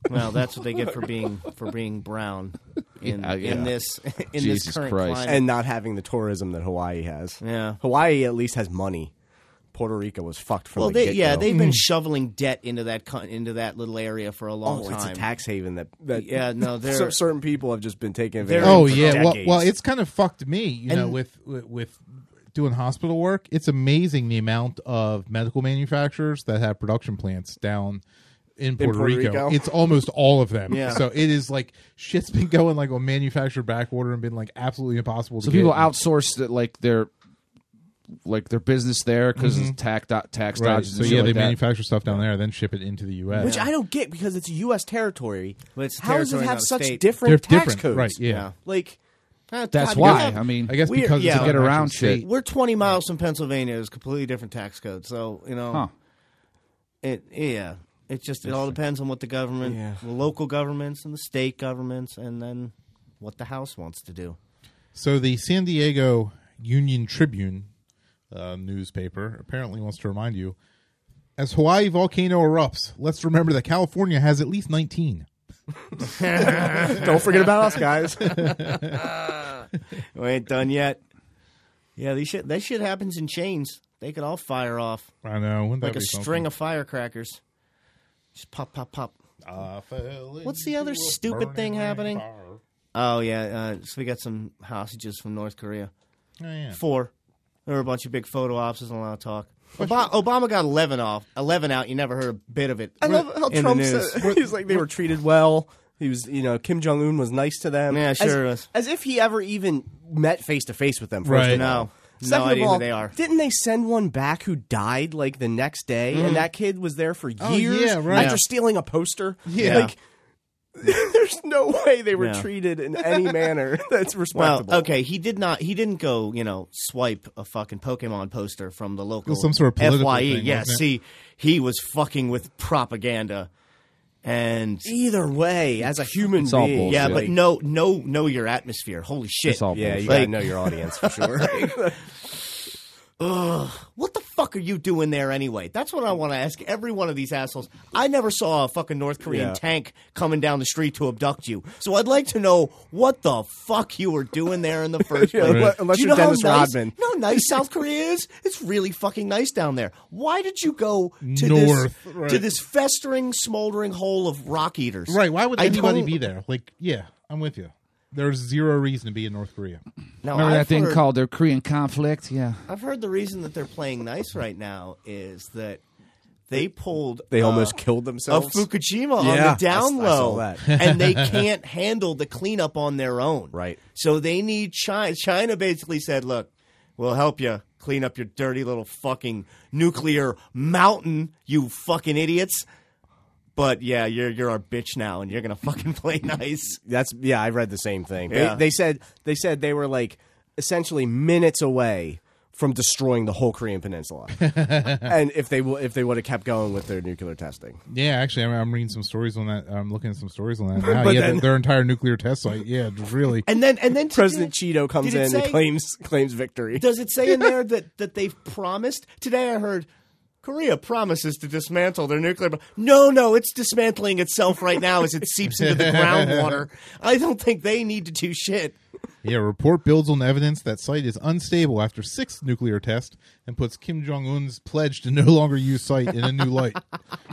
Speaker 2: Well, that's what they get for being for being brown in,
Speaker 3: Yeah, yeah.
Speaker 2: in this in
Speaker 3: Jesus
Speaker 2: this current
Speaker 3: Christ.
Speaker 2: climate.
Speaker 4: And not having the tourism that Hawaii has.
Speaker 2: Yeah.
Speaker 4: Hawaii at least has money. Puerto Rico was fucked from
Speaker 2: well,
Speaker 4: the
Speaker 2: they,
Speaker 4: get-go.
Speaker 2: yeah, they've been
Speaker 3: Mm.
Speaker 2: shoveling debt into that con- into that little area for a long
Speaker 4: Oh,
Speaker 2: time.
Speaker 4: it's a tax haven that, that
Speaker 2: Yeah, no, they're-
Speaker 4: cer- certain people have just been taking
Speaker 2: They're-
Speaker 4: advantage.
Speaker 1: Oh
Speaker 4: for
Speaker 1: yeah, well,
Speaker 4: decades.
Speaker 1: well, it's kind of fucked me, you know,
Speaker 2: And-
Speaker 1: with with- with doing hospital work. It's amazing the amount of medical manufacturers that have production plants down in Puerto,
Speaker 4: Puerto
Speaker 1: Rico.
Speaker 4: Rico?
Speaker 1: It's almost all of them.
Speaker 2: Yeah.
Speaker 1: So it is like shit's been going like on manufactured backorder and been like absolutely impossible
Speaker 3: So
Speaker 1: to
Speaker 3: people
Speaker 1: get.
Speaker 3: outsource that like their like their business there because it's tax do- tax
Speaker 1: Mm-hmm. right.
Speaker 3: dodges.
Speaker 1: So
Speaker 3: and
Speaker 1: yeah,
Speaker 3: shit
Speaker 1: they
Speaker 3: like that.
Speaker 1: manufacture stuff down there, then ship it into the U.S.
Speaker 4: Which I don't get because it's U.S. territory.
Speaker 2: But it's
Speaker 4: How does it
Speaker 2: territory,
Speaker 4: have
Speaker 2: not a
Speaker 4: such
Speaker 2: state.
Speaker 4: different
Speaker 1: They're
Speaker 4: tax
Speaker 1: different,
Speaker 4: codes?
Speaker 1: right? Yeah.
Speaker 2: Yeah.
Speaker 4: Like,
Speaker 2: Ah,
Speaker 3: That's
Speaker 2: God,
Speaker 3: why.
Speaker 2: you're-
Speaker 3: I mean,
Speaker 1: I guess
Speaker 2: We're-
Speaker 1: because
Speaker 2: yeah.
Speaker 1: it's a
Speaker 3: to get around
Speaker 1: manufactured state.
Speaker 3: shit.
Speaker 2: We're 20 miles from Pennsylvania. It's a completely different tax code. So, you know,
Speaker 3: Huh.
Speaker 2: it yeah, it just it all depends on what the government,
Speaker 4: Yeah.
Speaker 2: the local governments and the state governments and then what the house wants to do.
Speaker 1: So the San Diego Union Tribune uh, newspaper apparently wants to remind you, as Hawaii volcano erupts, let's remember that California has at least 19.
Speaker 4: don't forget about us, guys.
Speaker 2: We ain't done yet. Yeah, these shit that shit happens in chains. They could all fire off
Speaker 1: I know, wouldn't
Speaker 2: like
Speaker 1: that
Speaker 2: a
Speaker 1: be something?
Speaker 2: string of firecrackers. Just pop pop pop.
Speaker 1: I fell
Speaker 2: What's the
Speaker 1: into
Speaker 2: other
Speaker 1: a
Speaker 2: stupid
Speaker 1: burning
Speaker 2: thing happening?
Speaker 1: fire.
Speaker 2: Oh yeah, uh, so we got some hostages from North Korea.
Speaker 1: Oh, yeah.
Speaker 2: Four. There were a bunch of big photo ops. There's a lot of talk. Obama, Obama got eleven off, eleven out. You never heard a bit of it.
Speaker 4: I love how
Speaker 2: in the
Speaker 4: Trump
Speaker 2: news.
Speaker 4: said he's like they were treated well. He was, you know, Kim Jong Un was nice to them.
Speaker 2: Yeah,
Speaker 4: As-
Speaker 2: sure was.
Speaker 4: As, if he ever even met face to face with them. First
Speaker 1: Right.
Speaker 4: Of all.
Speaker 2: No. No
Speaker 4: Second
Speaker 2: idea
Speaker 4: of
Speaker 2: who
Speaker 4: all,
Speaker 2: they are.
Speaker 4: Didn't they send one back who died like the next day, and that kid was there for years
Speaker 1: Oh, yeah, right.
Speaker 4: after
Speaker 2: Yeah.
Speaker 4: stealing a poster?
Speaker 1: Yeah.
Speaker 4: Like, there's no way they were
Speaker 2: Yeah.
Speaker 4: treated in any manner that's
Speaker 2: Well,
Speaker 4: respectable.
Speaker 2: okay, he did not. He didn't go, you know, swipe a fucking Pokemon poster from the local
Speaker 1: some sort of political
Speaker 2: Fye.
Speaker 1: thing,
Speaker 2: yeah,
Speaker 1: wasn't it?
Speaker 2: see, he was fucking with propaganda, and
Speaker 4: Either way, as a human
Speaker 3: all
Speaker 4: being,
Speaker 3: bullshit.
Speaker 2: yeah,
Speaker 4: like-
Speaker 2: but no, no, know your atmosphere. Holy shit!
Speaker 3: It's all
Speaker 4: yeah, you
Speaker 3: bullshit.
Speaker 4: gotta
Speaker 2: Like-
Speaker 4: know your audience for sure.
Speaker 2: What the fuck are you doing there anyway? That's what I want to ask every one of these assholes. I never saw a fucking North Korean
Speaker 4: Yeah.
Speaker 2: tank coming down the street to abduct you, so I'd like to know what the fuck you were doing there in the first place.
Speaker 4: unless- unless
Speaker 2: Do you
Speaker 4: you're
Speaker 2: know how
Speaker 4: Dennis
Speaker 2: nice-
Speaker 4: Rodman.
Speaker 2: You know how nice South Korea is? It's really fucking nice down there. Why did you go to
Speaker 1: North,
Speaker 2: this
Speaker 1: right.
Speaker 2: to this festering, smoldering hole of rock eaters?
Speaker 1: Right, why would
Speaker 2: I
Speaker 1: anybody
Speaker 2: don't-
Speaker 1: be there? Like, yeah, I'm with you. There's zero reason to be in North Korea.
Speaker 2: Now,
Speaker 3: Remember
Speaker 2: I've
Speaker 3: that thing
Speaker 2: heard-
Speaker 3: called the Korean conflict? Yeah.
Speaker 2: I've heard the reason that they're playing nice right now is that they pulled
Speaker 4: they
Speaker 2: uh,
Speaker 4: almost killed
Speaker 2: of
Speaker 4: themselves.
Speaker 2: Fukushima on
Speaker 4: Yeah,
Speaker 2: the down
Speaker 4: I s- I saw
Speaker 2: low,
Speaker 4: that.
Speaker 2: and they can't handle the cleanup on their own.
Speaker 4: Right.
Speaker 2: So they need China. China basically said, "Look, we'll help you clean up your dirty little fucking nuclear mountain, you fucking idiots." But yeah, you're you're our bitch now, and you're gonna fucking play nice.
Speaker 4: That's yeah, I read the same thing.
Speaker 2: Yeah.
Speaker 4: They, they said they said they were like essentially minutes away from destroying the whole Korean Peninsula, and if they w- if they would have kept going with their nuclear testing,
Speaker 1: Yeah, actually, I'm, I'm reading some stories on that. I'm looking at some stories on that. Now.
Speaker 4: But
Speaker 1: yeah,
Speaker 4: then-
Speaker 1: their- their entire nuclear test site. Yeah, really.
Speaker 2: And then and then to-
Speaker 4: President Cheeto comes
Speaker 2: did it
Speaker 4: in and
Speaker 2: say-
Speaker 4: claims claims victory.
Speaker 2: Does it say in there that that they've promised? Today I heard Korea promises to dismantle their nuclear. bo- No, no, it's dismantling itself right now as it seeps into the groundwater. I don't think they need to do shit.
Speaker 1: Yeah, report builds on evidence that site is unstable after sixth nuclear test and puts Kim Jong Un's pledge to no longer use site in a new light.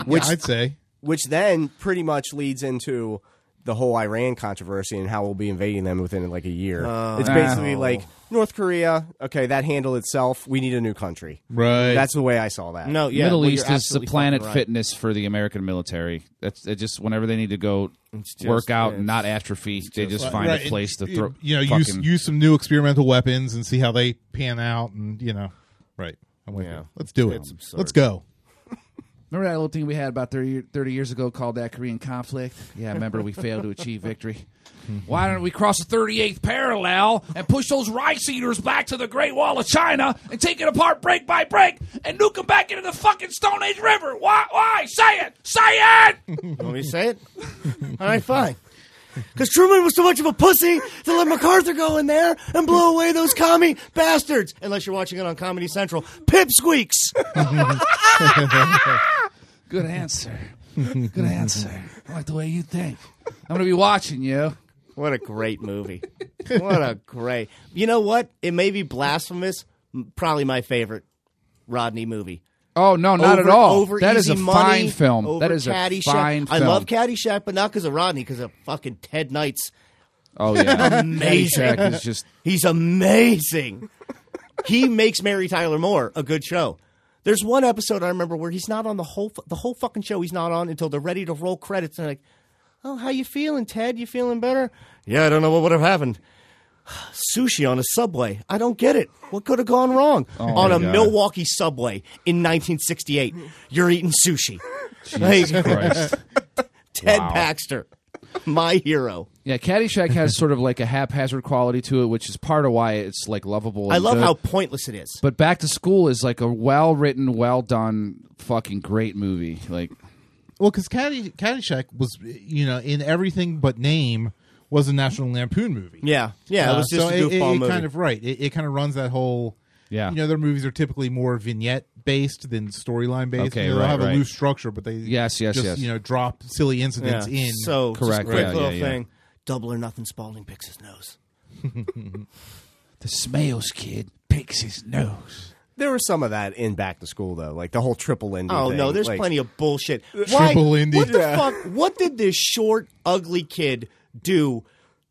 Speaker 1: Which I'd say.
Speaker 4: which then pretty much leads into the whole Iran controversy and how we'll be invading them within like a year.
Speaker 2: Oh.
Speaker 4: it's basically like North Korea. Okay, that handled itself. We need a new country.
Speaker 1: Right.
Speaker 4: That's the way I saw that.
Speaker 2: No, yeah,
Speaker 3: Middle
Speaker 2: well,
Speaker 3: East
Speaker 2: you're
Speaker 3: is the
Speaker 2: absolutely
Speaker 3: planet
Speaker 2: fucking right.
Speaker 3: fitness for the American military. That's it just whenever they need to go work out and not atrophy, they just find
Speaker 1: Uh, Right,
Speaker 3: a
Speaker 1: and,
Speaker 3: place to
Speaker 1: y-
Speaker 3: throw.
Speaker 1: You know, use
Speaker 3: fucking-
Speaker 1: use some new experimental weapons and see how they pan out, and you know, right. I'm with you. Let's do it. Let's go.
Speaker 3: Remember that little thing we had about 30, 30 years ago called that Korean conflict? Yeah, I remember we failed to achieve victory. Why don't we cross the 38th parallel and push those rice eaters back to the Great Wall of China and take it apart break by break and nuke them back into the fucking Stone Age River? Why? Why? Say it! Say it!
Speaker 2: Want me to say it? All right, fine. Because Truman was so much of a pussy to let MacArthur go in there and blow away those commie bastards. Unless you're watching it on Comedy Central. Pipsqueaks!
Speaker 3: Good answer. Good answer. I like the way you think. I'm going to be watching you.
Speaker 2: What a great movie. what a great. You know what? It may be blasphemous. m- Probably my favorite Rodney movie.
Speaker 3: Oh, no, not
Speaker 2: Over-
Speaker 3: at all.
Speaker 2: Over
Speaker 3: That is
Speaker 2: Easy
Speaker 3: a
Speaker 2: Money,
Speaker 3: fine film.
Speaker 2: over
Speaker 3: That is a
Speaker 2: Caddyshack.
Speaker 3: fine
Speaker 2: I
Speaker 3: film.
Speaker 2: love Caddyshack, but not because of Rodney, because of fucking Ted Knight's.
Speaker 3: Oh, yeah.
Speaker 2: Amazing.
Speaker 3: Caddyshack is just.
Speaker 2: He's amazing. he makes Mary Tyler Moore a good show. There's one episode I remember where he's not on the whole the whole fucking show. He's not on until they're ready to roll credits. And they're like, "Oh, how you feeling, Ted? You feeling better?" Yeah, I don't know what would have happened. Sushi on a subway. I don't get it. What could have gone wrong on
Speaker 3: Oh my
Speaker 2: a
Speaker 3: God.
Speaker 2: Milwaukee subway in 1968? You're eating sushi.
Speaker 3: Jesus
Speaker 2: Like,
Speaker 3: Christ.
Speaker 2: Ted
Speaker 3: Wow.
Speaker 2: Baxter, my hero.
Speaker 3: Yeah, Caddyshack has sort of like a haphazard quality to it, which is part of why it's like lovable.
Speaker 2: I
Speaker 3: and
Speaker 2: love
Speaker 3: good.
Speaker 2: how pointless it is.
Speaker 3: But Back to School is like a well written, well done, fucking great movie. Like,
Speaker 1: Well, because Caddy, Caddyshack was, you know, in everything but name, was a National Lampoon movie.
Speaker 2: Yeah, yeah.
Speaker 1: Uh,
Speaker 2: it was
Speaker 1: so
Speaker 2: just a
Speaker 1: it, it-
Speaker 2: goofball
Speaker 1: it
Speaker 2: movie.
Speaker 1: kind of right. It, it kind of runs that whole.
Speaker 3: Yeah.
Speaker 1: You know, their movies are typically more vignette based than storyline based.
Speaker 3: Okay,
Speaker 1: you know, they'll
Speaker 3: right,
Speaker 1: have
Speaker 3: right.
Speaker 1: a loose structure, but they
Speaker 3: Yes, yes,
Speaker 1: just,
Speaker 3: yes.
Speaker 1: you know drop silly incidents in.
Speaker 2: So
Speaker 3: Correct,
Speaker 2: Just a quick
Speaker 3: yeah,
Speaker 2: little
Speaker 3: yeah, yeah.
Speaker 2: thing. Double or nothing. Spalding picks his nose.
Speaker 3: the Smales kid picks his nose.
Speaker 4: There was some of that in Back to School though, like the whole triple Indian.
Speaker 2: Oh
Speaker 4: thing.
Speaker 2: no, there's
Speaker 4: like,
Speaker 2: plenty of bullshit. Why?
Speaker 1: Triple Indy.
Speaker 2: What the
Speaker 1: Yeah.
Speaker 2: fuck? What did this short, ugly kid do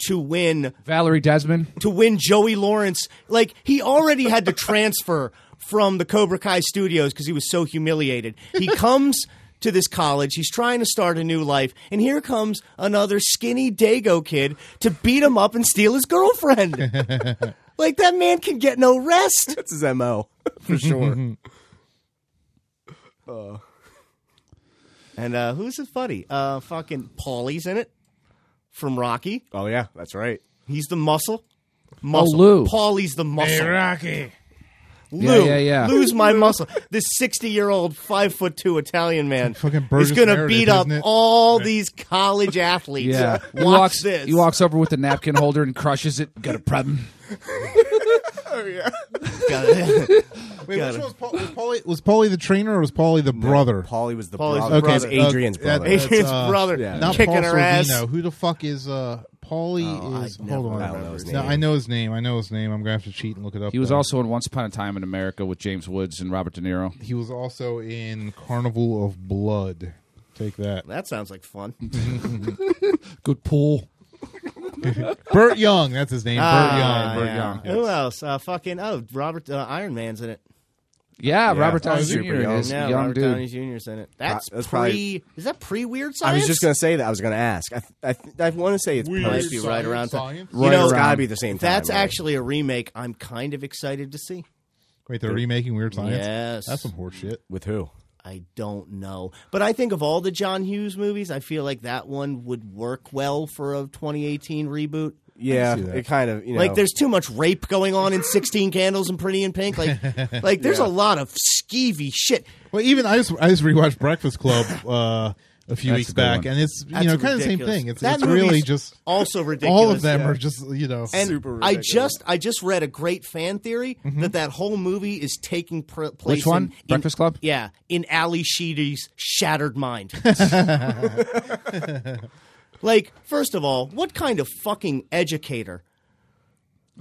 Speaker 2: to win
Speaker 3: Valerie Desmond.
Speaker 2: to win Joey Lawrence? Like he already had to transfer from the Cobra Kai studios because he was so humiliated. He comes. To this college, he's trying to start a new life, and here comes another skinny Dago kid to beat him up and steal his girlfriend. like that man can get no rest.
Speaker 4: That's his mo for sure.
Speaker 2: And uh, who's the funny? Uh, fucking Paulie's in it from Rocky.
Speaker 4: oh yeah, that's right.
Speaker 2: He's the muscle. Muscle.
Speaker 3: Lou.
Speaker 2: Paulie's the muscle.
Speaker 1: Rocky.
Speaker 2: Lou.
Speaker 3: Yeah, yeah, yeah.
Speaker 2: Lose my muscle. This sixty-year-old, five-foot-two Italian man
Speaker 1: Fucking
Speaker 2: is
Speaker 1: Burgess
Speaker 2: going to
Speaker 1: Meredith,
Speaker 2: beat up
Speaker 1: isn't it?
Speaker 2: all these college athletes.
Speaker 3: Yeah,
Speaker 2: Watch
Speaker 3: walks.
Speaker 2: this.
Speaker 3: He walks over with the napkin holder and crushes it. Got a problem.
Speaker 1: Wait,
Speaker 2: Got
Speaker 1: which
Speaker 2: it.
Speaker 1: one was, Paul, was Paulie? Was Paulie the trainer or was Paulie the brother?
Speaker 4: Paulie was the
Speaker 2: Paulie's
Speaker 4: brother.
Speaker 2: the
Speaker 4: It was
Speaker 2: brother.
Speaker 4: Adrian's
Speaker 1: uh,
Speaker 4: brother.
Speaker 1: that-
Speaker 2: Adrian's
Speaker 1: uh,
Speaker 2: brother
Speaker 4: yeah.
Speaker 1: Not
Speaker 2: kicking
Speaker 1: Paul
Speaker 2: her ass.
Speaker 1: Sorvino. Who the fuck is uh, Paulie? is
Speaker 2: I
Speaker 1: hold on.
Speaker 2: never
Speaker 4: I don't know his
Speaker 1: No,
Speaker 4: name.
Speaker 1: I know his name. I know his name. I'm gonna have to cheat and look it up.
Speaker 3: He was
Speaker 1: though.
Speaker 3: also in Once Upon a Time in America with James Woods and Robert De Niro.
Speaker 1: he was also in Carnival of Blood. Take that,
Speaker 2: That sounds like fun.
Speaker 3: Good pull.
Speaker 1: Burt Young. That's his name. Burt Young.
Speaker 2: Ah,
Speaker 1: Burt
Speaker 2: yeah.
Speaker 1: Young.
Speaker 2: Who else? Uh, fucking oh, Robert uh, Iron Man's in it.
Speaker 3: Yeah,
Speaker 4: Yeah.
Speaker 3: Robert Downey
Speaker 4: Oh,
Speaker 3: Jr.
Speaker 4: super young.
Speaker 3: is
Speaker 2: Yeah,
Speaker 3: a young
Speaker 2: Robert
Speaker 3: dude.
Speaker 2: Downey Jr.'s in it. That's,
Speaker 4: that's
Speaker 2: pre.
Speaker 4: probably-
Speaker 2: is that pre Weird Science?
Speaker 4: I was just gonna say that. I was gonna ask. I th- I, th- I want to say it's
Speaker 1: Weird
Speaker 4: post-
Speaker 2: Might be right around
Speaker 1: science.
Speaker 2: You know, um,
Speaker 4: it's gotta be the same. Time,
Speaker 2: That's
Speaker 4: right?
Speaker 2: actually a remake. I'm kind of excited to see.
Speaker 1: Wait, they're remaking Weird Science.
Speaker 2: Yes.
Speaker 1: that's some horseshit.
Speaker 4: with who?
Speaker 2: I I don't know. But I think of all the John Hughes movies, I feel like that one would work well for a 2018 reboot.
Speaker 4: Yeah,
Speaker 1: see that.
Speaker 4: it kind of you know
Speaker 2: Like there's too much rape going on in 16 Candles and Pretty in Pink. Like like there's a lot of skeevy shit.
Speaker 1: Well, even I just I just rewatched Breakfast Club uh, a few
Speaker 3: That's
Speaker 1: weeks
Speaker 3: a good
Speaker 1: back,
Speaker 3: one.
Speaker 1: and it's you
Speaker 2: That's
Speaker 1: know kind of the same
Speaker 2: ridiculous.
Speaker 1: thing. It's,
Speaker 2: That
Speaker 1: it's really
Speaker 2: movie's
Speaker 1: just
Speaker 2: also ridiculous.
Speaker 1: all of them
Speaker 2: yeah.
Speaker 1: are just you know
Speaker 2: and
Speaker 4: super
Speaker 2: I
Speaker 4: ridiculous.
Speaker 2: just I just read a great fan theory that that whole movie is taking pr- place.
Speaker 3: Mm-hmm. Which one?
Speaker 2: in- in-
Speaker 3: Breakfast Club?
Speaker 2: Yeah, in Ali Sheedy's shattered mind. like, first of all, what kind of fucking educator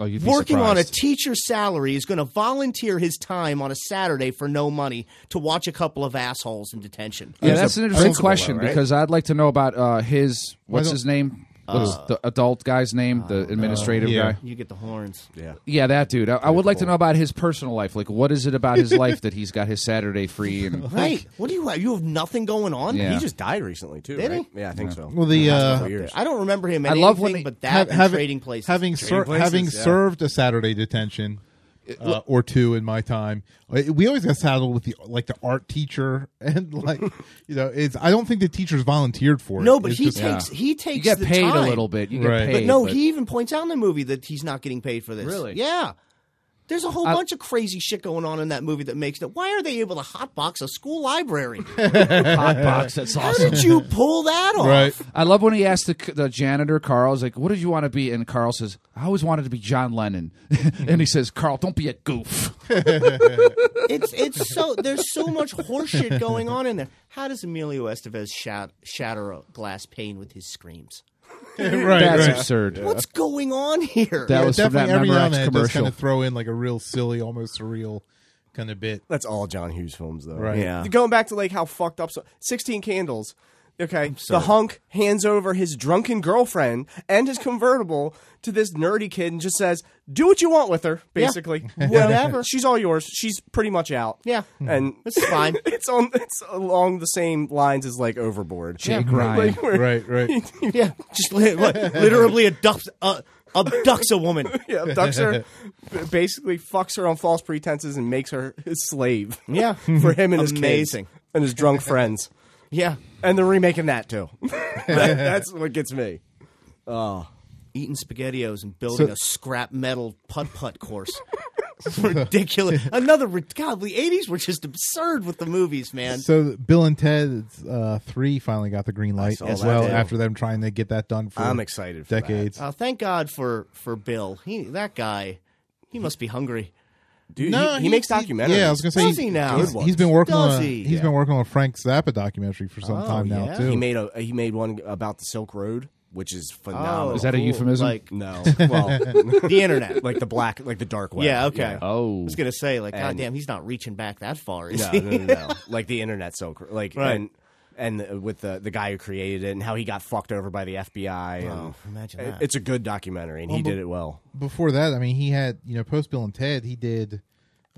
Speaker 3: Oh, you'd be
Speaker 2: working on a
Speaker 3: surprised.
Speaker 2: teacher's salary is going to volunteer his time on a Saturday for no money to watch a couple of assholes in detention?
Speaker 3: Yeah,
Speaker 1: There's
Speaker 3: that's
Speaker 1: a
Speaker 3: an interesting
Speaker 1: principal,
Speaker 3: question
Speaker 4: though, right?
Speaker 3: because I'd like to know about uh, his what's
Speaker 1: don't-
Speaker 3: his name? What's the adult guy's name? The administrative
Speaker 1: yeah.
Speaker 3: guy.
Speaker 2: You get the horns.
Speaker 4: yeah.
Speaker 3: Yeah, that dude. I, I would like to know about his personal life. Like, what is it about his life that he's got his Saturday free? And
Speaker 2: Right. What do you have? You have nothing going on?
Speaker 3: Yeah.
Speaker 4: He just died recently too.
Speaker 2: Did
Speaker 4: right?
Speaker 2: he?
Speaker 4: Yeah, I think so.
Speaker 1: well the uh,
Speaker 4: couple years.
Speaker 2: I don't remember him. In
Speaker 3: I love
Speaker 2: anything
Speaker 3: when he-
Speaker 2: but that
Speaker 1: have-
Speaker 2: and
Speaker 1: having-
Speaker 2: trading places.
Speaker 1: having ser-
Speaker 4: places,
Speaker 1: having
Speaker 4: yeah.
Speaker 1: served a Saturday detention. Uh, or two in my time. Uh, We always got saddled with the like the art teacher and like you know it's. I don't think the teachers volunteered for it.
Speaker 2: No, but
Speaker 1: It's
Speaker 2: he
Speaker 1: just-
Speaker 2: takes he takes
Speaker 3: you get
Speaker 2: the
Speaker 3: paid
Speaker 2: time.
Speaker 3: a little bit. You get
Speaker 1: Right.
Speaker 3: paid.
Speaker 1: But
Speaker 2: But no,
Speaker 3: but-
Speaker 2: he even points out in the movie that he's not getting paid for this.
Speaker 3: Really?
Speaker 2: Yeah. There's a whole
Speaker 3: I-
Speaker 2: bunch of crazy shit going on in that movie that makes it. Why are they able to hotbox a school library?
Speaker 3: hot box. That's
Speaker 2: How
Speaker 3: awesome.
Speaker 2: did you pull that off?
Speaker 1: right.
Speaker 3: I love when he asked the, the janitor Carl. He's like, "What did you want to be?" And Carl says, "I always wanted to be John Lennon." and he says, "Carl, don't be a goof."
Speaker 2: It's it's so there's so much horseshit going on in there. How does Emilio Estevez shat, shatter a glass pane with his screams?
Speaker 1: right,
Speaker 3: That's
Speaker 1: right.
Speaker 3: absurd.
Speaker 2: What's going on here?
Speaker 3: That was from that
Speaker 1: Definitely every now and
Speaker 3: Memorex
Speaker 1: then it does
Speaker 3: commercial.
Speaker 1: kind of throw in like a real silly, almost surreal kind of bit.
Speaker 4: That's all John Hughes films, though.
Speaker 1: Right.
Speaker 2: Yeah.
Speaker 4: Going back to like how fucked up. So, Sixteen Candles. Okay. The hunk hands over his drunken girlfriend and his convertible to this nerdy kid and just says, "Do what you want with her." Basically,
Speaker 2: Whatever.
Speaker 4: She's all yours. She's pretty much out.
Speaker 2: Yeah.
Speaker 4: And
Speaker 2: This is fine.
Speaker 4: it's on. It's along the same lines as like Overboard.
Speaker 3: Jake
Speaker 4: Like,
Speaker 3: Ryan.
Speaker 4: where-
Speaker 1: Right, right.
Speaker 2: Yeah, just li- what, literally abducts uh, abducts a woman.
Speaker 4: yeah, abducts her, b- basically fucks her on false pretenses and makes her his slave.
Speaker 2: Yeah.
Speaker 4: for him and his kids
Speaker 2: Amazing.
Speaker 4: and his drunk friends.
Speaker 2: Yeah,
Speaker 4: And they're remaking that too. That- that's what gets me.
Speaker 2: eating spaghettios and building a scrap metal putt putt course. Ridiculous. Another ri- God, the eighties were just absurd with the movies, man.
Speaker 1: So Bill and Ted's uh, three finally got the green light
Speaker 4: saw
Speaker 1: as
Speaker 4: that
Speaker 1: well
Speaker 4: too.
Speaker 1: after them trying to get that done for
Speaker 4: I'm excited for that.
Speaker 1: decades.
Speaker 2: Uh, thank God for for Bill. He that guy, he must be hungry.
Speaker 4: Dude,
Speaker 1: No,
Speaker 4: he, he makes documentaries.
Speaker 1: Yeah, I was gonna say
Speaker 2: Does he now?
Speaker 1: he's-
Speaker 2: Good
Speaker 1: he's been working
Speaker 2: ones.
Speaker 1: on a,
Speaker 2: Does he?
Speaker 1: has been working on a Frank Zappa documentary for some
Speaker 2: Oh,
Speaker 1: time now
Speaker 2: yeah.
Speaker 1: too.
Speaker 4: he made a he made one about the Silk Road, which is phenomenal.
Speaker 2: Oh,
Speaker 3: Is that a
Speaker 2: cool.
Speaker 3: euphemism?
Speaker 2: Like
Speaker 4: no? Well,
Speaker 2: the internet.
Speaker 4: like the black, like the dark web.
Speaker 2: yeah, okay. I
Speaker 3: Oh,
Speaker 2: was gonna say, like,
Speaker 4: And-
Speaker 2: goddamn, he's not reaching back that far, is
Speaker 4: No,
Speaker 2: he?
Speaker 4: no, no, no. like the internet Silk Road, like
Speaker 2: Right.
Speaker 4: and and with the the guy who created it and how he got fucked over by the FBI. And
Speaker 2: Oh, imagine
Speaker 4: it-
Speaker 2: that.
Speaker 4: It's a good documentary, and he did it well.
Speaker 1: Before that, I mean, he had you know post Bill and Ted, he did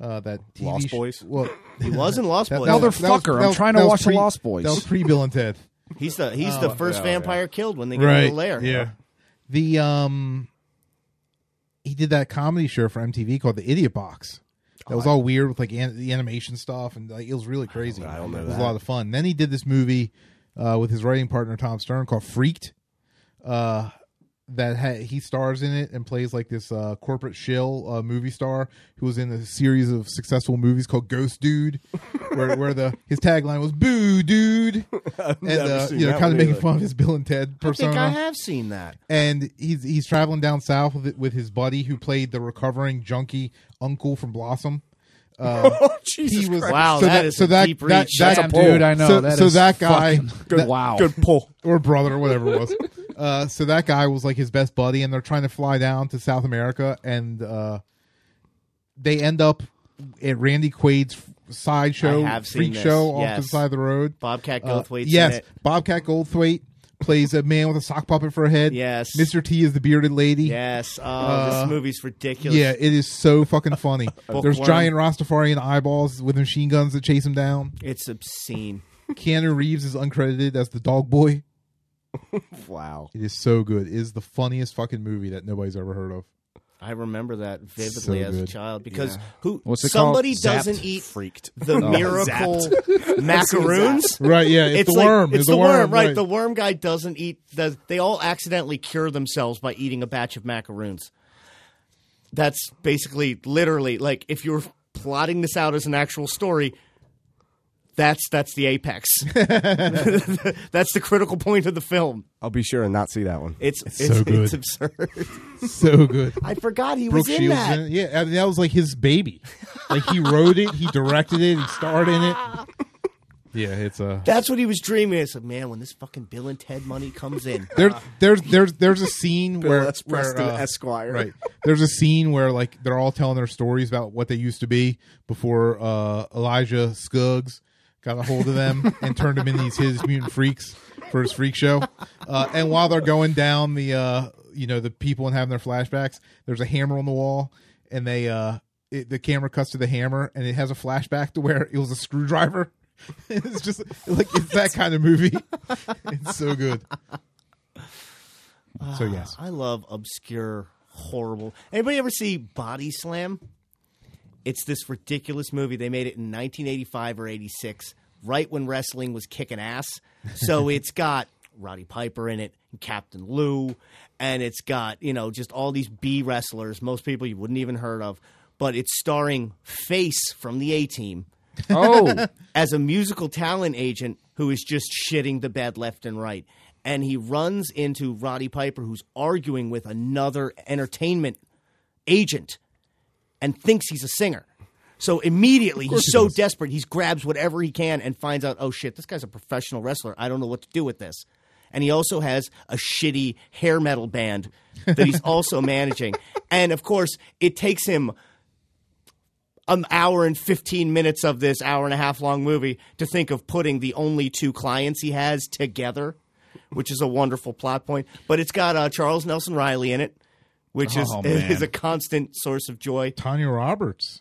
Speaker 1: uh, that TV
Speaker 4: Lost
Speaker 1: sh-
Speaker 4: Boys?
Speaker 1: Well,
Speaker 2: He was in Lost Boys.
Speaker 1: was-
Speaker 3: Motherfucker,
Speaker 1: was-
Speaker 3: I'm
Speaker 1: that was-
Speaker 3: trying to
Speaker 1: that was
Speaker 3: watch The
Speaker 1: pre-
Speaker 3: Lost Boys.
Speaker 1: That was pre Bill and Ted.
Speaker 2: He's the he's the first vampire killed when they get
Speaker 1: right
Speaker 2: into the lair.
Speaker 1: Yeah, the um, he did that comedy show for MTV called The Idiot Box. That was all weird with like an- the animation stuff, and like, it was really crazy. I
Speaker 4: Oh, don't know
Speaker 1: It was
Speaker 4: that.
Speaker 1: a lot of fun. Then he did this movie uh, with his writing partner Tom Stern called Freaked. Uh, that ha- he stars in it and plays like this uh, corporate shill uh, movie star who was in a series of successful movies called Ghost Dude, where, where the his tagline was "Boo Dude," and
Speaker 4: never
Speaker 1: uh,
Speaker 4: seen
Speaker 1: you know,
Speaker 4: that
Speaker 1: kind
Speaker 4: one
Speaker 1: of making
Speaker 4: either.
Speaker 1: fun of his Bill and Ted
Speaker 2: I think
Speaker 1: persona.
Speaker 2: I have seen that.
Speaker 1: and he's he's traveling down south with, with his buddy who played the recovering junkie uncle from Blossom.
Speaker 4: oh Jesus!
Speaker 1: He was
Speaker 4: Christ.
Speaker 2: Wow, that is a deep
Speaker 1: that,
Speaker 2: reach.
Speaker 1: that-
Speaker 3: Damn,
Speaker 4: a pole.
Speaker 3: dude, I know.
Speaker 1: So,
Speaker 3: that
Speaker 1: so
Speaker 3: is
Speaker 1: that guy,
Speaker 3: fucking- good.
Speaker 1: that-
Speaker 3: wow.
Speaker 4: good pull.
Speaker 1: or brother, or whatever it was. uh, so that guy was like his best buddy, and they're trying to fly down to South America, and uh, they end up at Randy Quaid's sideshow
Speaker 2: I have seen
Speaker 1: freak
Speaker 2: this.
Speaker 1: show off to the
Speaker 2: Yes.
Speaker 1: side of the road.
Speaker 2: Bobcat
Speaker 1: Uh,
Speaker 2: Goldthwait's in
Speaker 1: yes,
Speaker 2: it.
Speaker 1: Bobcat Goldthwait plays a man with a sock puppet for a head.
Speaker 2: Yes.
Speaker 1: Mr. T is the bearded lady.
Speaker 2: Yes. Oh,
Speaker 1: Uh,
Speaker 2: this movie's ridiculous.
Speaker 1: Yeah, it is so fucking funny. There's
Speaker 2: Bookworm.
Speaker 1: giant Rastafarian eyeballs with machine guns that chase him down.
Speaker 2: It's obscene.
Speaker 1: Keanu Reeves is uncredited as the dog boy.
Speaker 4: Wow.
Speaker 1: It is so good. It is the funniest fucking movie that nobody's ever heard of.
Speaker 2: I remember that vividly
Speaker 1: So
Speaker 2: as a
Speaker 1: good.
Speaker 2: child because
Speaker 4: Yeah.
Speaker 2: who
Speaker 3: What's it called?
Speaker 2: somebody
Speaker 3: Zapped?
Speaker 2: doesn't eat
Speaker 4: freaked.
Speaker 2: the miracle macaroons.
Speaker 1: Right, yeah, it's, the
Speaker 2: like-
Speaker 1: worm.
Speaker 2: It's the, worm, right? The worm guy doesn't eat. The, they all accidentally cure themselves by eating a batch of macaroons. That's basically, literally, like if you're plotting this out as an actual story, that's that's the apex. that's the critical point of the film.
Speaker 4: I'll be sure and not see that one.
Speaker 2: It's it's,
Speaker 1: so good.
Speaker 2: it's absurd.
Speaker 1: so good.
Speaker 2: I forgot he
Speaker 1: Brooke
Speaker 2: was in
Speaker 1: Shields
Speaker 2: that.
Speaker 1: in it. Yeah, I mean, that was like his baby. Like he wrote it, he directed it, he starred in it. Yeah, it's uh, a
Speaker 2: That's what he was dreaming. I said, man, when this fucking Bill and Ted money comes in,
Speaker 1: there, there's there's there's a scene where,
Speaker 4: S.
Speaker 1: where,
Speaker 4: Preston
Speaker 1: uh,
Speaker 4: Esquire.
Speaker 1: Right. There's a scene where like they're all telling their stories about what they used to be before uh, Elijah Scuggs got a hold of them and turned them into these his mutant freaks for his freak show. Uh, and while they're going down the uh, you know the people and having their flashbacks, there's a hammer on the wall, and they uh, it, the camera cuts to the hammer, and it has a flashback to where it was a screwdriver. it's just like it's that kind of movie. it's so good. So yes.
Speaker 2: I love obscure, horrible. Anybody ever see Body Slam? It's this ridiculous movie. They made it in 1985 or 86, right when wrestling was kicking ass. So it's got Roddy Piper in it, and Captain Lou, and it's got, you know, just all these B wrestlers, most people you wouldn't even heard of. But it's starring Face from the A Team
Speaker 3: Oh,
Speaker 2: as a musical talent agent who is just shitting the bed left and right. And he runs into Roddy Piper, who's arguing with another entertainment agent and thinks he's a singer. So immediately, he's so desperate, he grabs whatever he can and finds out, oh shit, this guy's a professional wrestler. I don't know what to do with this. And he also has a shitty hair metal band that he's also managing. And of course, it takes him an hour and 15 minutes of this hour and a half long movie to think of putting the only two clients he has together, which is a wonderful plot point. But it's got uh, Charles Nelson Riley in it, which is,
Speaker 3: Oh, man.
Speaker 2: is a constant source of joy.
Speaker 1: Tanya Roberts.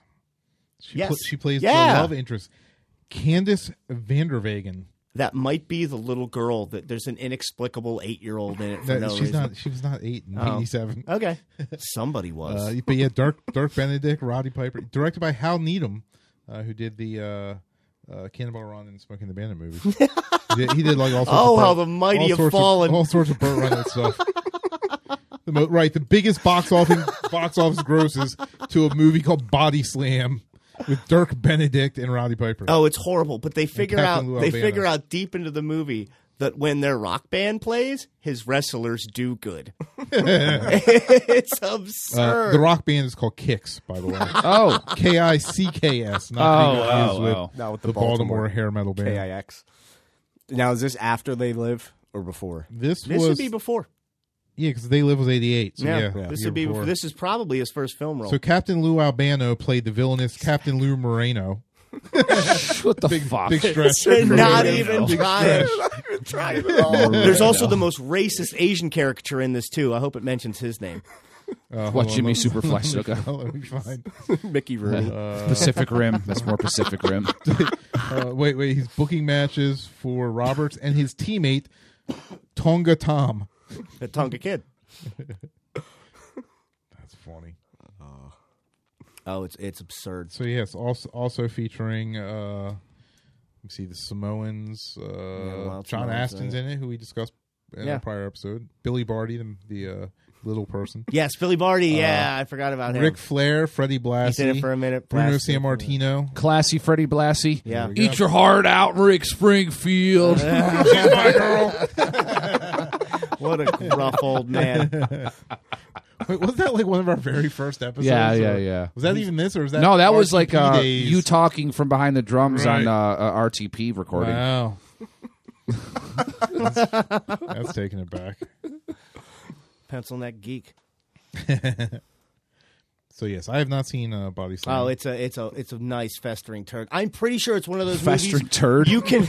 Speaker 1: She
Speaker 2: Yes.
Speaker 1: pla- she plays
Speaker 2: Yeah.
Speaker 1: the love interest. Candace Vandervegen.
Speaker 2: That might be the little girl that there's an inexplicable eight year old in it for
Speaker 1: That,
Speaker 2: no
Speaker 1: she's
Speaker 2: reason. Oh.
Speaker 1: not. She was not eight in '87.
Speaker 2: Okay. Somebody was.
Speaker 1: Uh, but yeah, Dirk Dirk Benedict, Roddy Piper, directed by Hal Needham, uh, who did the uh, uh, Cannonball Run and Smoking the Bandit movies. he, did, he did like all sorts.
Speaker 2: Oh,
Speaker 1: of
Speaker 2: how
Speaker 1: Burt-
Speaker 2: the mighty
Speaker 1: all
Speaker 2: have
Speaker 1: sorts
Speaker 2: fallen.
Speaker 1: Of, all sorts of Burt Reynolds stuff. The mo- right, the biggest box office box office grosses to a movie called Body Slam with Dirk Benedict and Roddy Piper.
Speaker 2: Oh, it's horrible. But they figure out
Speaker 1: Captain Lou
Speaker 2: they
Speaker 1: Albano.
Speaker 2: figure out deep into the movie that when their rock band plays, his wrestlers do good. it's absurd.
Speaker 1: Uh, the rock band is called Kicks, by the way. Uh,
Speaker 3: oh,
Speaker 1: K I C K S, not to
Speaker 3: Oh,
Speaker 1: be confused
Speaker 3: oh,
Speaker 1: with
Speaker 3: oh.
Speaker 4: Not with
Speaker 1: the,
Speaker 4: the
Speaker 1: Baltimore,
Speaker 4: Baltimore
Speaker 1: hair metal band.
Speaker 4: KIX. Now is this after they live or before?
Speaker 1: This,
Speaker 2: this
Speaker 1: was
Speaker 2: would be before.
Speaker 1: yeah, because they live was eighty eight. So yeah,
Speaker 2: Yeah.
Speaker 1: the
Speaker 2: This
Speaker 1: year
Speaker 2: would be
Speaker 1: before.
Speaker 2: this is probably his first film role.
Speaker 1: So Captain Lou Albano played the villainous Captain Lou Moreno.
Speaker 3: what the fuck?
Speaker 1: Big stretch.
Speaker 2: They're not
Speaker 1: Moreno.
Speaker 2: even
Speaker 1: Big
Speaker 2: trying.
Speaker 1: stretch.
Speaker 2: There's also the most racist Asian character in this too. I hope it mentions his name.
Speaker 1: Uh, hold
Speaker 3: What
Speaker 1: on,
Speaker 3: Jimmy
Speaker 1: let me-
Speaker 3: Superfly
Speaker 1: let me-
Speaker 3: Snuka.
Speaker 1: Let me find.
Speaker 4: Mickey Rooney.
Speaker 3: Pacific Rim. That's more Pacific Rim.
Speaker 1: Uh, wait, wait. He's booking matches for Roberts and his teammate Tonga Tom.
Speaker 2: The Tonga Kid.
Speaker 1: That's funny.
Speaker 2: Oh, it's it's absurd.
Speaker 1: So yes, also also featuring uh let me see the Samoans, uh
Speaker 2: Wild
Speaker 1: John
Speaker 2: Samoans,
Speaker 1: Aston's
Speaker 2: right.
Speaker 1: in it, who we discussed in
Speaker 2: Yeah.
Speaker 1: a prior episode. Billy Barty, the the uh, little person.
Speaker 2: Yes, Billy
Speaker 1: Uh,
Speaker 2: Barty.
Speaker 4: Uh,
Speaker 2: Yeah, I forgot about him.
Speaker 1: Rick Flair, Freddie Blassie,
Speaker 2: He's in it for a minute.
Speaker 1: Bruno
Speaker 2: Blassie.
Speaker 1: San Martino.
Speaker 3: Classy Freddie Blassie.
Speaker 2: Yeah. There we
Speaker 3: Eat your heart out, Rick Springfield.
Speaker 2: What a gruff old man.
Speaker 1: Wait, was that like one of our very first episodes?
Speaker 3: Yeah, yeah,
Speaker 1: or-
Speaker 3: yeah.
Speaker 1: Was that even this or was that
Speaker 3: no, that was like
Speaker 1: RTP
Speaker 3: uh,
Speaker 1: days?
Speaker 3: you talking from behind the drums
Speaker 1: Right.
Speaker 3: on uh, uh, RTP recording.
Speaker 1: Wow. that's, that's taking it back.
Speaker 2: Pencil neck geek.
Speaker 1: So yes, I have not seen uh, Body Slam.
Speaker 2: Oh, it's a it's a it's a nice festering turd. I'm pretty sure it's one of those
Speaker 3: Festering
Speaker 2: movies
Speaker 3: turd?
Speaker 2: You can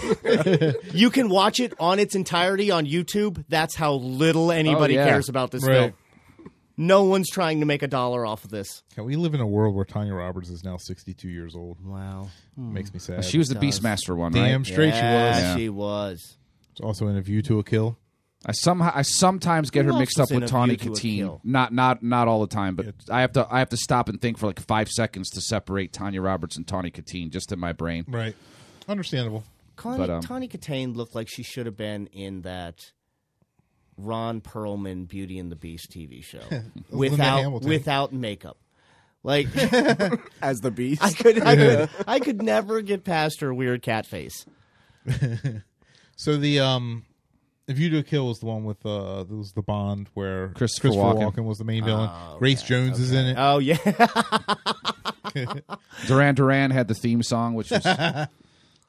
Speaker 2: you can watch it on its entirety on YouTube. That's how little anybody
Speaker 3: Oh, yeah.
Speaker 2: cares about this
Speaker 1: Right.
Speaker 2: film. No one's trying to make a dollar off of this.
Speaker 1: Yeah, we live in a world where Tanya Roberts is now 62 years old.
Speaker 2: Wow.
Speaker 3: Hmm.
Speaker 1: Makes me sad.
Speaker 3: She was the Beastmaster one,
Speaker 1: damn
Speaker 3: right?
Speaker 1: straight. She was
Speaker 2: she was.
Speaker 1: It's also in A View to a Kill.
Speaker 3: I somehow I sometimes get
Speaker 2: Who
Speaker 3: her
Speaker 2: else
Speaker 3: mixed
Speaker 2: was
Speaker 3: up
Speaker 2: in
Speaker 3: with
Speaker 2: A
Speaker 3: Tawny
Speaker 2: View to a
Speaker 3: Katine.
Speaker 2: Kill?
Speaker 3: Not not not all the time, but I have to I have to stop and think for like five seconds to separate Tanya Roberts and Tawny Katine just in my brain.
Speaker 1: Right. Understandable.
Speaker 2: Connie,
Speaker 3: But, um,
Speaker 2: Tawny Katane looked like she should have been in that Ron Perlman Beauty and the Beast TV show without
Speaker 1: Hamilton.
Speaker 2: without makeup. Like
Speaker 4: As the beast.
Speaker 2: I could, I could, I could never get past her weird cat face.
Speaker 1: So the um, if you do a kill was the one with uh, it was the Bond where
Speaker 3: Christopher Walken. Oh,
Speaker 1: was the main villain. Grace Jones is in it.
Speaker 2: Oh yeah,
Speaker 3: Duran Duran had the theme song, which was I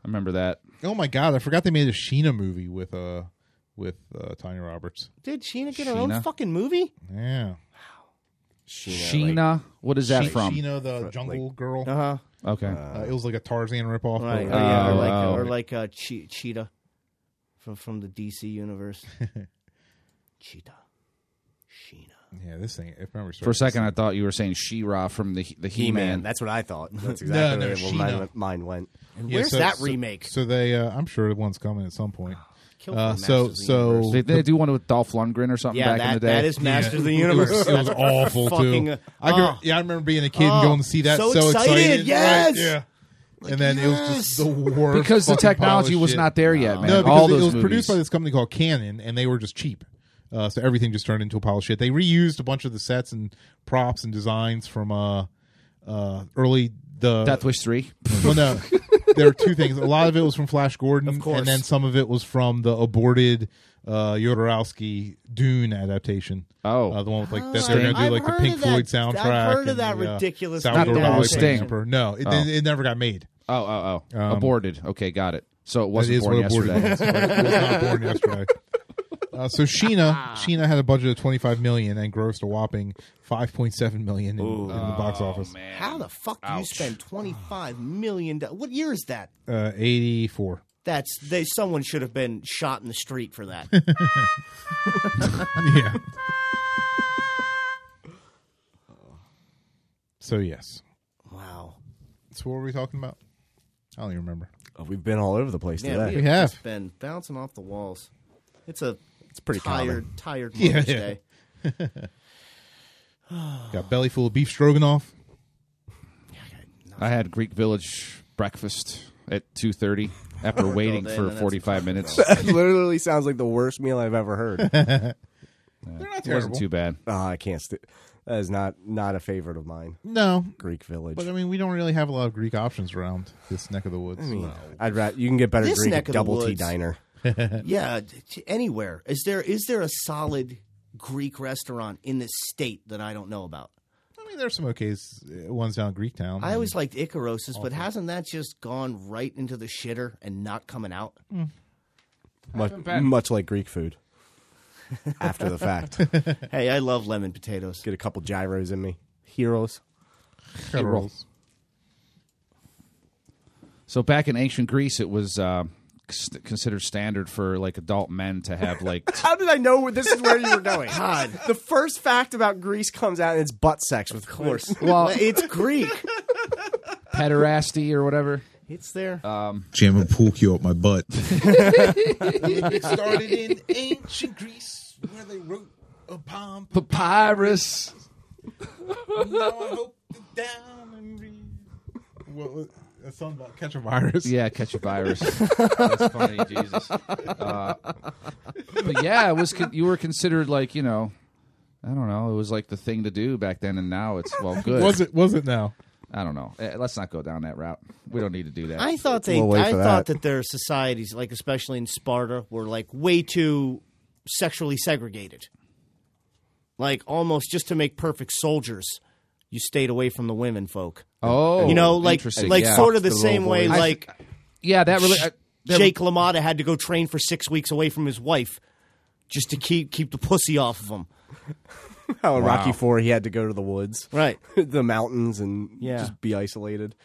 Speaker 3: remember that.
Speaker 1: oh my god, I forgot they made a Sheena movie with uh with uh, Tanya Roberts.
Speaker 2: did Sheena get her own
Speaker 3: Sheena?
Speaker 2: fucking movie?
Speaker 1: Yeah,
Speaker 3: Sheena, what is that
Speaker 1: She-
Speaker 3: from?
Speaker 1: Sheena the Jungle Girl.
Speaker 2: Uh
Speaker 1: uh
Speaker 2: huh.
Speaker 3: Okay,
Speaker 1: it was like a Tarzan ripoff.
Speaker 2: Right.
Speaker 1: Or,
Speaker 2: Oh, yeah.
Speaker 3: Oh,
Speaker 2: or like,
Speaker 3: oh.
Speaker 2: or like uh, che- Cheetah from from the DC universe. Cheetah, Sheena.
Speaker 1: yeah, this thing. If I remember
Speaker 3: for a second I thought you were saying She-Ra from the the He-Man.
Speaker 4: That's what I thought. That's exactly
Speaker 1: no,
Speaker 4: where
Speaker 1: she
Speaker 4: mine,
Speaker 1: know.
Speaker 4: mine went.
Speaker 2: Where's that remake?
Speaker 1: So they, uh, I'm sure one's coming at some point.
Speaker 2: Kill
Speaker 1: Uh,
Speaker 2: from
Speaker 1: so-
Speaker 2: Masters of the
Speaker 1: so-
Speaker 2: Universe.
Speaker 3: They, they do one with Dolph Lundgren or something
Speaker 2: Yeah,
Speaker 3: back
Speaker 2: that,
Speaker 3: in the day.
Speaker 2: that is Masters of the Universe.
Speaker 1: It was, it was
Speaker 2: That's
Speaker 1: awful
Speaker 2: fucking,
Speaker 1: too.
Speaker 2: uh,
Speaker 1: I can,
Speaker 2: oh.
Speaker 1: yeah, I remember being a kid and
Speaker 2: Oh,
Speaker 1: going to see that. So,
Speaker 2: so excited,
Speaker 1: Right,
Speaker 2: yes!
Speaker 1: yeah. and then it was just the worst
Speaker 3: because the
Speaker 1: fucking pile of
Speaker 3: technology was
Speaker 1: shit.
Speaker 3: not there yet, man.
Speaker 1: No, because
Speaker 3: All
Speaker 1: it
Speaker 3: those
Speaker 1: was produced by
Speaker 3: movies.
Speaker 1: this company called Canon, and they were just cheap. Uh, so everything just turned into a pile of shit. They reused a bunch of the sets and props and designs from uh, uh, early the
Speaker 3: Death Wish three.
Speaker 1: well, no, there are two things. A lot of it was from Flash Gordon,
Speaker 2: course.
Speaker 1: and then some of it was from the aborted uh, Jodorowsky Dune adaptation.
Speaker 3: Oh.
Speaker 1: Uh, the one with like
Speaker 2: Oh,
Speaker 1: that they're going to do
Speaker 2: I've
Speaker 1: like the
Speaker 2: heard
Speaker 1: Pink
Speaker 2: of that-
Speaker 1: Floyd
Speaker 2: I've
Speaker 1: soundtrack.
Speaker 2: heard of
Speaker 1: and
Speaker 2: that
Speaker 1: the, uh,
Speaker 2: ridiculous
Speaker 1: Salvador
Speaker 3: Not that
Speaker 1: Dali
Speaker 3: with
Speaker 1: playing
Speaker 3: Sting.
Speaker 1: Emperor. No, it, it, it never got made.
Speaker 3: Oh, oh, oh. Aborted. Okay, got it. So it
Speaker 1: Um, That
Speaker 3: wasn't
Speaker 1: is
Speaker 3: born
Speaker 1: what aborted
Speaker 3: yesterday.
Speaker 1: is. It was not born yesterday. Uh, so Sheena,
Speaker 2: Ah.
Speaker 1: Sheena had a budget of twenty five million and grossed a whopping five point seven million in, in the box
Speaker 3: Oh,
Speaker 1: office.
Speaker 2: How the fuck do you spend twenty five million dollars? What year is that?
Speaker 1: Uh, Eighty four.
Speaker 2: That's they. Someone should have been shot in the street for that.
Speaker 1: yeah. So yes.
Speaker 2: wow.
Speaker 1: So what were we talking about? I don't even remember.
Speaker 4: Oh, we've been all over the place
Speaker 2: Yeah,
Speaker 4: today.
Speaker 1: We have.
Speaker 2: just been bouncing off the walls. It's a it's
Speaker 4: pretty
Speaker 2: tired,
Speaker 4: common.
Speaker 2: tired
Speaker 1: Yeah,
Speaker 2: Mother's
Speaker 1: yeah.
Speaker 2: Day.
Speaker 1: Got belly full of beef stroganoff.
Speaker 3: I had Greek Village breakfast at 2.30 after waiting
Speaker 2: then,
Speaker 3: for
Speaker 2: that's
Speaker 3: 45 minutes.
Speaker 4: That literally sounds like the worst meal I've ever heard.
Speaker 1: They're not
Speaker 3: It wasn't too bad.
Speaker 4: Ah, I can't. St- that is not not a favorite of mine.
Speaker 1: no,
Speaker 4: Greek Village.
Speaker 1: but I mean we don't really have a lot of Greek options around this neck of the woods.
Speaker 4: I mean, I'd rather you can get better
Speaker 2: This
Speaker 4: Greek
Speaker 2: neck
Speaker 4: at
Speaker 2: of the
Speaker 4: Double T
Speaker 2: woods.
Speaker 4: Diner.
Speaker 2: Yeah, t- t- anywhere. Is there is there a solid Greek restaurant in this state that I don't know about?
Speaker 1: I mean, there's some okay uh, ones down in Greek Town.
Speaker 2: I always liked Icaros's, but hasn't that just gone right into the shitter and not coming out?
Speaker 4: Much,
Speaker 3: bad.
Speaker 4: much like Greek food. After the fact, get
Speaker 2: Hey, I love lemon potatoes.
Speaker 4: a couple gyros in me. Heroes.
Speaker 1: Kettle
Speaker 3: roll.
Speaker 1: rolls.
Speaker 3: So back in ancient Greece, it was uh, cons- considered standard for like adult men to have like... t-
Speaker 4: How did I know where- this is where you were going?
Speaker 2: God.
Speaker 4: The first fact about Greece comes out, and it's butt sex. With of course,
Speaker 2: Well, it's Greek.
Speaker 3: pederasty or whatever.
Speaker 2: It's there.
Speaker 6: Jam a pool cue up my butt.
Speaker 1: It started in ancient Greece where they wrote a palm.
Speaker 3: Papyrus.
Speaker 1: down and read. What was that song about catch a virus?
Speaker 3: Yeah, catch a virus. That's funny, Jesus. Uh, but yeah, it was. Con- you were considered like you know, I don't know. It was like the thing to do back then, and now it's well good.
Speaker 1: Was it? Was it now?
Speaker 3: I don't know. Eh, Let's not go down that route. We don't need to do that.
Speaker 2: I thought they.
Speaker 4: We'll wait
Speaker 2: I
Speaker 4: for
Speaker 2: thought
Speaker 4: that.
Speaker 2: that their societies, like especially in Sparta, were like way too sexually segregated. Like almost just to make perfect soldiers, you stayed away from the women folk.
Speaker 3: oh,
Speaker 2: you know, like
Speaker 3: interesting.
Speaker 2: like
Speaker 3: yeah.
Speaker 2: sort of the,
Speaker 4: The
Speaker 2: same
Speaker 4: little
Speaker 2: way,
Speaker 4: boys.
Speaker 2: like
Speaker 3: Yeah, that really. I, that
Speaker 2: Jake LaMotta had to go train for six weeks away from his wife just to keep keep the pussy off of him.
Speaker 4: how in Rocky Four he had to go to the woods,
Speaker 2: Right.
Speaker 4: the mountains, and
Speaker 2: Yeah.
Speaker 4: just be isolated.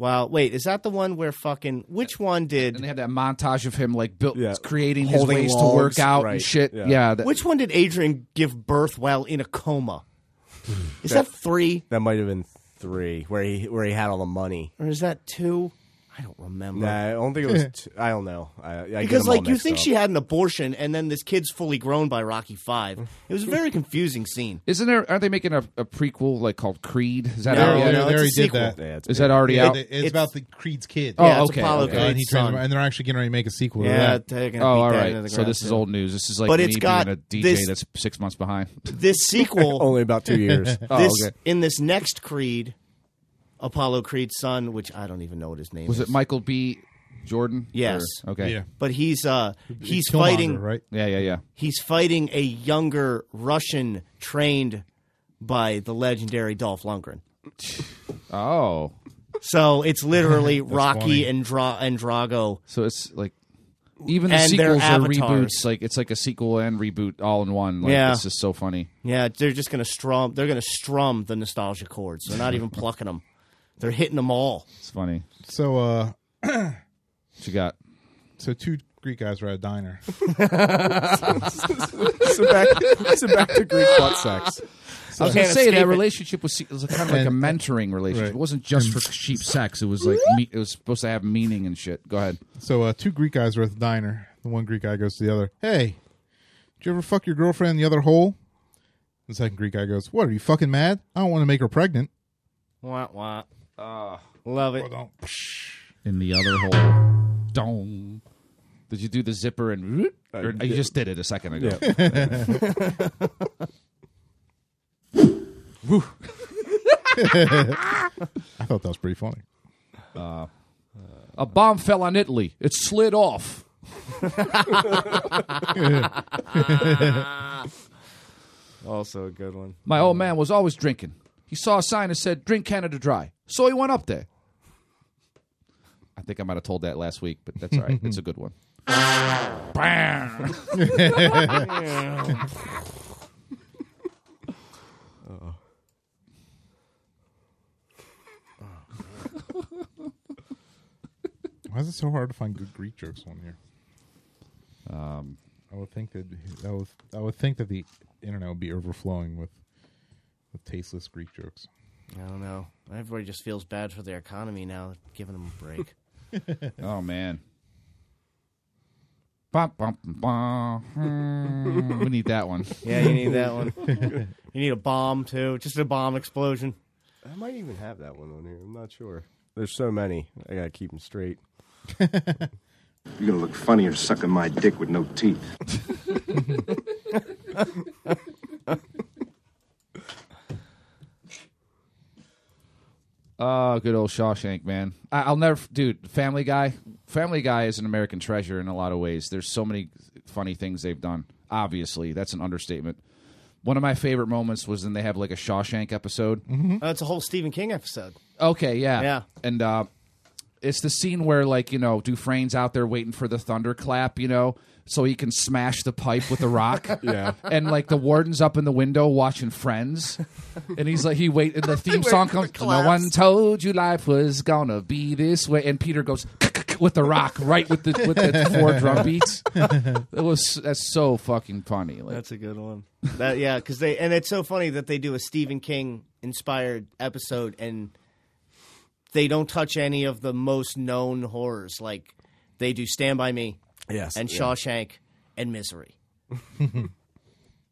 Speaker 2: Wow. Wait, is that the one where fucking which one
Speaker 3: And
Speaker 2: did
Speaker 3: they had that montage of him like built,
Speaker 4: Yeah.
Speaker 3: creating
Speaker 4: Holding
Speaker 3: his ways to
Speaker 4: logs,
Speaker 3: work out
Speaker 4: right,
Speaker 3: and shit.
Speaker 4: yeah.
Speaker 3: Yeah, that-
Speaker 2: which one did Adrian give birth while in a coma? Is that three
Speaker 4: That might have been three, where he where he had all the money.
Speaker 2: or is that two? I I don't remember.
Speaker 4: Nah, I don't think it was. T- I don't know. I, I get
Speaker 2: Because
Speaker 4: them all
Speaker 2: like you
Speaker 4: mixed
Speaker 2: think
Speaker 4: up.
Speaker 2: she had an abortion and then this kid's fully grown by Rocky Five. It was a very confusing scene.
Speaker 3: Isn't there? Aren't they making a, a prequel like called Creed? Is that
Speaker 2: No,
Speaker 3: already
Speaker 1: they
Speaker 3: out?
Speaker 2: no, it's
Speaker 1: they
Speaker 2: a
Speaker 1: already did
Speaker 2: sequel.
Speaker 1: that.
Speaker 4: Yeah, it's
Speaker 3: Is that already
Speaker 1: Yeah,
Speaker 3: out?
Speaker 1: they- it's, about the Creed's kid.
Speaker 3: Oh,
Speaker 2: yeah, it's
Speaker 3: okay,
Speaker 2: Apollo
Speaker 3: okay.
Speaker 1: Uh,
Speaker 2: Creed's
Speaker 1: and, he
Speaker 2: son.
Speaker 1: transformed- and they're actually getting ready to make a sequel. to
Speaker 2: yeah,
Speaker 1: that.
Speaker 2: they're gonna
Speaker 3: Oh,
Speaker 2: beat
Speaker 3: all
Speaker 2: that into
Speaker 3: right.
Speaker 2: the
Speaker 3: So
Speaker 2: ground,
Speaker 3: this is
Speaker 2: yeah.
Speaker 3: old news. This is like
Speaker 2: But
Speaker 3: me
Speaker 2: it's got
Speaker 3: being a DJ
Speaker 2: this-
Speaker 3: that's six months behind.
Speaker 2: This sequel
Speaker 4: only about two years.
Speaker 3: Oh,
Speaker 2: this
Speaker 3: okay.
Speaker 2: in this next Creed, Apollo Creed's son, which I don't even know what his name
Speaker 3: Was
Speaker 2: is.
Speaker 3: it Michael B. Jordan?
Speaker 2: Yes.
Speaker 3: Or- okay.
Speaker 1: Yeah.
Speaker 2: But he's uh he's
Speaker 1: Killmonger,
Speaker 2: fighting
Speaker 1: right?
Speaker 3: Yeah. Yeah. Yeah.
Speaker 2: he's fighting a younger Russian trained by the legendary Dolph Lundgren.
Speaker 3: Oh.
Speaker 2: So it's literally Rocky
Speaker 1: funny.
Speaker 2: and Dra- and Drago.
Speaker 3: So it's like even the
Speaker 2: And their
Speaker 3: sequels are
Speaker 2: avatars.
Speaker 3: reboots. Like it's like a sequel and reboot all in one. Like,
Speaker 2: Yeah.
Speaker 3: This is so funny.
Speaker 2: Yeah, they're just gonna strum. They're gonna strum the nostalgia chords. They're not even plucking them. They're hitting them all.
Speaker 3: It's funny.
Speaker 1: So, uh,
Speaker 3: What you got?
Speaker 1: so two Greek guys were at a diner.
Speaker 4: so back, so back to Greek butt sex.
Speaker 3: I was
Speaker 2: Can't
Speaker 3: going to say
Speaker 2: escape
Speaker 3: that
Speaker 2: it.
Speaker 3: relationship was, se- it was kind of like a mentoring relationship.
Speaker 1: right.
Speaker 3: It wasn't just for cheap sex. It was like me, it was supposed to have meaning and shit. Go ahead.
Speaker 1: So, uh, two Greek guys were at the diner. The one Greek guy goes to the other, "Hey, did you ever fuck your girlfriend in the other hole?" The second Greek guy goes, "What? Are you fucking mad? I don't want to make her pregnant."
Speaker 2: Wah wah. Ah. Love it.
Speaker 1: Don't.
Speaker 3: In the other hole. Dong. Did you do the zipper and whoop? or, you just did it a second ago?
Speaker 1: I thought that was pretty funny.
Speaker 3: A bomb fell on Italy. It slid off.
Speaker 2: Also a good one.
Speaker 3: My old man was always drinking. He saw a sign that said "Drink Canada Dry," so he went up there. I think I might have told that last week, but that's all right. it's a good one. Bam!
Speaker 1: Why is it so hard to find good Greek jokes on here? Um, I would think that I would, I would think that the internet would be overflowing with with tasteless Greek jokes.
Speaker 2: I don't know. Everybody just feels bad for their economy now, giving them a break.
Speaker 3: Oh man. Bum, bum, bum, bum. Hmm. we need that one.
Speaker 2: yeah, you need that one. you need a bomb too. Just a bomb explosion.
Speaker 4: I might even have that one on here. I'm not sure. There's so many. I gotta keep them straight.
Speaker 7: You're gonna look funnier sucking my dick with no teeth.
Speaker 3: Oh, good old Shawshank, man. I, I'll never, dude. Family Guy. Family Guy is an American treasure in a lot of ways. There's so many funny things they've done. Obviously, that's an understatement. One of my favorite moments was when they have like a Shawshank episode.
Speaker 2: Uh, it's a whole Stephen King episode.
Speaker 3: Okay, yeah,
Speaker 2: Yeah.
Speaker 3: and uh, it's the scene where like you know Dufresne's out there waiting for the thunderclap, you know, so he can smash the pipe with a rock. yeah, and like the warden's up in the window watching Friends, and he's like he wait, and the theme song comes. No one told you life was gonna be this way, and Peter goes. With the rock, right with the with the four drum beats, it was that's so fucking funny. Like,
Speaker 2: a good one. That yeah, because they and it's so funny that they do a Stephen King inspired episode and they don't touch any of the most known horrors. Like they do Stand by Me
Speaker 4: Yes.
Speaker 2: and Shawshank and Misery. and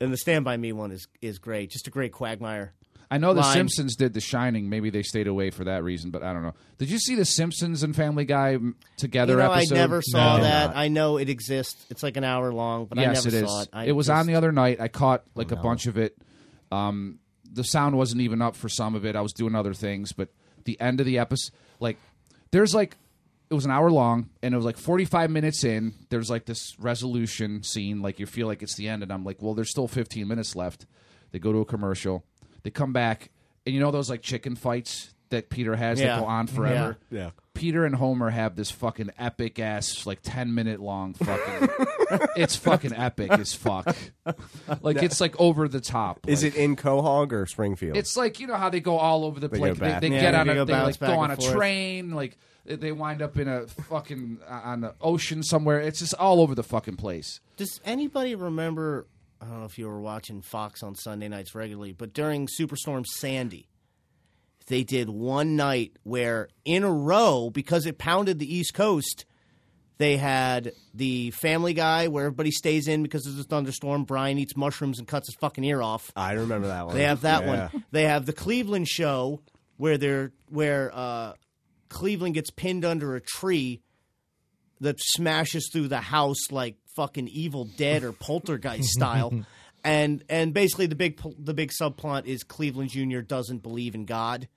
Speaker 2: the Stand by Me one is is great. Just a great quagmire.
Speaker 3: I know The
Speaker 2: line.
Speaker 3: Simpsons did The Shining. Maybe they stayed away for that reason, but I don't know. Did you see The Simpsons and Family Guy mm, together?
Speaker 2: you know,
Speaker 3: episode?
Speaker 2: I never saw
Speaker 1: No.
Speaker 2: that. I know it exists. It's like an hour long, but I
Speaker 3: yes,
Speaker 2: never
Speaker 3: it is.
Speaker 2: saw it. I
Speaker 3: it was
Speaker 2: just- Oh,
Speaker 3: on the other night. I caught like a bunch of it. Um, the sound wasn't even up for some of it. I was doing other things, but the end of the episode, like, there's like, it was an hour long, and it was like 45 minutes in. There's like this resolution scene, like you feel like it's the end, and I'm like, well, there's still 15 minutes left. They go to a commercial, they come back, and you know those like chicken fights that Peter has
Speaker 2: Yeah.
Speaker 3: that go on forever.
Speaker 4: Yeah. Yeah.
Speaker 3: Peter and Homer have this fucking epic ass, like ten minute long fucking. it's fucking epic as fuck. Like it's like over the top.
Speaker 4: Is
Speaker 3: Like,
Speaker 4: it in Cohog or Springfield?
Speaker 3: It's like you know how they go all over the
Speaker 4: They
Speaker 3: place.
Speaker 4: go
Speaker 3: They,
Speaker 4: back.
Speaker 3: they
Speaker 4: Yeah,
Speaker 3: get on
Speaker 2: they
Speaker 3: a
Speaker 2: go
Speaker 3: they, like,
Speaker 2: bounce
Speaker 3: go
Speaker 2: back
Speaker 3: on a
Speaker 2: and forth.
Speaker 3: train. Like they- they wind up in a fucking uh, on the ocean somewhere. It's just all over the fucking place.
Speaker 2: Does anybody remember? I don't know if you were watching Fox on Sunday nights regularly, but during Superstorm Sandy, they did one night where in a row because it pounded the East Coast. They had the Family Guy where everybody stays in because there's a thunderstorm. Brian eats mushrooms and cuts his fucking ear off.
Speaker 4: I remember that one.
Speaker 2: They have that
Speaker 4: Yeah.
Speaker 2: one. They have the Cleveland show where they're where uh, Cleveland gets pinned under a tree that smashes through the house like fucking Evil Dead or Poltergeist style. And and basically the big pl- the big subplot is Cleveland Jr. doesn't believe in God.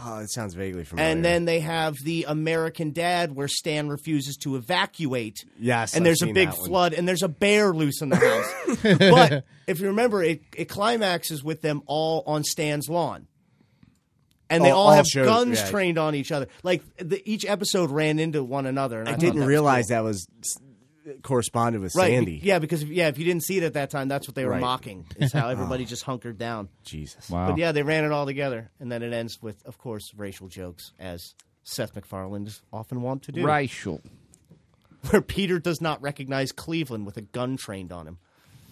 Speaker 4: Oh, it sounds vaguely familiar.
Speaker 2: And then they have the American Dad where Stan refuses to evacuate.
Speaker 4: Yes,
Speaker 2: And
Speaker 4: I've
Speaker 2: there's a
Speaker 4: seen
Speaker 2: big
Speaker 4: that one.
Speaker 2: flood and there's a bear loose in the house. but if you remember, it, it climaxes with them all on Stan's lawn. And they
Speaker 4: All-
Speaker 2: all,
Speaker 4: all
Speaker 2: have
Speaker 4: shows,
Speaker 2: guns
Speaker 4: yeah.
Speaker 2: trained on each other. Like the, each episode ran into one another. And I,
Speaker 4: I
Speaker 2: thought
Speaker 4: didn't
Speaker 2: that was
Speaker 4: realize
Speaker 2: cool.
Speaker 4: that was corresponded with
Speaker 2: Right.
Speaker 4: Sandy.
Speaker 2: be- Yeah, because if, yeah, if you didn't see it at that time, that's what they were
Speaker 4: Right. Ah.
Speaker 2: mocking. Is how everybody just hunkered down.
Speaker 4: Jesus.
Speaker 3: Wow.
Speaker 2: But yeah, they ran it all together, and then it ends with, of course, racial jokes, as Seth MacFarlane is often wont to do.
Speaker 3: Racial.
Speaker 2: where Peter does not recognize Cleveland with a gun trained on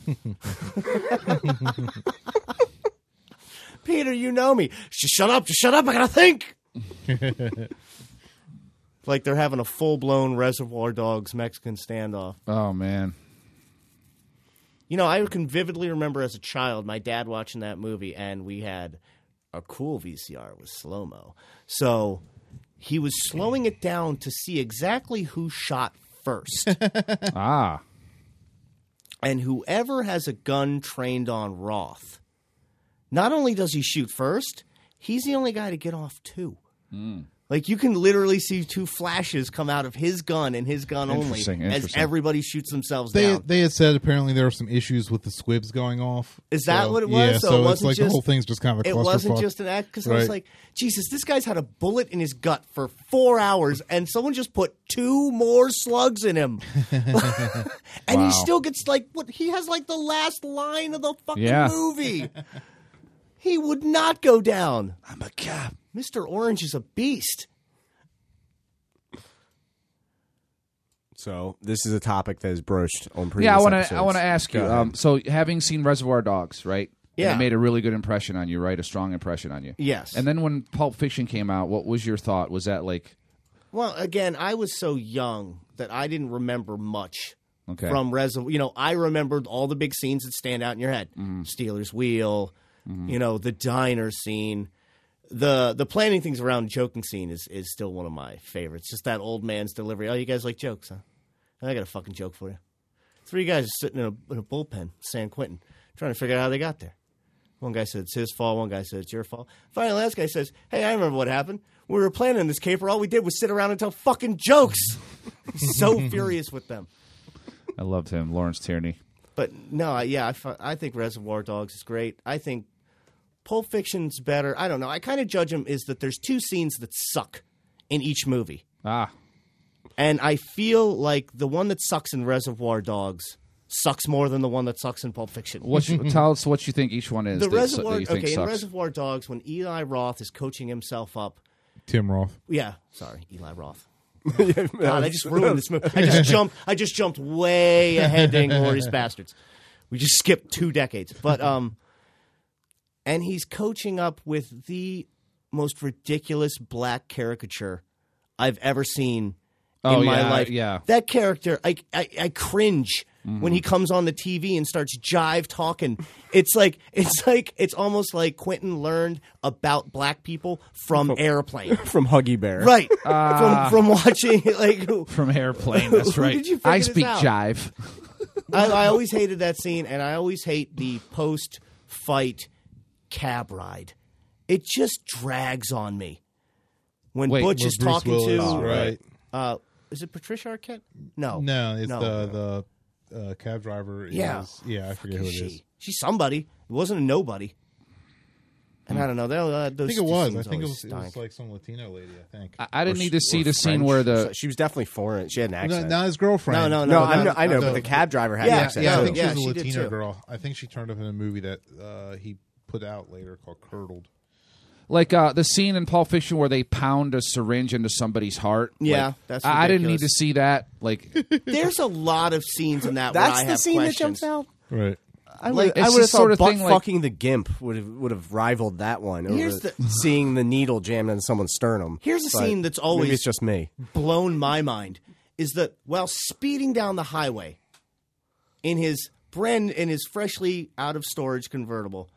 Speaker 2: him. Peter, you know me. Just shut up, just shut up, I gotta think. like they're having a full blown reservoir dogs Mexican standoff.
Speaker 3: Oh man.
Speaker 2: You know, I can vividly remember as a child my dad watching that movie, and we had a cool VCR with slow mo. So he was slowing it down to see exactly who shot first.
Speaker 3: Ah.
Speaker 2: and whoever has a gun trained on Roth, not only does he shoot first, he's the only guy to get off too.
Speaker 3: Hmm.
Speaker 2: Like you can literally see two flashes come out of his gun and his gun only
Speaker 3: Interesting,
Speaker 2: as
Speaker 3: interesting.
Speaker 2: everybody shoots themselves
Speaker 1: They
Speaker 2: down.
Speaker 1: they had said apparently there were some issues with the squibs going off.
Speaker 2: Is that
Speaker 1: So,
Speaker 2: what it was?
Speaker 1: Yeah,
Speaker 2: So
Speaker 1: so,
Speaker 2: it
Speaker 1: it's
Speaker 2: wasn't
Speaker 1: like the
Speaker 2: just-
Speaker 1: whole thing's just kind of a
Speaker 2: it wasn't
Speaker 1: clusterfuck.
Speaker 2: just an act because I was
Speaker 1: Right.
Speaker 2: like, Jesus, this guy's had a bullet in his gut for four hours, and someone just put two more slugs in him, and
Speaker 3: Wow.
Speaker 2: he still gets like what he has like the last line of the fucking
Speaker 3: Yeah.
Speaker 2: movie. he would not go down. I'm a cop. Mister Orange is a beast.
Speaker 4: So this is a topic that is broached on previous.
Speaker 3: Yeah, I want to. I
Speaker 4: episodes.
Speaker 3: want to ask you.
Speaker 4: Go ahead.
Speaker 3: Um, so, having seen Reservoir Dogs, right? And
Speaker 2: Yeah.
Speaker 3: it made a really good impression on you, right? A strong impression on you.
Speaker 2: Yes.
Speaker 3: And then when Pulp Fiction came out, what was your thought? Was that like
Speaker 2: Well, again, I was so young that I didn't remember much
Speaker 3: Okay.
Speaker 2: from Reservoir. You know, I remembered all the big scenes that stand out in your head: Steeler's wheel, you know, the diner scene, the the planning things around joking scene is is still one of my favorites. Just that old man's delivery. Oh, you guys like jokes, huh? I got a fucking joke for you. Three guys are sitting in a, in a bullpen, San Quentin, trying to figure out how they got there. One guy said it's his fault. One guy said it's your fault. Finally, the last guy says, "Hey, I remember what happened. We were planning this caper. All we did was sit around and tell fucking jokes." so furious with them.
Speaker 3: I loved him, Lawrence Tierney.
Speaker 2: But no, I- yeah, I, fi- I think Reservoir Dogs is great. I think Pulp Fiction's better. I don't know. I kind of judge them is that there's two scenes that suck in each movie,
Speaker 3: Ah,
Speaker 2: and I feel like the one that sucks in Reservoir Dogs sucks more than the one that sucks in Pulp Fiction.
Speaker 3: what you, tell us what you think each one is.
Speaker 2: the
Speaker 3: that, su-
Speaker 2: Reservoir
Speaker 3: that you think
Speaker 2: okay in
Speaker 3: sucks.
Speaker 2: Reservoir Dogs when Eli Roth is coaching himself up.
Speaker 1: Tim Roth.
Speaker 2: Yeah, sorry, Eli Roth. God, I just ruined this movie. I just jumped. I just jumped way ahead to Inglorious Bastards. We just skipped two decades, but um, and he's coaching up with the most ridiculous black caricature I've ever seen
Speaker 3: Oh,
Speaker 2: in my
Speaker 3: yeah,
Speaker 2: life.
Speaker 3: yeah. Mm.
Speaker 2: that character, I I, I cringe when he comes on the TV and starts jive talking. It's like it's like it's almost like Quentin learned about black people
Speaker 3: Oh.
Speaker 2: from Airplane.
Speaker 4: from Huggy Bear.
Speaker 2: Right. from from watching like
Speaker 3: from Airplane. That's
Speaker 2: Who
Speaker 3: right.
Speaker 2: did you figure
Speaker 3: I
Speaker 2: this
Speaker 3: speak
Speaker 2: out?
Speaker 3: jive.
Speaker 2: I, I always hated that scene and I always hate the post fight cab ride. It just drags on me. When
Speaker 3: Wait,
Speaker 2: Butch
Speaker 1: Where
Speaker 2: is
Speaker 1: Bruce
Speaker 2: talking
Speaker 1: Willis,
Speaker 2: to
Speaker 1: right.
Speaker 2: uh is it Patricia Arquette? No.
Speaker 1: No, it's the the uh, cab driver.
Speaker 2: Yeah.
Speaker 1: is, yeah, I forget who
Speaker 2: Who's
Speaker 1: it
Speaker 2: she?
Speaker 1: is.
Speaker 2: She's somebody. It wasn't a nobody. And I don't know. That, uh,
Speaker 1: I
Speaker 2: those
Speaker 1: think it was. I
Speaker 2: scenes
Speaker 1: think it
Speaker 2: always
Speaker 1: was, it was
Speaker 2: stank.
Speaker 1: like some Latino lady. I think.
Speaker 3: I, I didn't
Speaker 4: Or
Speaker 3: need to
Speaker 4: sh-
Speaker 3: see
Speaker 4: or
Speaker 3: the scene
Speaker 4: French.
Speaker 3: where
Speaker 4: So
Speaker 3: the
Speaker 4: she was definitely foreign. She had an
Speaker 1: no,
Speaker 4: accent.
Speaker 1: not his girlfriend.
Speaker 2: No, no,
Speaker 4: no, I
Speaker 2: no,
Speaker 4: know, I know,
Speaker 1: no.
Speaker 4: but the cab driver had
Speaker 2: Yeah,
Speaker 4: an accent.
Speaker 1: Yeah,
Speaker 2: No,
Speaker 1: I think
Speaker 2: yeah,
Speaker 1: she
Speaker 2: she
Speaker 1: was a
Speaker 2: did
Speaker 1: Latino
Speaker 2: too.
Speaker 1: girl. I think she turned up in a movie that uh, he put out later called Curdled.
Speaker 3: like uh, the scene in Pulp Fiction where they pound a syringe into somebody's heart.
Speaker 2: Yeah,
Speaker 3: Like,
Speaker 2: that's
Speaker 3: I, I didn't need
Speaker 2: ridiculous.
Speaker 3: to see that. Like
Speaker 2: There's a lot of scenes in that where
Speaker 4: That's
Speaker 2: I
Speaker 4: the
Speaker 2: have
Speaker 4: scene that
Speaker 2: questions.
Speaker 4: jumps out.
Speaker 1: Right.
Speaker 4: I would,
Speaker 3: Like,
Speaker 4: I
Speaker 3: it's
Speaker 4: would have
Speaker 3: this
Speaker 4: thought
Speaker 3: sort of
Speaker 4: butt
Speaker 3: thing like-
Speaker 4: fucking the gimp would have would have rivaled that one. Over
Speaker 2: Here's the-
Speaker 4: seeing the needle jammed in someone's sternum.
Speaker 2: Here's a
Speaker 4: But
Speaker 2: scene that's always
Speaker 4: maybe it's just me.
Speaker 2: blown my mind is that while speeding down the highway in his brand in his freshly out of storage convertible,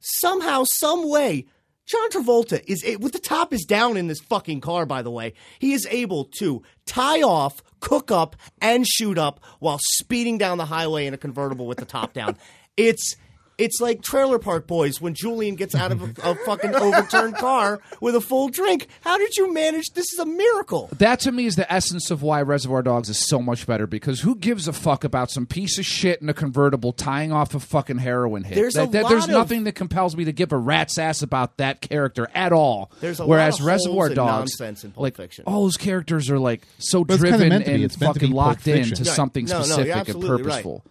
Speaker 2: somehow, some way, John Travolta is a- with the top is down in this fucking car. By the way, he is able to tie off, cook up, and shoot up while speeding down the highway in a convertible with the top down. It's it's like Trailer Park Boys when Julian gets out of a, a fucking overturned car with a full drink. How did you manage? This is a miracle.
Speaker 3: That to me is the essence of why Reservoir Dogs is so much better because who gives a fuck about some piece of shit in a convertible tying off a fucking heroin hit?
Speaker 2: There's a
Speaker 3: there's
Speaker 2: lot of-
Speaker 3: nothing that compels me to give a rat's ass about that character at all.
Speaker 2: There's a lot
Speaker 3: Whereas
Speaker 2: of holes
Speaker 3: Reservoir
Speaker 2: and
Speaker 3: Dogs,
Speaker 2: nonsense in Pulp
Speaker 3: like
Speaker 2: Fiction.
Speaker 3: all those characters are like so
Speaker 1: But it's kinda
Speaker 3: driven
Speaker 1: meant to be.
Speaker 3: and
Speaker 1: It's meant to
Speaker 3: fucking
Speaker 1: be Pulp
Speaker 3: locked into
Speaker 1: Fiction. Right.
Speaker 3: something
Speaker 2: No, no, you're
Speaker 3: specific and
Speaker 2: absolutely right.
Speaker 3: purposeful.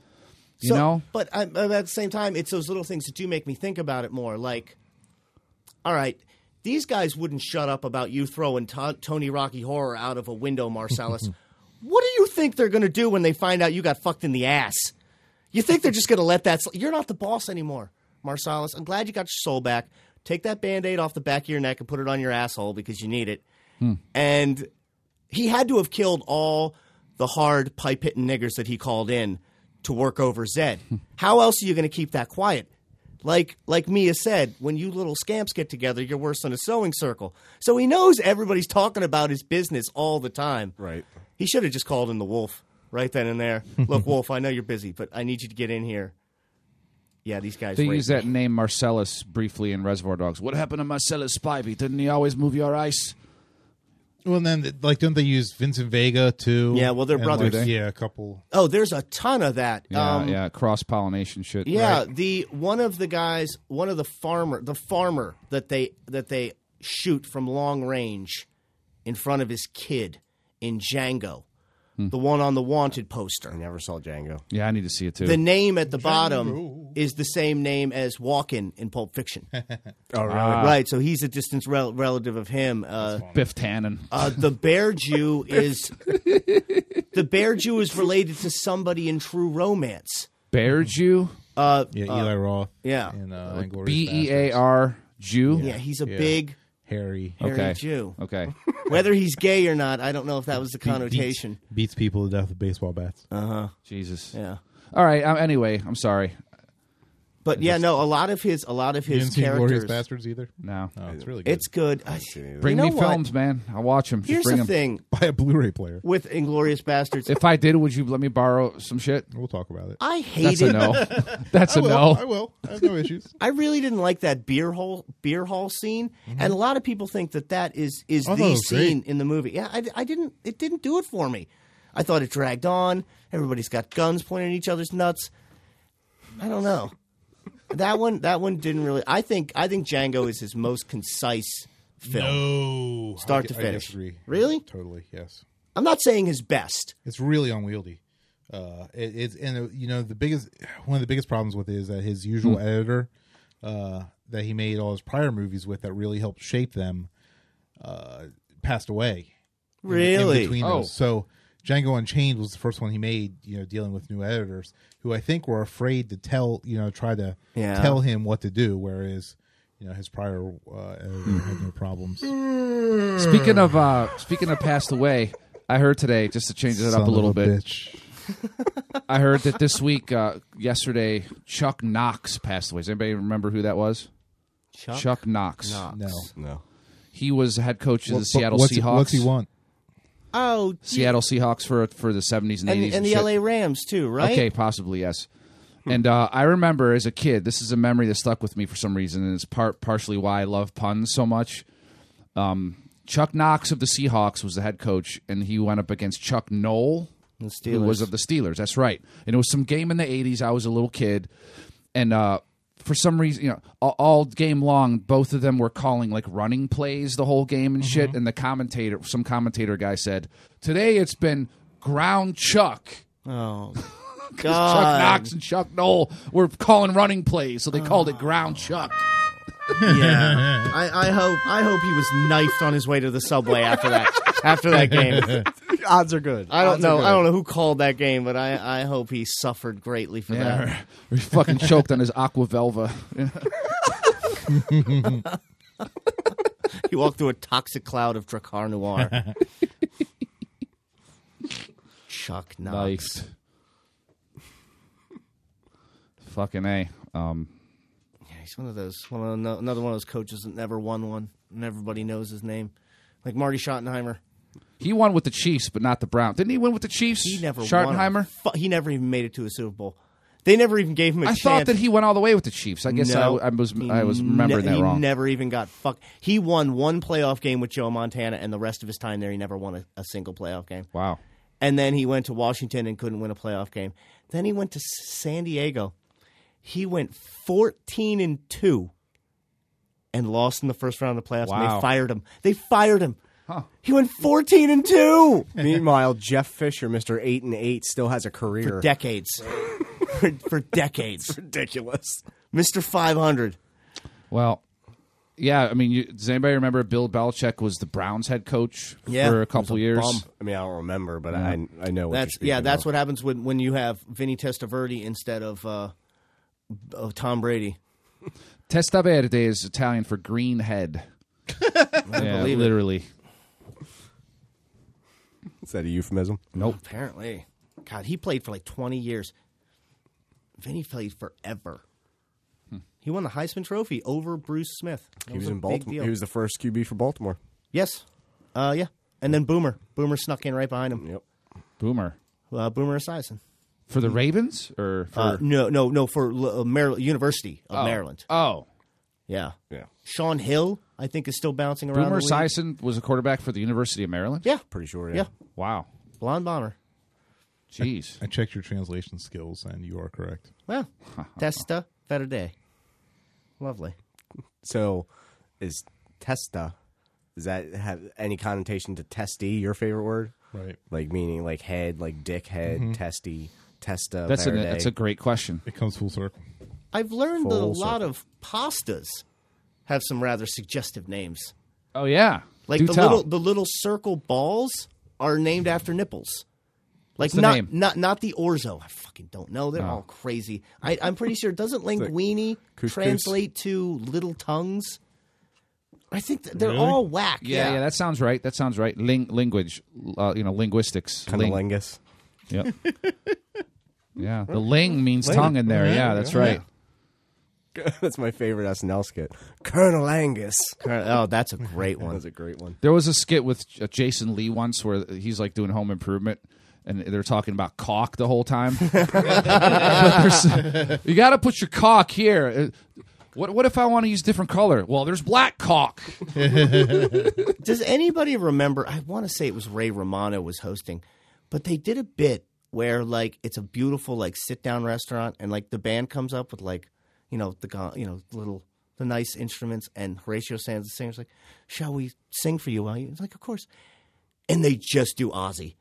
Speaker 3: You
Speaker 2: So-
Speaker 3: know,
Speaker 2: but I, but at the same time, it's those little things that do make me think about it more. Like, all right, these guys wouldn't shut up about you throwing to- Tony Rocky Horror out of a window, Marcellus. what do you think they're going to do when they find out you got fucked in the ass? You think they're just going to let that? Sl- You're not the boss anymore, Marsalis. I'm glad you got your soul back. Take that band aid off the back of your neck and put it on your asshole because you need it. And he had to have killed all the hard pipe hitting niggers that he called in to work over Zed.
Speaker 3: Hmm.
Speaker 2: How else are you going to keep that quiet? Like like Mia said, when you little scamps get together, you're worse than a sewing circle. So he knows everybody's talking about his business all the time.
Speaker 4: Right.
Speaker 2: He should have just called in the wolf right then and there. Look, Wolf, I know you're busy, but I need you to get in here. Yeah, these guys.
Speaker 3: they
Speaker 2: raped
Speaker 3: use
Speaker 2: me.
Speaker 3: that name Marcellus briefly in Reservoir Dogs. What happened to Marcellus Spivey? Didn't he always move your ice?
Speaker 1: Well, and then like don't they use Vincent Vega too?
Speaker 2: Yeah, well, they're
Speaker 1: And,
Speaker 2: brothers.
Speaker 1: like, yeah, a couple.
Speaker 2: Oh, there's a ton of that.
Speaker 3: Yeah,
Speaker 2: um,
Speaker 3: yeah, cross pollination shit.
Speaker 2: Yeah, the one of the guys, one of the farmer, the farmer that they that they shoot from long range in front of his kid in Django, the one on the wanted
Speaker 4: I
Speaker 2: poster.
Speaker 4: never saw Django.
Speaker 3: yeah, I need to see it too.
Speaker 2: The name at the bottom is the same name as Walken in Pulp Fiction.
Speaker 4: Oh, really?
Speaker 2: right, so he's a distant rel- relative of him. Uh,
Speaker 3: Biff Tannen.
Speaker 2: uh, the bear Jew is the bear Jew is related to somebody in True Romance.
Speaker 3: Bear Jew.
Speaker 1: Yeah, Eli Roth.
Speaker 2: Uh, yeah.
Speaker 1: and uh, Inglourious
Speaker 3: B E A
Speaker 1: Basterds.
Speaker 3: R Jew.
Speaker 2: Yeah, he's a
Speaker 1: Yeah.
Speaker 2: big
Speaker 1: Harry
Speaker 2: hairy
Speaker 3: Okay.
Speaker 2: Jew.
Speaker 3: Okay.
Speaker 2: Whether he's gay or not, I don't know if that was the connotation.
Speaker 1: beats, beats people to death with baseball bats.
Speaker 2: Uh,
Speaker 3: Jesus.
Speaker 2: Yeah.
Speaker 3: All right. Um, anyway, I'm sorry.
Speaker 2: But yeah, no, a lot of his a lot of
Speaker 1: you
Speaker 2: his
Speaker 1: didn't see Glorious
Speaker 2: characters.
Speaker 1: Bastards either.
Speaker 3: No.
Speaker 1: No, it's really good.
Speaker 2: It's good. I,
Speaker 3: Bring
Speaker 2: you know
Speaker 3: me
Speaker 2: what?
Speaker 3: films, man. I'll watch them.
Speaker 2: Here's
Speaker 3: bring
Speaker 2: the
Speaker 3: 'em.
Speaker 2: thing
Speaker 1: buy a Blu-ray player.
Speaker 2: with Inglorious Bastards.
Speaker 3: If I did, would you let me borrow some shit?
Speaker 1: We'll talk about it.
Speaker 2: I
Speaker 3: That's
Speaker 2: hated.
Speaker 3: a no. That's a
Speaker 1: I will. I
Speaker 3: no.
Speaker 1: will. I have no issues.
Speaker 2: I really didn't like that beer hall beer hall scene, and a lot of people think that that is is
Speaker 1: Mm-hmm. Oh, I thought it
Speaker 2: the
Speaker 1: was great.
Speaker 2: scene in the movie. Yeah, I, I didn't. It didn't do it for me. I thought it dragged on. Everybody's got guns pointing at each other's nuts. I don't know. That one. That one didn't really. I think. I think Django is his most concise film.
Speaker 1: No,
Speaker 2: Start
Speaker 1: I,
Speaker 2: to
Speaker 1: I
Speaker 2: finish.
Speaker 1: disagree.
Speaker 2: Really?
Speaker 1: Totally. Yes.
Speaker 2: I'm not saying his best.
Speaker 1: It's really unwieldy. Uh, it, it's and uh, you know the biggest one of the biggest problems with it is that his
Speaker 3: Hmm.
Speaker 1: usual editor uh, that he made all his prior movies with that really helped shape them uh, passed away. in- in between
Speaker 3: Oh.
Speaker 1: those. So Django Unchained was the first one he made, you know, dealing with new editors who I think were afraid to tell, you know, try to
Speaker 2: Yeah.
Speaker 1: tell him what to do, whereas, you know, his prior uh, editor had no problems.
Speaker 3: Speaking of uh, speaking of passed away, I heard today just to change it
Speaker 1: Son of
Speaker 3: up a little bit.
Speaker 1: bitch.
Speaker 3: I heard that this week, uh, yesterday, Chuck Knox passed away. Does anybody remember who that was?
Speaker 2: Chuck,
Speaker 3: Chuck Knox.
Speaker 1: No.
Speaker 4: No.
Speaker 3: He was head coach of
Speaker 1: What-
Speaker 3: the Seattle
Speaker 1: what's, he-
Speaker 3: Seahawks.
Speaker 1: What's he want?
Speaker 2: Oh,
Speaker 3: Seattle Seahawks for for the seventies and
Speaker 2: and,
Speaker 3: eighties
Speaker 2: and the LA Rams too, right? Hmm.
Speaker 3: Okay, possibly yes. And uh, I remember as a kid, this is a memory that stuck with me for some reason, and it's part partially why I love puns so much. Um, Chuck Knox of the Seahawks was the head coach, and he went up against Chuck Knoll,
Speaker 2: The Steelers.
Speaker 3: who was of the Steelers. That's right. And it was some game in the '80s. I was a little kid, and uh, for some reason, you know, all, all game long, both of them were calling like running plays the whole game and shit. And the commentator, some commentator guy said, "Today it's been ground Chuck."
Speaker 2: oh,
Speaker 3: Chuck
Speaker 2: God.
Speaker 3: Knox and Chuck Knoll were calling running plays, so they called it ground Chuck.
Speaker 2: Yeah, I, I hope I hope he was knifed on his way to the subway after that after that game.
Speaker 8: odds are good.
Speaker 2: I don't
Speaker 8: Odds are
Speaker 2: know. I
Speaker 8: good.
Speaker 2: don't know who called that game, but I, I hope he suffered greatly for that.
Speaker 3: Yeah, or he fucking choked on his aqua velva.
Speaker 2: He walked through a toxic cloud of Dracar Noir. Chuck Knox.
Speaker 3: Nice. fucking a. Um,
Speaker 2: Yeah, he's one of those one of the, another one of those coaches that never won one, and everybody knows his name, like Marty Schottenheimer.
Speaker 3: he won with the Chiefs, but not the Browns. Didn't he win with the Chiefs?
Speaker 2: He never Won a
Speaker 3: Schottenheimer.
Speaker 2: fu- he never even made it to a Super Bowl. They never even gave him a
Speaker 3: I
Speaker 2: chance.
Speaker 3: thought that he went all the way with the Chiefs. I guess
Speaker 2: No,
Speaker 3: I, I was
Speaker 2: he
Speaker 3: I was remembering
Speaker 2: ne-
Speaker 3: that
Speaker 2: he
Speaker 3: wrong.
Speaker 2: never even got fuck. He won one playoff game with Joe Montana, and the rest of his time there, he never won a, a single playoff game.
Speaker 3: wow.
Speaker 2: And then he went to Washington and couldn't win a playoff game. Then he went to S- San Diego. He went fourteen and two, and lost in the first round of the playoffs. And
Speaker 3: Wow.
Speaker 2: they fired him. They fired him. He went fourteen and two
Speaker 4: Meanwhile, Jeff Fisher, Mister Eight and Eight, still has a career.
Speaker 2: for decades. for, for decades,
Speaker 4: ridiculous.
Speaker 2: Mister Five Hundred.
Speaker 3: Well, yeah. I mean, you, does anybody remember Bill Belichick was the Browns head coach
Speaker 2: Yeah,
Speaker 3: for
Speaker 2: he
Speaker 3: a
Speaker 2: was
Speaker 3: couple
Speaker 2: a
Speaker 3: years?
Speaker 2: bum.
Speaker 4: I mean, I don't remember, but I I know what
Speaker 2: That's
Speaker 4: you're
Speaker 2: yeah.
Speaker 4: speaking
Speaker 2: That's
Speaker 4: of.
Speaker 2: what happens when when you have Vinny Testaverde instead of uh, of Tom Brady.
Speaker 3: Testaverde is Italian for green head. yeah,
Speaker 2: believe it.
Speaker 3: literally.
Speaker 4: Is that a euphemism?
Speaker 3: Nope.
Speaker 2: Apparently, God, he played for like twenty years. Vinny played forever. He won the Heisman Trophy over Bruce Smith. That
Speaker 4: Hmm. He was
Speaker 2: a
Speaker 4: in
Speaker 2: big
Speaker 4: Baltimore.
Speaker 2: deal.
Speaker 4: He was the first QB for Baltimore.
Speaker 2: yes, uh, yeah, and then Boomer. Boomer snuck in right behind him.
Speaker 4: Yep.
Speaker 3: Boomer
Speaker 2: Uh, Boomer Esiason.
Speaker 3: for the Ravens or for
Speaker 2: Uh, no, no, no, for L- uh, Maryland University of Maryland.
Speaker 3: Oh,
Speaker 2: Yeah,
Speaker 4: Yeah.
Speaker 2: Sean Hill, I think, is still bouncing around.
Speaker 3: Boomer
Speaker 2: the league.
Speaker 3: Sison was a quarterback for the University of Maryland.
Speaker 2: Yeah,
Speaker 4: Pretty sure. Yeah.
Speaker 2: yeah,
Speaker 3: Wow.
Speaker 2: blonde bomber.
Speaker 3: Jeez.
Speaker 1: I checked your translation skills, and you are correct.
Speaker 2: Well, Testa Verde. Lovely.
Speaker 4: So, is testa? Does that have any connotation to testy? Your favorite word?
Speaker 1: Right.
Speaker 4: Like meaning like head, like dick head,
Speaker 2: Mm-hmm.
Speaker 4: testy, testa.
Speaker 3: That's a
Speaker 4: verde.
Speaker 3: that's a great question.
Speaker 1: It comes full circle.
Speaker 2: I've learned that a
Speaker 4: Full
Speaker 2: lot of pastas have some rather suggestive names.
Speaker 3: Oh yeah.
Speaker 2: Like
Speaker 3: Do
Speaker 2: the
Speaker 3: tell. Mm-hmm.
Speaker 2: little the little circle balls are named after nipples. Like
Speaker 3: the
Speaker 2: not
Speaker 3: name? Oh.
Speaker 2: not not the orzo. I fucking don't know. They're all crazy. I, I'm pretty sure doesn't linguini
Speaker 4: couscous.
Speaker 2: translate to little tongues? I think th- they're all whack.
Speaker 3: yeah, yeah, that sounds right. That sounds right. Ling- language, uh, you know, linguistics. Ling.
Speaker 4: Cunnilingus.
Speaker 3: Yep. yeah, the ling means tongue in there. Yeah, that's right.
Speaker 4: That's my favorite SNL skit. Colonel Angus.
Speaker 2: Oh, that's a great one.
Speaker 4: That's a great one.
Speaker 3: There was a skit with J- uh, Jason Lee once where he's like doing home improvement. And they're talking about cock the whole time. But there's- you got to put your cock here. Uh, What what if I want to use different color? Well, there's black cock.
Speaker 2: Does anybody remember? I want to say it was Ray Romano was hosting, but they did a bit where like it's a beautiful like sit down restaurant and like the band comes up with like you know the go- you know little the nice instruments and Horatio Sands the singer's like, "Shall we sing for you?" While you? It's like, "Of course," and they just do Ozzy.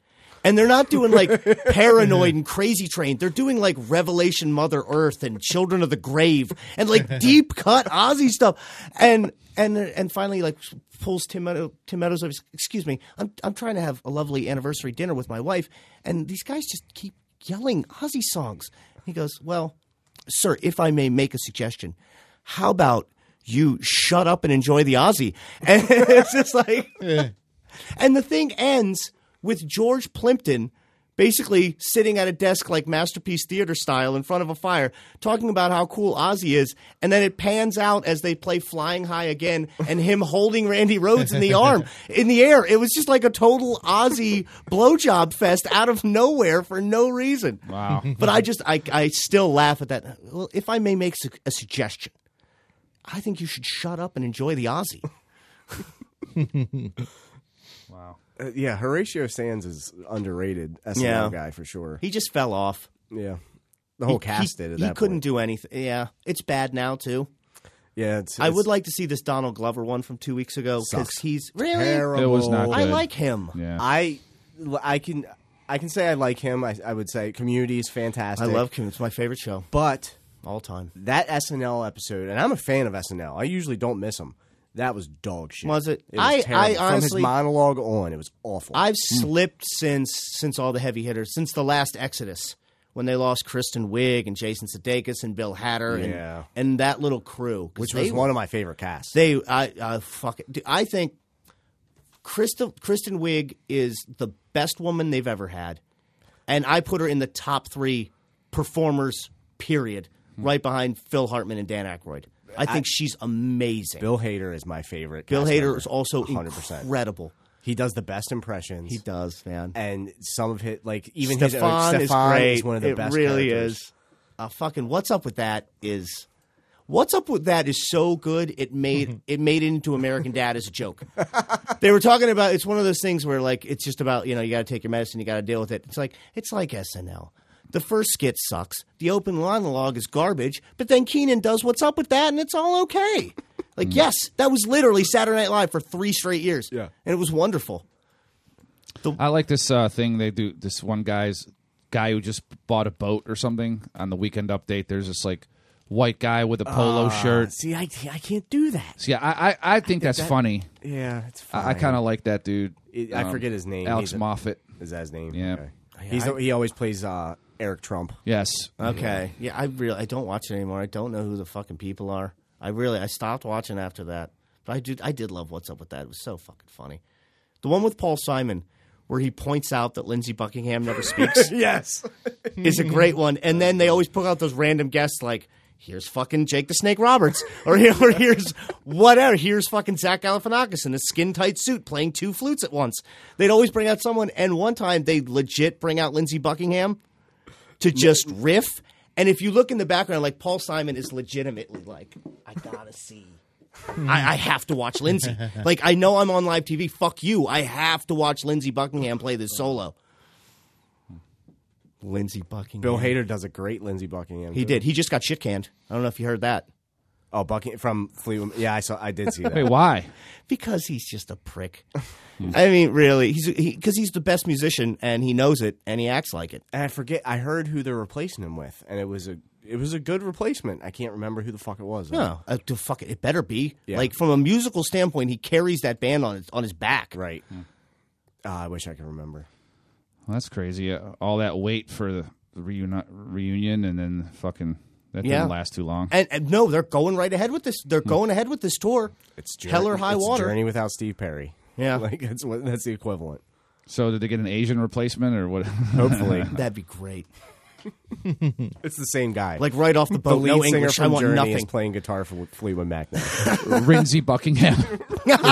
Speaker 2: And they're not doing like paranoid and crazy train. They're doing like Revelation Mother Earth and Children of the Grave and like deep cut Ozzy stuff. And and and finally like pulls Tim, Meadow, Tim Meadows over. Excuse me, I'm I'm trying to have a lovely anniversary dinner with my wife, and these guys just keep yelling Ozzy songs. He goes, "Well, sir, if I may make a suggestion, how about you shut up and enjoy the Ozzy?" And it's just like. And the thing ends with George Plimpton basically sitting at a desk like masterpiece theater style in front of a fire talking about how cool Ozzy is and then it pans out as they play flying high again and him holding Randy Rhodes in the arm in the air it was just like a total Ozzy blowjob fest out of nowhere for no reason
Speaker 3: Wow.
Speaker 2: but I just I, I still laugh at that well if I may make su- a suggestion I think you should shut up and enjoy the Ozzy
Speaker 3: Wow.
Speaker 4: Uh, yeah, Horatio Sands is underrated SNL
Speaker 2: Yeah.
Speaker 4: guy for sure.
Speaker 2: he just fell off
Speaker 4: yeah. The whole cast
Speaker 2: he,
Speaker 4: did at
Speaker 2: he
Speaker 4: that
Speaker 2: couldn't
Speaker 4: point.
Speaker 2: do anything. Yeah, it's bad now too.
Speaker 4: Yeah, it's,
Speaker 2: I
Speaker 4: it's
Speaker 2: would like to see this Donald Glover one from two weeks ago because
Speaker 4: Sucks.
Speaker 2: he's really.
Speaker 4: terrible.
Speaker 3: It was not
Speaker 2: I
Speaker 3: good.
Speaker 2: like him.
Speaker 3: Yeah.
Speaker 4: I I can I can say I like him. I, I would say Community is
Speaker 2: I
Speaker 4: fantastic.
Speaker 2: love him. It's my favorite show
Speaker 4: but
Speaker 2: all time.
Speaker 4: that SNL episode, and I'm a fan of SNL. I usually don't miss them. That was dog shit.
Speaker 2: Was it?
Speaker 4: was
Speaker 2: I-
Speaker 4: terrible.
Speaker 2: I
Speaker 4: From his
Speaker 2: honestly-
Speaker 4: monologue on, it was awful.
Speaker 2: I've slipped since since all the heavy hitters since the last Exodus when they lost Kristen Wiig and Jason Sudeikis and Bill Hatter
Speaker 4: Yeah.
Speaker 2: and and that little crew 'Cause
Speaker 4: which
Speaker 2: they
Speaker 4: was
Speaker 2: were-
Speaker 4: one of my favorite casts.
Speaker 2: They, I, I fuck it. Dude, I think Kristen, Kristen Wiig is the best woman they've ever had, and I put her in the top three performers. Period. Right behind Phil Hartman and Dan Aykroyd. I think she's amazing. Bill,
Speaker 4: Bill Hader is my favorite. cast
Speaker 2: Hader
Speaker 4: member.
Speaker 2: is also
Speaker 4: 100%.
Speaker 2: incredible.
Speaker 4: He does the best impressions.
Speaker 2: He does, man.
Speaker 4: and some of his like even his
Speaker 2: Stefan,
Speaker 4: own, Stefan
Speaker 2: is great.
Speaker 4: one of the
Speaker 2: it
Speaker 4: best.
Speaker 2: really
Speaker 4: characters.
Speaker 2: is. Uh, fucking what's up with that is what's up with that is so good it made it made it into American Dad as a joke. they were talking about it's one of those things where like it's just about you know you got to take your medicine you got to deal with it. It's like it's like SNL. The first skit sucks. The open monologue is garbage, but then Keenan does what's up with that and it's all okay. Like
Speaker 4: Mm.
Speaker 2: yes, that was literally Saturday Night Live for 3 straight years. Yeah. And it was wonderful.
Speaker 3: I like this uh, thing they do. This one guy's guy who just bought a boat or something on the weekend update. There's this like white guy with a
Speaker 4: Ah.
Speaker 3: polo shirt.
Speaker 4: See, I I can't do that.
Speaker 3: So, yeah, I I, I think that's funny.
Speaker 4: Yeah, it's fine.
Speaker 3: I, I kind of like that dude. Um,
Speaker 4: It- I forget his name.
Speaker 3: Alex
Speaker 4: He's a-
Speaker 3: Moffat.
Speaker 4: is that his name.
Speaker 3: Yeah.
Speaker 4: Okay. he's he always plays uh, Eric Trump.
Speaker 3: Yes.
Speaker 4: Uh,
Speaker 2: Okay. Yeah, I really I don't watch it anymore. I don't know who the fucking people are. I really I stopped watching after that. But I did I did love What's Up with That. It was so fucking funny. The one with Paul Simon where he points out that Lindsey Buckingham never speaks
Speaker 4: Yes,
Speaker 2: is a great one. And then they always put out those random guests like Here's fucking Jake the Snake Roberts, or, here- or here's whatever. Here's fucking Zach Galifianakis in a skin tight suit playing two flutes at once. They'd always bring out someone, and one time they legit bring out Lindsey Buckingham, to just riff. And if you look in the background, like Paul Simon is legitimately like, I gotta see. I, I have to watch Lindsay. Like I know I'm on live TV. Fuck you. I have to watch Lindsey Buckingham play this solo. Lindsey Buckingham.
Speaker 4: Bill Hader does a great Lindsey Buckingham.
Speaker 2: He
Speaker 4: too.
Speaker 2: did. He just got shit canned. I don't know if you heard that.
Speaker 4: Oh, Buckingham from Fleetwood. Yeah, I saw. I did see that.
Speaker 3: Wait, why?
Speaker 2: Because he's just a prick. I mean, really, he's because he's the best musician and he knows it and he acts like it.
Speaker 4: and I forget. I heard who they're replacing him with, and it was a it was a good replacement. I can't remember who the fuck it was. though.
Speaker 2: No, uh, to fuck it, it better be
Speaker 4: Yeah.
Speaker 2: like from a musical standpoint, he carries that band on his on his back.
Speaker 4: right. Ah, I wish I could remember.
Speaker 3: Well, that's crazy. Uh, all that wait for the reuni- reunion and then fucking that
Speaker 2: Yeah.
Speaker 3: didn't last too long.
Speaker 2: And, and no, they're going right ahead with this. They're going ahead with this tour.
Speaker 4: Hmm. It's
Speaker 2: hell or high
Speaker 4: it's
Speaker 2: water.
Speaker 4: Journey without Steve Perry.
Speaker 2: Yeah.
Speaker 4: like that's what that's the equivalent.
Speaker 3: So did they get an Asian replacement or what?
Speaker 4: Hopefully,
Speaker 2: That'd be great.
Speaker 4: it's the same guy.
Speaker 2: Like right off the
Speaker 4: the
Speaker 2: boat,
Speaker 4: lead
Speaker 2: no
Speaker 4: singer
Speaker 2: English.
Speaker 4: from
Speaker 2: I want
Speaker 4: Journey
Speaker 2: nothing.
Speaker 4: is playing guitar for Fleetwood Mac now.
Speaker 3: Rinsey Buckingham.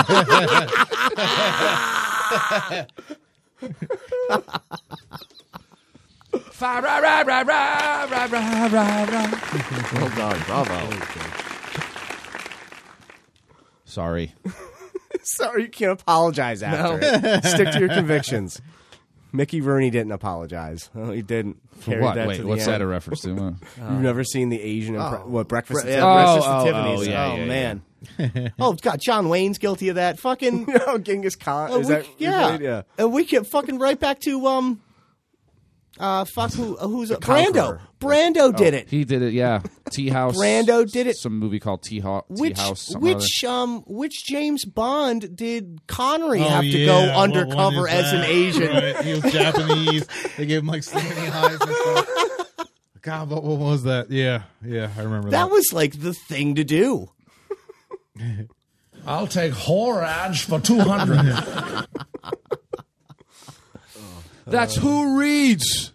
Speaker 3: Fa ra ra ra ra ra ra ra ra.
Speaker 2: well done, bravo.
Speaker 3: Sorry.
Speaker 4: Sorry, you can't apologize after it. Stick to your convictions. Mickey Rooney didn't apologize. Oh, he didn't.
Speaker 3: For what? Wait, what's that Oh. a reference to? Huh?
Speaker 4: You've never seen the Asian impre- what breakfast? at
Speaker 2: Yeah,
Speaker 4: Tiffany's?
Speaker 2: Breakfast at
Speaker 3: oh,
Speaker 2: Tiffany's.
Speaker 3: oh, yeah, yeah, yeah.
Speaker 2: man. oh God, John Wayne's guilty of that. Fucking
Speaker 4: no, Genghis Khan.
Speaker 2: Oh,
Speaker 4: is
Speaker 2: we-
Speaker 4: that
Speaker 2: yeah.
Speaker 4: right? Yeah.
Speaker 2: And we get fucking right back to um, uh, fuck who uh, who's Brando.
Speaker 4: Conqueror. Oh,
Speaker 2: Brando did it.
Speaker 3: He did it. Yeah. Tea House.
Speaker 2: Brando did it.
Speaker 3: Some movie called Tea, Ho- Tea
Speaker 2: Which
Speaker 3: House. something or
Speaker 2: which um which James Bond did Connery
Speaker 1: Oh,
Speaker 2: have to
Speaker 1: yeah,
Speaker 2: go
Speaker 1: what one
Speaker 2: undercover
Speaker 1: is
Speaker 2: as an
Speaker 1: that?
Speaker 2: Asian?
Speaker 1: Right, He was Japanese. they gave him like slanty eyes and stuff. God, what, what was that? Yeah, yeah, I remember that.
Speaker 2: That was like the thing to do.
Speaker 8: I'll take Horaj for 200.
Speaker 3: other. That's who reads.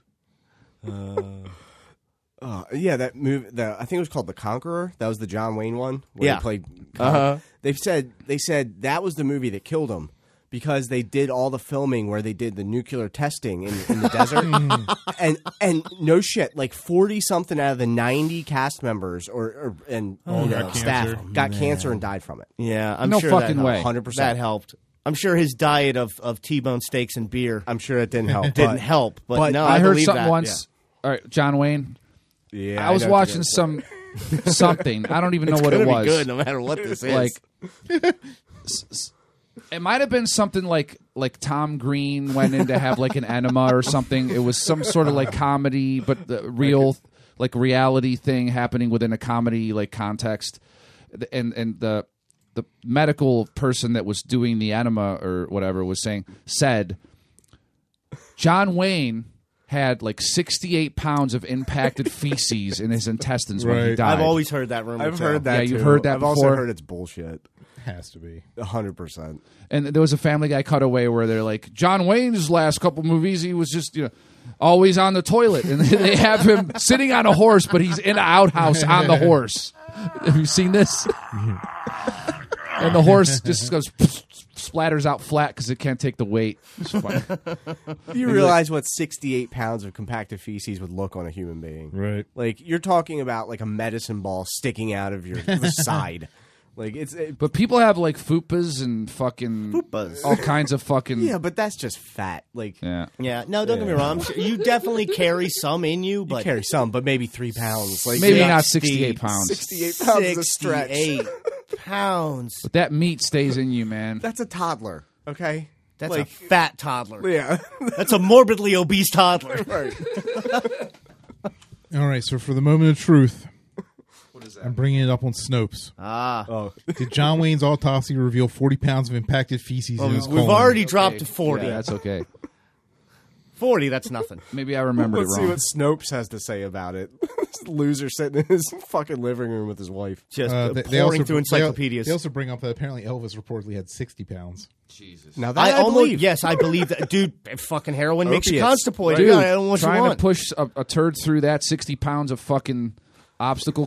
Speaker 4: Uh, yeah, that movie. The, I think it was called The Conqueror. That was the John Wayne one. Where
Speaker 2: Yeah.
Speaker 4: He played. Uh-huh. They've said they said that was the movie that killed him because they did all the filming where they did the nuclear testing in, in the desert,
Speaker 3: Hmm.
Speaker 4: and and no shit, like forty something out of the ninety cast members or, or and
Speaker 3: Oh,
Speaker 4: you know,
Speaker 1: got
Speaker 4: staff
Speaker 1: cancer.
Speaker 4: got cancer and died from it.
Speaker 2: Yeah, I'm
Speaker 3: No
Speaker 2: sure
Speaker 3: fucking
Speaker 2: that
Speaker 3: way.
Speaker 2: helped.
Speaker 4: 100%.
Speaker 2: That helped. I'm sure his diet of, of T-bone steaks and beer
Speaker 4: I'm sure it didn't help.
Speaker 2: didn't
Speaker 4: but-
Speaker 2: help, but,
Speaker 4: but
Speaker 2: no, I,
Speaker 3: I heard
Speaker 2: believe
Speaker 3: something
Speaker 2: that.
Speaker 3: once. All right, John Wayne.
Speaker 4: Yeah,
Speaker 3: I was
Speaker 4: know what
Speaker 3: watching
Speaker 4: you're-
Speaker 3: some something. I don't even know
Speaker 2: It's
Speaker 3: what
Speaker 2: gonna
Speaker 3: it was.
Speaker 2: be good no matter what this is.
Speaker 3: like s- s- it might have been something like like Tom Green went in to have like an enema or something. It was some sort of like comedy, but the real like reality thing happening within a comedy like context, and and the. the- the medical person that was doing the enema or whatever was saying said John Wayne had like 68 pounds of impacted feces in his intestines when he
Speaker 1: Right.
Speaker 3: died.
Speaker 2: I've always heard that rumor.
Speaker 4: I've
Speaker 2: too.
Speaker 4: heard that.
Speaker 3: Yeah, you've
Speaker 4: too.
Speaker 3: heard that
Speaker 4: I've
Speaker 3: before.
Speaker 4: also heard it's bullshit.
Speaker 1: Has to be.
Speaker 4: hundred percent.
Speaker 3: and there was a Family Guy cutaway where they're like, John Wayne's last couple movies, he was just you know always on the toilet, and they have him sitting on a horse, but he's in an outhouse on the horse. Have you seen this? and the horse just goes splatters out flat because it can't take the weight. It's funny.
Speaker 4: You realize what sixty-eight pounds of compacted feces would look on a human being,
Speaker 1: Right.
Speaker 4: Like you're talking about like a medicine ball sticking out of your the side. Like it's it,
Speaker 3: But people have like fupas and fucking
Speaker 2: Fupas.
Speaker 3: all kinds of fucking
Speaker 4: yeah, but that's just fat. Like
Speaker 3: yeah.
Speaker 2: Yeah, no, don't get me wrong. I'm sure- You definitely carry some in you,
Speaker 4: you
Speaker 2: but
Speaker 4: carry some, but maybe three pounds. Like
Speaker 3: Maybe
Speaker 4: yeah,
Speaker 3: not 68 pounds.
Speaker 4: sixty-eight pounds is a stretch.
Speaker 2: 68 pounds.
Speaker 3: But that meat stays in you, man.
Speaker 4: That's a toddler. Okay,
Speaker 2: That's a
Speaker 4: like
Speaker 2: fat toddler.
Speaker 4: yeah.
Speaker 2: That's a morbidly obese toddler.
Speaker 1: All right, so for the moment of truth, I'm bringing it up on Snopes.
Speaker 2: Ah.
Speaker 4: oh,
Speaker 1: Did John Wayne's autopsy reveal 40 pounds of impacted feces in his
Speaker 2: Oh, We've
Speaker 1: colon?
Speaker 2: already dropped to
Speaker 3: Okay.
Speaker 2: 40.
Speaker 3: Yeah, that's Uh, okay.
Speaker 2: 40, that's nothing.
Speaker 3: Maybe I remembered
Speaker 4: let's
Speaker 3: it
Speaker 4: see
Speaker 3: wrong.
Speaker 4: what Snopes has to say about it. This Loser sitting in his fucking living room with his wife.
Speaker 2: Just
Speaker 1: Uh,
Speaker 2: uh,
Speaker 1: they,
Speaker 2: pouring
Speaker 1: they also,
Speaker 2: through
Speaker 1: they-
Speaker 2: encyclopedias.
Speaker 1: They, also bring up that apparently Elvis reportedly had 60 pounds.
Speaker 4: Now that
Speaker 2: I,
Speaker 4: I,
Speaker 2: almost
Speaker 4: believe.
Speaker 2: yes, I believe that, dude. Fucking heroin makes you
Speaker 4: Opiates.
Speaker 2: constipated.
Speaker 3: Dude,
Speaker 2: Dude, I don't want you
Speaker 3: trying to
Speaker 2: want.
Speaker 3: push a, a turd through that sixty pounds of fucking obstacle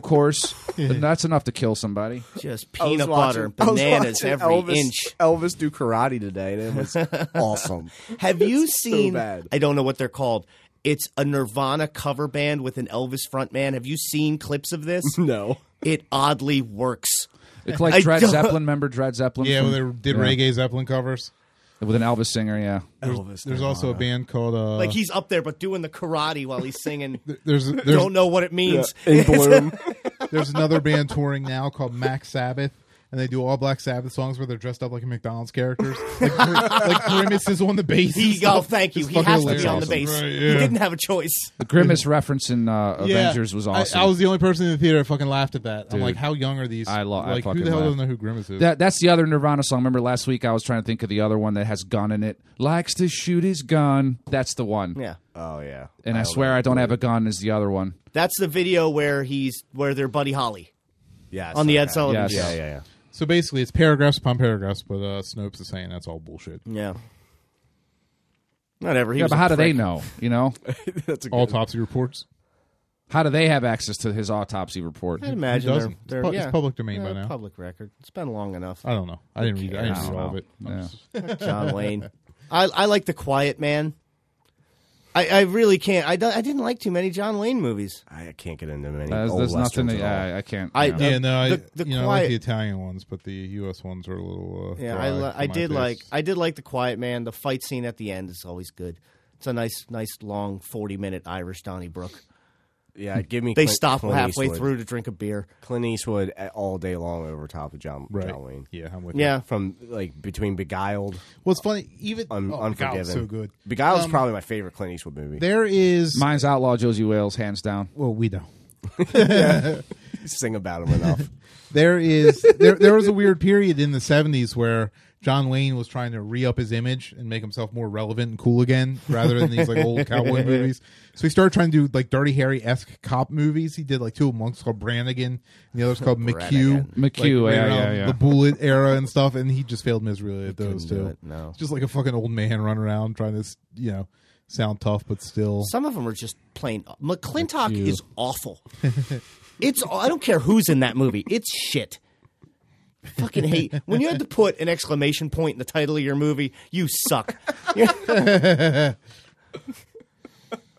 Speaker 3: course, that's enough to kill somebody.
Speaker 2: Just
Speaker 4: I was
Speaker 2: peanut butter,
Speaker 4: watching-
Speaker 2: and
Speaker 4: I was
Speaker 2: bananas
Speaker 4: watching
Speaker 2: every
Speaker 4: Elvis,
Speaker 2: inch.
Speaker 4: Elvis do karate today, and it was awesome.
Speaker 2: Have you
Speaker 4: so
Speaker 2: seen?
Speaker 4: bad.
Speaker 2: I don't know what they're called. It's a Nirvana cover band with an Elvis frontman. Have you seen clips of this?
Speaker 4: No,
Speaker 2: it oddly works.
Speaker 3: It's
Speaker 2: I
Speaker 3: like Dred
Speaker 2: don't-
Speaker 3: Zeppelin. Remember Dred Zeppelin?
Speaker 1: Yeah,
Speaker 3: from-
Speaker 1: well, they did
Speaker 3: yeah.
Speaker 1: reggae Zeppelin covers.
Speaker 3: with an Elvis singer. Yeah,
Speaker 4: Elvis.
Speaker 1: There's also a band called uh,
Speaker 2: Like he's up there, but doing the karate while he's singing.
Speaker 1: there's there's
Speaker 2: don't know what it means.
Speaker 4: in bloom.
Speaker 1: there's another band touring now called Mac Sabbath. And they do all Black Sabbath songs where they're dressed up like McDonald's characters. Like, Gr- like Grimace is on the bass. and
Speaker 2: He,
Speaker 1: stuff.
Speaker 2: oh, thank you.
Speaker 1: It's
Speaker 2: He
Speaker 1: fucking
Speaker 2: has to be on the
Speaker 1: hilarious.
Speaker 2: base.
Speaker 1: Right,
Speaker 2: He
Speaker 1: yeah.
Speaker 2: didn't have a choice.
Speaker 3: the grimace reference in uh, Avengers was
Speaker 1: I-
Speaker 3: awesome.
Speaker 1: I, was the only person in the theater that fucking laughed at that.
Speaker 3: Dude.
Speaker 1: I'm like, how young are these?
Speaker 3: I lo- I
Speaker 1: like,
Speaker 3: fucking
Speaker 1: who the hell
Speaker 3: laugh.
Speaker 1: doesn't know who Grimace is?
Speaker 3: that, that's the other Nirvana song. Remember last week I was trying to think of the other one that has gun in it. Likes to shoot his gun. That's the one.
Speaker 2: Yeah,
Speaker 4: Oh yeah,
Speaker 3: And I, swear I don't have a gun is the other one.
Speaker 2: that's the video where he's where they're Buddy Holly
Speaker 4: Yes,
Speaker 2: on the Ed
Speaker 4: okay.
Speaker 2: Sullivan.
Speaker 3: Yes.
Speaker 2: Show.
Speaker 4: Yeah, yeah, yeah.
Speaker 1: so basically, it's paragraphs upon paragraphs, but uh, Snopes is saying that's all bullshit.
Speaker 2: Yeah. Whatever. He
Speaker 3: Yeah,
Speaker 2: was
Speaker 3: but
Speaker 2: a
Speaker 3: how do they
Speaker 2: prick.
Speaker 3: know? You know,
Speaker 4: That's a
Speaker 3: Oh.
Speaker 4: good.
Speaker 1: Autopsy reports.
Speaker 3: how do they have access to his autopsy report?
Speaker 2: I'd
Speaker 1: It
Speaker 2: imagine
Speaker 1: doesn't.
Speaker 2: they're,
Speaker 1: it's, pu-
Speaker 2: they're-
Speaker 1: it's
Speaker 2: yeah.
Speaker 1: public domain
Speaker 2: Yeah,
Speaker 1: by now.
Speaker 2: Public record. It's been long enough.
Speaker 1: I don't know. I didn't read. I
Speaker 3: I
Speaker 1: didn't
Speaker 3: don't
Speaker 1: read all of
Speaker 3: know.
Speaker 1: it.
Speaker 3: Yeah.
Speaker 2: John Wayne. I, I like the Quiet Man. I, I really can't. I, don't- I didn't like too many John Wayne movies.
Speaker 4: I can't get into many.
Speaker 3: There's,
Speaker 4: old
Speaker 3: there's nothing.
Speaker 4: westerns
Speaker 3: That,
Speaker 4: at all.
Speaker 3: I, I can't.
Speaker 2: I-
Speaker 3: you
Speaker 2: Uh,
Speaker 3: know.
Speaker 1: yeah, no, I,
Speaker 2: the- the
Speaker 1: you know, I
Speaker 2: quiet-
Speaker 1: like the Italian ones, but the U.S. ones are a little. Uh,
Speaker 2: Yeah,
Speaker 1: dry
Speaker 2: I, li-
Speaker 1: for my
Speaker 2: I did
Speaker 1: taste.
Speaker 2: like I did like the Quiet Man. The fight scene at the end is always good. It's a nice nice long forty minute Irish Donnybrook.
Speaker 4: yeah, give me.
Speaker 2: They
Speaker 4: Clint-
Speaker 2: stop
Speaker 4: Clint
Speaker 2: halfway
Speaker 4: Eastwood.
Speaker 2: through to drink a beer.
Speaker 4: Clint Eastwood a- all day long over top of John,
Speaker 1: right.
Speaker 4: John Wayne.
Speaker 1: Yeah, I'm with
Speaker 2: Yeah.
Speaker 1: You.
Speaker 4: From like between Beguiled,
Speaker 1: Well, it's funny. Even
Speaker 4: un-
Speaker 1: oh,
Speaker 4: Unforgiven,
Speaker 1: God, so good.
Speaker 4: Beguiled's
Speaker 1: Um,
Speaker 4: probably my favorite Clint Eastwood movie.
Speaker 1: There is.
Speaker 3: Mine's Outlaw Josie Wales, hands down.
Speaker 1: well, we don't.
Speaker 4: Sing about him enough.
Speaker 1: There is there there was a weird period in the seventies where John Wayne was trying to re up his image and make himself more relevant and cool again, rather than these like old cowboy movies. So he started trying to do like Dirty Harry esque cop movies. He did like two of them. One's called Brannigan, and the other's called McHugh.
Speaker 3: McHugh,
Speaker 1: right
Speaker 3: yeah,
Speaker 1: around
Speaker 3: yeah, yeah.
Speaker 1: The bullet era and stuff, and he just failed miserably at those
Speaker 2: couldn't do
Speaker 1: two.
Speaker 2: it, no.
Speaker 1: It's just like a fucking old man running around trying to you know sound tough but still.
Speaker 2: Some of them are just plain. McClintock is awful. it's I don't care who's in that movie. It's shit. Fucking hate when you had to put an exclamation point in the title of your movie. You suck.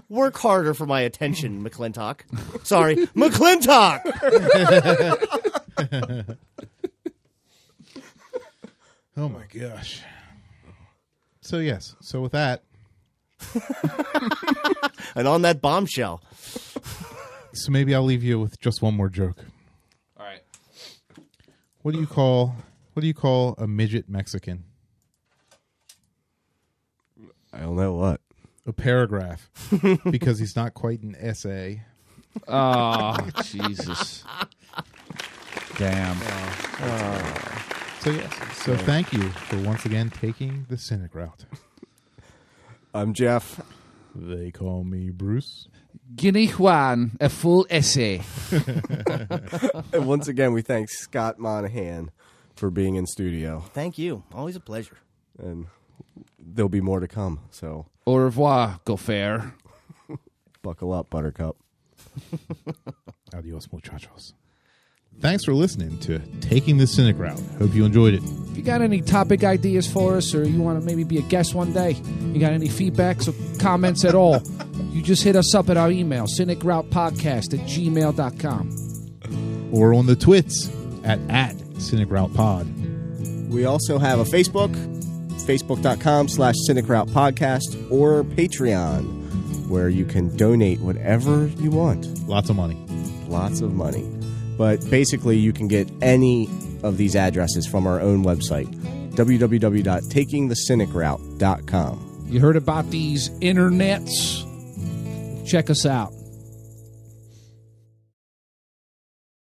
Speaker 2: Work harder for my attention, McClintock. Sorry, McClintock.
Speaker 1: oh my gosh. So yes. So with that.
Speaker 2: And on that bombshell,
Speaker 1: So maybe I'll leave you with just one more joke.
Speaker 3: All right.
Speaker 1: What do you call what do you call a midget Mexican?
Speaker 4: I don't know what.
Speaker 1: A paragraph because he's not quite an essay.
Speaker 3: Ah, Oh, Jesus. Damn.
Speaker 1: So yes. So thank you for once again taking the cynic route.
Speaker 4: I'm Jeff.
Speaker 1: They call me Bruce.
Speaker 3: Guinea Juan, a full essay.
Speaker 4: And once again, we thank Scott Monahan for being in studio,
Speaker 2: Thank you. Always a pleasure.
Speaker 4: and there'll be more to come. So
Speaker 3: Au revoir, Gopher.
Speaker 4: buckle up, Buttercup.
Speaker 1: Adios, muchachos. Thanks for listening to Taking the Cynic Route. Hope you enjoyed it.
Speaker 3: If you got any topic ideas for us, or you want to maybe be a guest one day, you got any feedbacks or comments at all, you just hit us up at our email, cynicroutepodcast at gmail.com.
Speaker 1: Or on the twits at, at Cynic Route Pod.
Speaker 4: We also have a Facebook, facebook.com slash Cynic Route Podcast, or Patreon, where you can donate whatever you want.
Speaker 1: Lots of money.
Speaker 4: Lots of money. But basically, you can get any of these addresses from our own website, www.takingthecynicroute.com.
Speaker 3: You heard about these internets? Check us out.